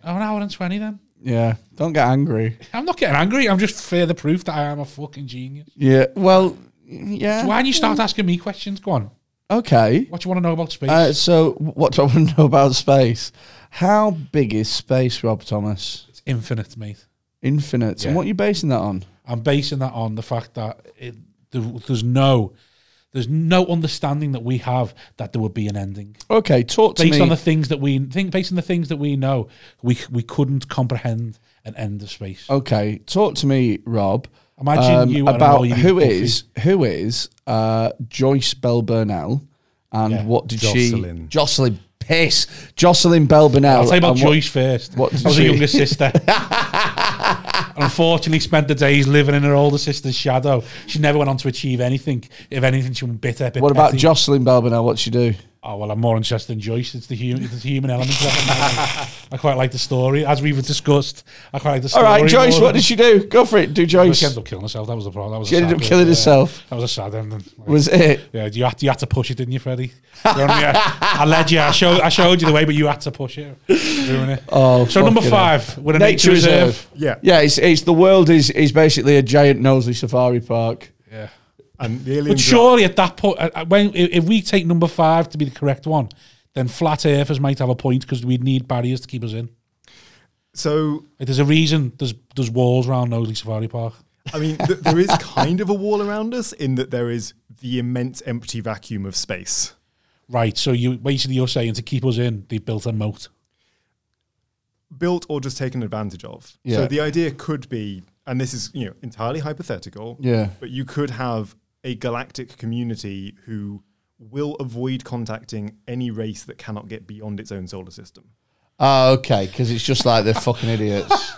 Speaker 2: Oh, an hour and twenty then.
Speaker 1: Yeah. Don't get angry.
Speaker 2: I'm not getting angry. I'm just further proof that I am a fucking genius.
Speaker 1: Yeah. Well, yeah.
Speaker 2: Why don't you start asking me questions? Go on.
Speaker 1: Okay.
Speaker 2: What do you want to know about space?
Speaker 1: Uh, so, what do I want to know about space? How big is space, Rob Thomas?
Speaker 2: it's infinite, mate.
Speaker 1: Infinite.
Speaker 2: Yeah.
Speaker 1: And what are you basing that on?
Speaker 2: I'm basing that on the fact that it, there, there's no there's no understanding that we have that there would be an ending
Speaker 1: Okay, talk to
Speaker 2: based
Speaker 1: me.
Speaker 2: on the things that we think based on the things that we know we we couldn't comprehend an end of space.
Speaker 1: okay, talk to me, Rob.
Speaker 2: Imagine
Speaker 1: um,
Speaker 2: you
Speaker 1: about
Speaker 2: and
Speaker 1: who is who is uh, Joyce Bell Burnell and
Speaker 2: Yeah,
Speaker 1: what did she?
Speaker 3: Jocelyn.
Speaker 1: Jocelyn. Piss. Jocelyn Bell Burnell.
Speaker 2: I'll tell you about
Speaker 1: and what-
Speaker 2: Joyce first.
Speaker 1: what did
Speaker 2: I was
Speaker 1: she-
Speaker 2: a
Speaker 1: (laughs)
Speaker 2: younger sister. Unfortunately, spent the days living in her older sister's shadow. She never went on to achieve anything. If anything, she was bitter. a bit
Speaker 1: What about
Speaker 2: petty.
Speaker 1: Jocelyn Bell Burnell? What'd she do?
Speaker 2: Oh well, I'm more interested in Joyce. It's the human, it's the human element. of it. I quite like the story, as we've discussed. I quite like the
Speaker 1: All
Speaker 2: story.
Speaker 1: right, Joyce.
Speaker 2: more
Speaker 1: What
Speaker 2: than-
Speaker 1: did she do? Go for it. Do
Speaker 2: Well,
Speaker 1: Joyce.
Speaker 2: She ended up killing herself. That was the problem. That was a
Speaker 1: She ended
Speaker 2: sad
Speaker 1: up
Speaker 2: bit,
Speaker 1: killing
Speaker 2: yeah.
Speaker 1: herself.
Speaker 2: That was a sad ending. Like,
Speaker 1: Was it?
Speaker 2: yeah, you had, you had to push it, didn't you, Freddie? You know what I, mean? I, I led you. I showed I showed you the way, but you had to push it. Ruin it.
Speaker 1: (laughs) Oh,
Speaker 2: so number
Speaker 1: fucking hell.
Speaker 2: five, with a nature, reserve.
Speaker 3: Yeah.
Speaker 1: Yeah, it's, it's the world is is basically a giant Knowsley safari park.
Speaker 2: Yeah.
Speaker 3: And the aliens.
Speaker 2: But surely at that point, uh, uh, when if if we take number five to be the correct one, then flat earthers might have a point because we'd need barriers to keep us in.
Speaker 3: Are, so,
Speaker 2: Like, there's a reason there's there's walls around Knowsley Safari Park.
Speaker 3: I mean, th- there is kind of a wall around us in that there is the immense empty vacuum of space.
Speaker 2: Right, so you basically you're saying to keep us in, they built a moat.
Speaker 3: built or just taken advantage of.
Speaker 1: Yeah.
Speaker 3: So the idea could be, and this is you know entirely hypothetical,
Speaker 1: Yeah.
Speaker 3: but you could have a galactic community who will avoid contacting any race that cannot get beyond its own solar system.
Speaker 1: Oh, okay, because it's just like they're fucking idiots.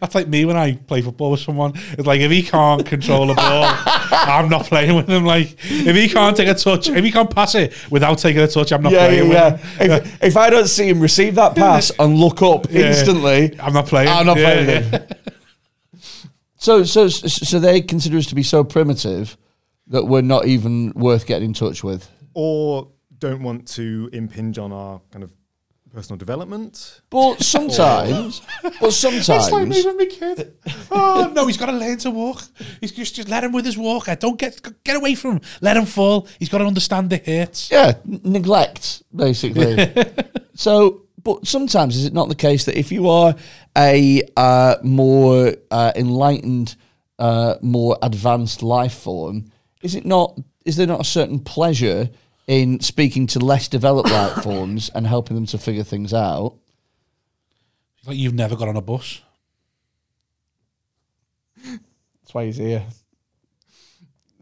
Speaker 2: That's like me when I play football with someone. It's like if he can't control
Speaker 1: (laughs)
Speaker 2: the ball, I'm not playing with him. Like if he can't take a touch, if he can't pass it without taking a touch, I'm
Speaker 1: (laughs)
Speaker 2: not
Speaker 1: yeah, yeah,
Speaker 2: playing
Speaker 1: yeah.
Speaker 2: with him. Uh,
Speaker 1: If, if I don't see him receive that pass and look up
Speaker 2: Yeah.
Speaker 1: instantly,
Speaker 2: I'm not playing.
Speaker 1: I'm not
Speaker 2: Yeah,
Speaker 1: playing
Speaker 2: yeah.
Speaker 1: with him. So, so, so they consider us to be so primitive that we're not even worth getting in touch with.
Speaker 3: Or don't want to impinge on our kind of personal development.
Speaker 1: (laughs) But sometimes, but
Speaker 2: It's like me
Speaker 1: sometimes,
Speaker 2: with my
Speaker 1: (laughs)
Speaker 2: kid. Oh no, he's got to learn to walk. He's just just let him with his walker. Don't get get away from him. Let him fall. He's got to understand the hurts.
Speaker 1: yeah, n- neglect (laughs) basically. so, but sometimes is it not the case that if you are a uh, more uh, enlightened, uh, more advanced life form, is it not? Is there not a certain pleasure in speaking to less developed (coughs) life forms and helping them to figure things out?
Speaker 2: Like you've never got on a bus.
Speaker 1: That's why he's here.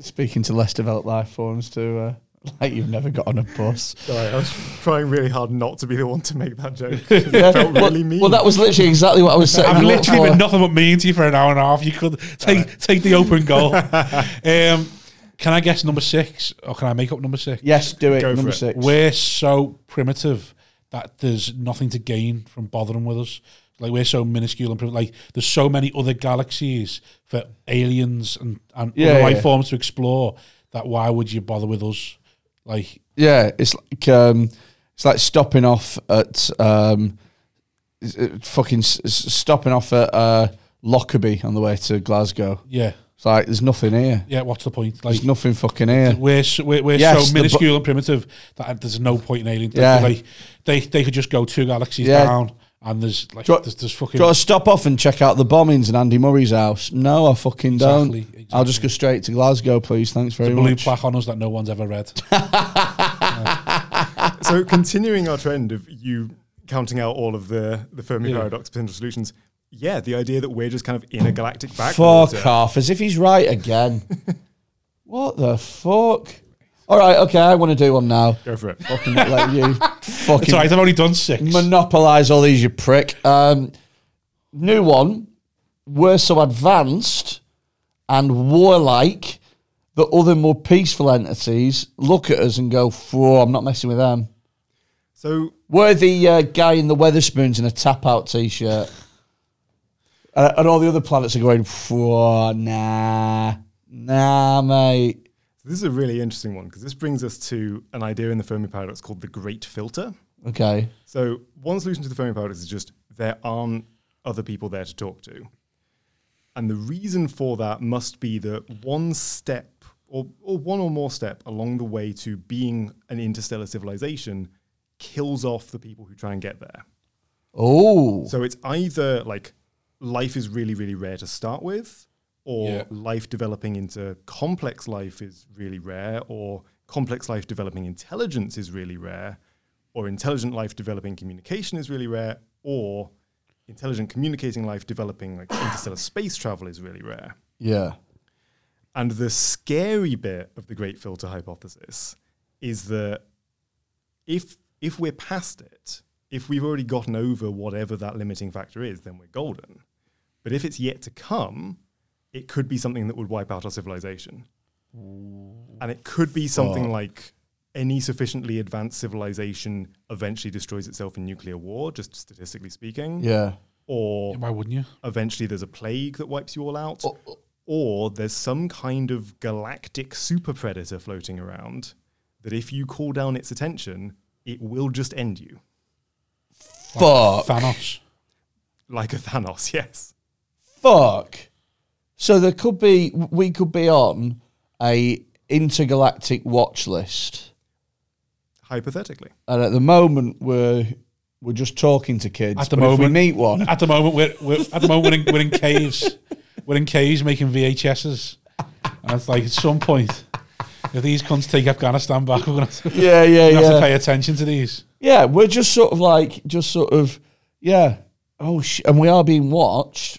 Speaker 1: Speaking to less developed life forms to uh, (laughs) like you've never got on a bus.
Speaker 3: Sorry, I was (laughs) trying really hard not to be the one to make
Speaker 1: (laughs)
Speaker 3: that joke.
Speaker 1: Yeah,
Speaker 3: felt
Speaker 1: well,
Speaker 3: really mean.
Speaker 1: well, that was literally exactly what I (laughs) Oh. was saying.
Speaker 2: I've literally been nothing but mean to you for an hour and a half. You could take take the
Speaker 1: (laughs)
Speaker 2: open goal. um, can I guess number six, or can I make up number six?
Speaker 1: Yes, do it.
Speaker 3: Go for
Speaker 1: Number
Speaker 3: it.
Speaker 1: six.
Speaker 2: We're so primitive that there's nothing to gain from bothering with us. Like we're so minuscule and primitive. Like there's so many other galaxies for aliens and and
Speaker 1: Yeah,
Speaker 2: other
Speaker 1: yeah.
Speaker 2: life forms to explore. That why would you bother with us? Like
Speaker 1: Yeah, it's like um, it's like stopping off at um, s- uh, fucking s- s- stopping off at uh, Lockerbie on the way to Glasgow.
Speaker 2: yeah,
Speaker 1: It's like there's nothing here.
Speaker 2: yeah. What's the point? Like
Speaker 1: There's nothing fucking here.
Speaker 2: We're so, we're, we're
Speaker 1: Yes,
Speaker 2: so
Speaker 1: the
Speaker 2: minuscule and primitive that there's no point in alien.
Speaker 1: Yeah.
Speaker 2: Like they they could just go two galaxies
Speaker 1: Yeah.
Speaker 2: down and there's like
Speaker 1: Do you-
Speaker 2: there's, there's fucking
Speaker 1: Got to stop off and check out the bombings in Andy Murray's house. No, I fucking don't.
Speaker 2: Exactly,
Speaker 1: I'll just go straight to Glasgow, please. Thanks very
Speaker 2: a blue
Speaker 1: much.
Speaker 2: plaque on us that no one's
Speaker 1: (laughs)
Speaker 2: ever read.
Speaker 3: so continuing our trend of you counting out all of the, the Fermi
Speaker 2: Yeah.
Speaker 3: paradox potential solutions, yeah, uh, the idea that we're just kind of in a galactic
Speaker 2: (laughs)
Speaker 3: backwater.
Speaker 1: Fuck off, as if he's right again. What the fuck? All right, okay, I want to do one now.
Speaker 3: Go for it.
Speaker 1: Fucking not let
Speaker 2: (laughs)
Speaker 1: you
Speaker 2: It's
Speaker 1: fucking
Speaker 2: all right, I've only done six.
Speaker 1: monopolize all these, you prick. Um, new one. We're so advanced and warlike that other more peaceful entities look at us and go, "Whoa, I'm not messing with them."
Speaker 3: So
Speaker 1: We're the uh, guy in the Weatherspoons in a tap out t shirt. Uh, and all the other planets are going, "Whoa, nah, nah, mate.
Speaker 3: this is a really interesting one because this brings us to an idea in the Fermi paradox called the great filter.
Speaker 1: Okay.
Speaker 3: So one solution to the Fermi paradox is just there aren't other people there to talk to. And the reason for that must be that one step or, or one or more step along the way to being an interstellar civilization kills off the people who try and get there.
Speaker 1: Oh,
Speaker 3: So it's either like life is really, really rare to start with, or
Speaker 2: Yeah.
Speaker 3: life developing into complex life is really rare, or complex life developing intelligence is really rare, or intelligent life developing communication is really rare, or intelligent communicating life developing like interstellar space travel is really rare.
Speaker 1: yeah.
Speaker 3: And the scary bit of the great filter hypothesis is that if if we're past it, if we've already gotten over whatever that limiting factor is, then we're golden. But if it's yet to come, it could be something that would wipe out our civilization. And it could be something like any sufficiently advanced civilization eventually destroys itself in nuclear war, just statistically speaking.
Speaker 1: Yeah.
Speaker 3: Or
Speaker 2: Why wouldn't you?
Speaker 3: eventually there's a plague that wipes you all out, or there's some kind of galactic super predator floating around that if you call down its attention, it will just end you.
Speaker 1: Fuck.
Speaker 2: Thanos.
Speaker 3: Like a Thanos, (laughs) yes.
Speaker 1: Fuck. So there could be we could be on a intergalactic watch list,
Speaker 3: Hypothetically.
Speaker 1: and at the moment we're we're just talking to kids.
Speaker 2: At the
Speaker 1: but if we
Speaker 2: moment-
Speaker 1: meet
Speaker 2: (laughs)
Speaker 1: one.
Speaker 2: At the moment, we're, we're at the moment we're in, we're in caves. We're in caves making VHSs, and it's like at some point, if these cunts take Afghanistan back, we're gonna have to,
Speaker 1: Yeah, yeah,
Speaker 2: we have to
Speaker 1: yeah.
Speaker 2: pay attention to these.
Speaker 1: Yeah, we're just sort of like just sort of yeah. Oh, sh- and we are being watched,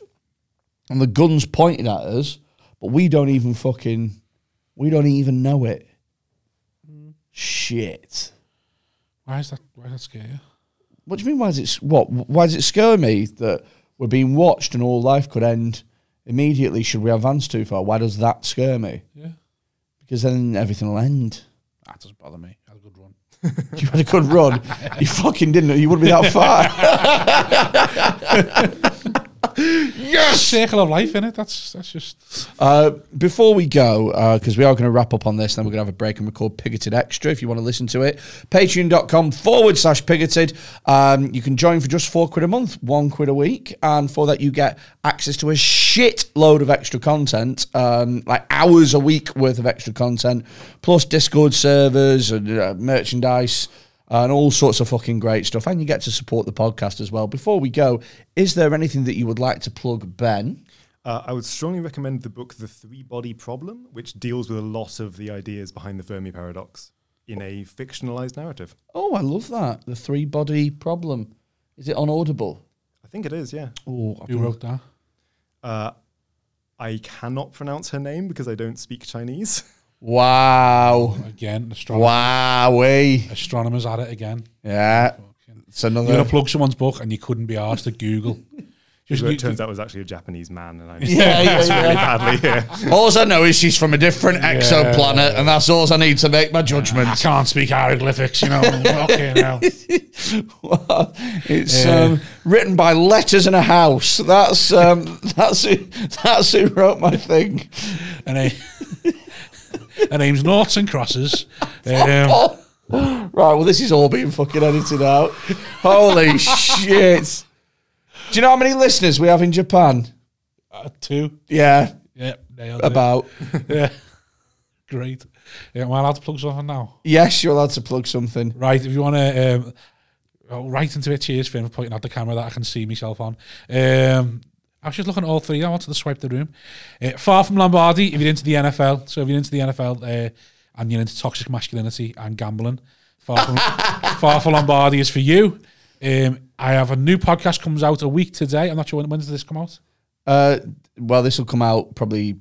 Speaker 1: and the guns pointed at us, but we don't even fucking we don't even know it. Shit.
Speaker 2: Why is that? Why is that scary?
Speaker 1: What do you mean? Why does it? What? Why does it scare me that we're being watched and all life could end immediately? Should we advance too far? Why does that scare me?
Speaker 2: Yeah,
Speaker 1: Because then everything will end.
Speaker 2: that doesn't bother me. That's a good run.
Speaker 1: (laughs) You had a good run. You fucking didn't. You wouldn't be that
Speaker 2: (laughs)
Speaker 1: far.
Speaker 2: Circle of life in it. That's that's just
Speaker 1: Uh, before we go, because we are going to wrap up on this, then we're going to have a break and record Pigoted Extra if you want to listen to it. Patreon.com forward slash Pigoted. Um, you can join for just four quid a month, one quid a week. And for that, you get access to a shit load of extra content, um, like hours a week worth of extra content, plus Discord servers and uh, merchandise and all sorts of fucking great stuff. And you get to support the podcast as well. Before we go, is there anything that you would like to plug, Ben?
Speaker 3: Uh, I would strongly recommend the book The Three Body Problem, which deals with a lot of the ideas behind the Fermi paradox in a fictionalized narrative.
Speaker 1: Oh, I love that. The three body problem. Is it on Audible?
Speaker 3: I think it is, yeah.
Speaker 1: Oh,
Speaker 2: who wrote that.
Speaker 3: Uh, I cannot pronounce her name because I don't speak Chinese.
Speaker 2: Oh
Speaker 1: wow.
Speaker 2: Again, astronomer,
Speaker 1: Wowee.
Speaker 2: astronomers at it again.
Speaker 1: Yeah. It's another.
Speaker 2: You're gonna plug someone's book, and you couldn't be asked to Google. Just
Speaker 3: Who it
Speaker 2: you-
Speaker 3: turns out was actually a Japanese man, and I
Speaker 1: (laughs) yeah, yeah, yeah.
Speaker 3: (laughs) badly here.
Speaker 1: all I know is she's from a different exoplanet, and that's all I need to make my judgment. (laughs)
Speaker 2: I can't speak hieroglyphics, you know. okay, now.
Speaker 1: Wow. it's um, written by letters in a house. That's um, (laughs) that's who, that's who wrote my thing.
Speaker 2: and I, her name's Noughts (laughs) and Crosses. Um,
Speaker 1: Right, well, this is all being fucking edited out. Holy (laughs) shit. Do you know how many listeners we have in Japan?
Speaker 2: uh, two.
Speaker 1: Yeah,
Speaker 2: Yeah, nailed it.
Speaker 1: about.
Speaker 2: Yeah. Great. Yeah, am I allowed to plug something now?
Speaker 1: Yes, you're allowed to plug something.
Speaker 2: Right, if you want to... Um, oh, right into it. Cheers, Finn, for pointing out the camera that I can see myself on. Um, I was just looking at all three. I wanted to swipe the room. Uh, far from Lombardi, if you're into the NFL. So if you're into the NFL uh, and you're into toxic masculinity and gambling, Far from, (laughs) far from Lombardi is for you. Um, I have a new podcast comes out a week today. I'm not sure when, when does this come out?
Speaker 1: Uh, well, this will come out probably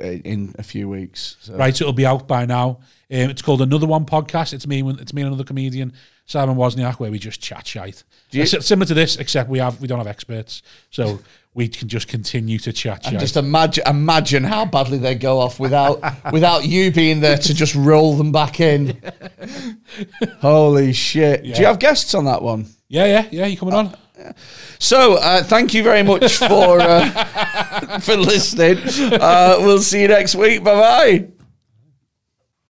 Speaker 1: uh, in a few weeks. So.
Speaker 2: Right, so it'll be out by now. Um, it's called Another One Podcast. It's me, and- it's me and another comedian, Simon Wozniak, where we just chat shite.
Speaker 1: Do you-
Speaker 2: It's similar to this, except we have we don't have experts, so we can just continue to chat shite.
Speaker 1: And just imagine, imagine how badly they go off without (laughs) without you being there to just roll them back
Speaker 2: (laughs)
Speaker 1: in. Holy shit! Do you
Speaker 2: Yeah.
Speaker 1: have guests on that one?
Speaker 2: yeah, yeah, yeah. You coming on?
Speaker 1: So, uh, thank you very (laughs) much for uh, for listening. Uh, we'll see you next week. Bye bye.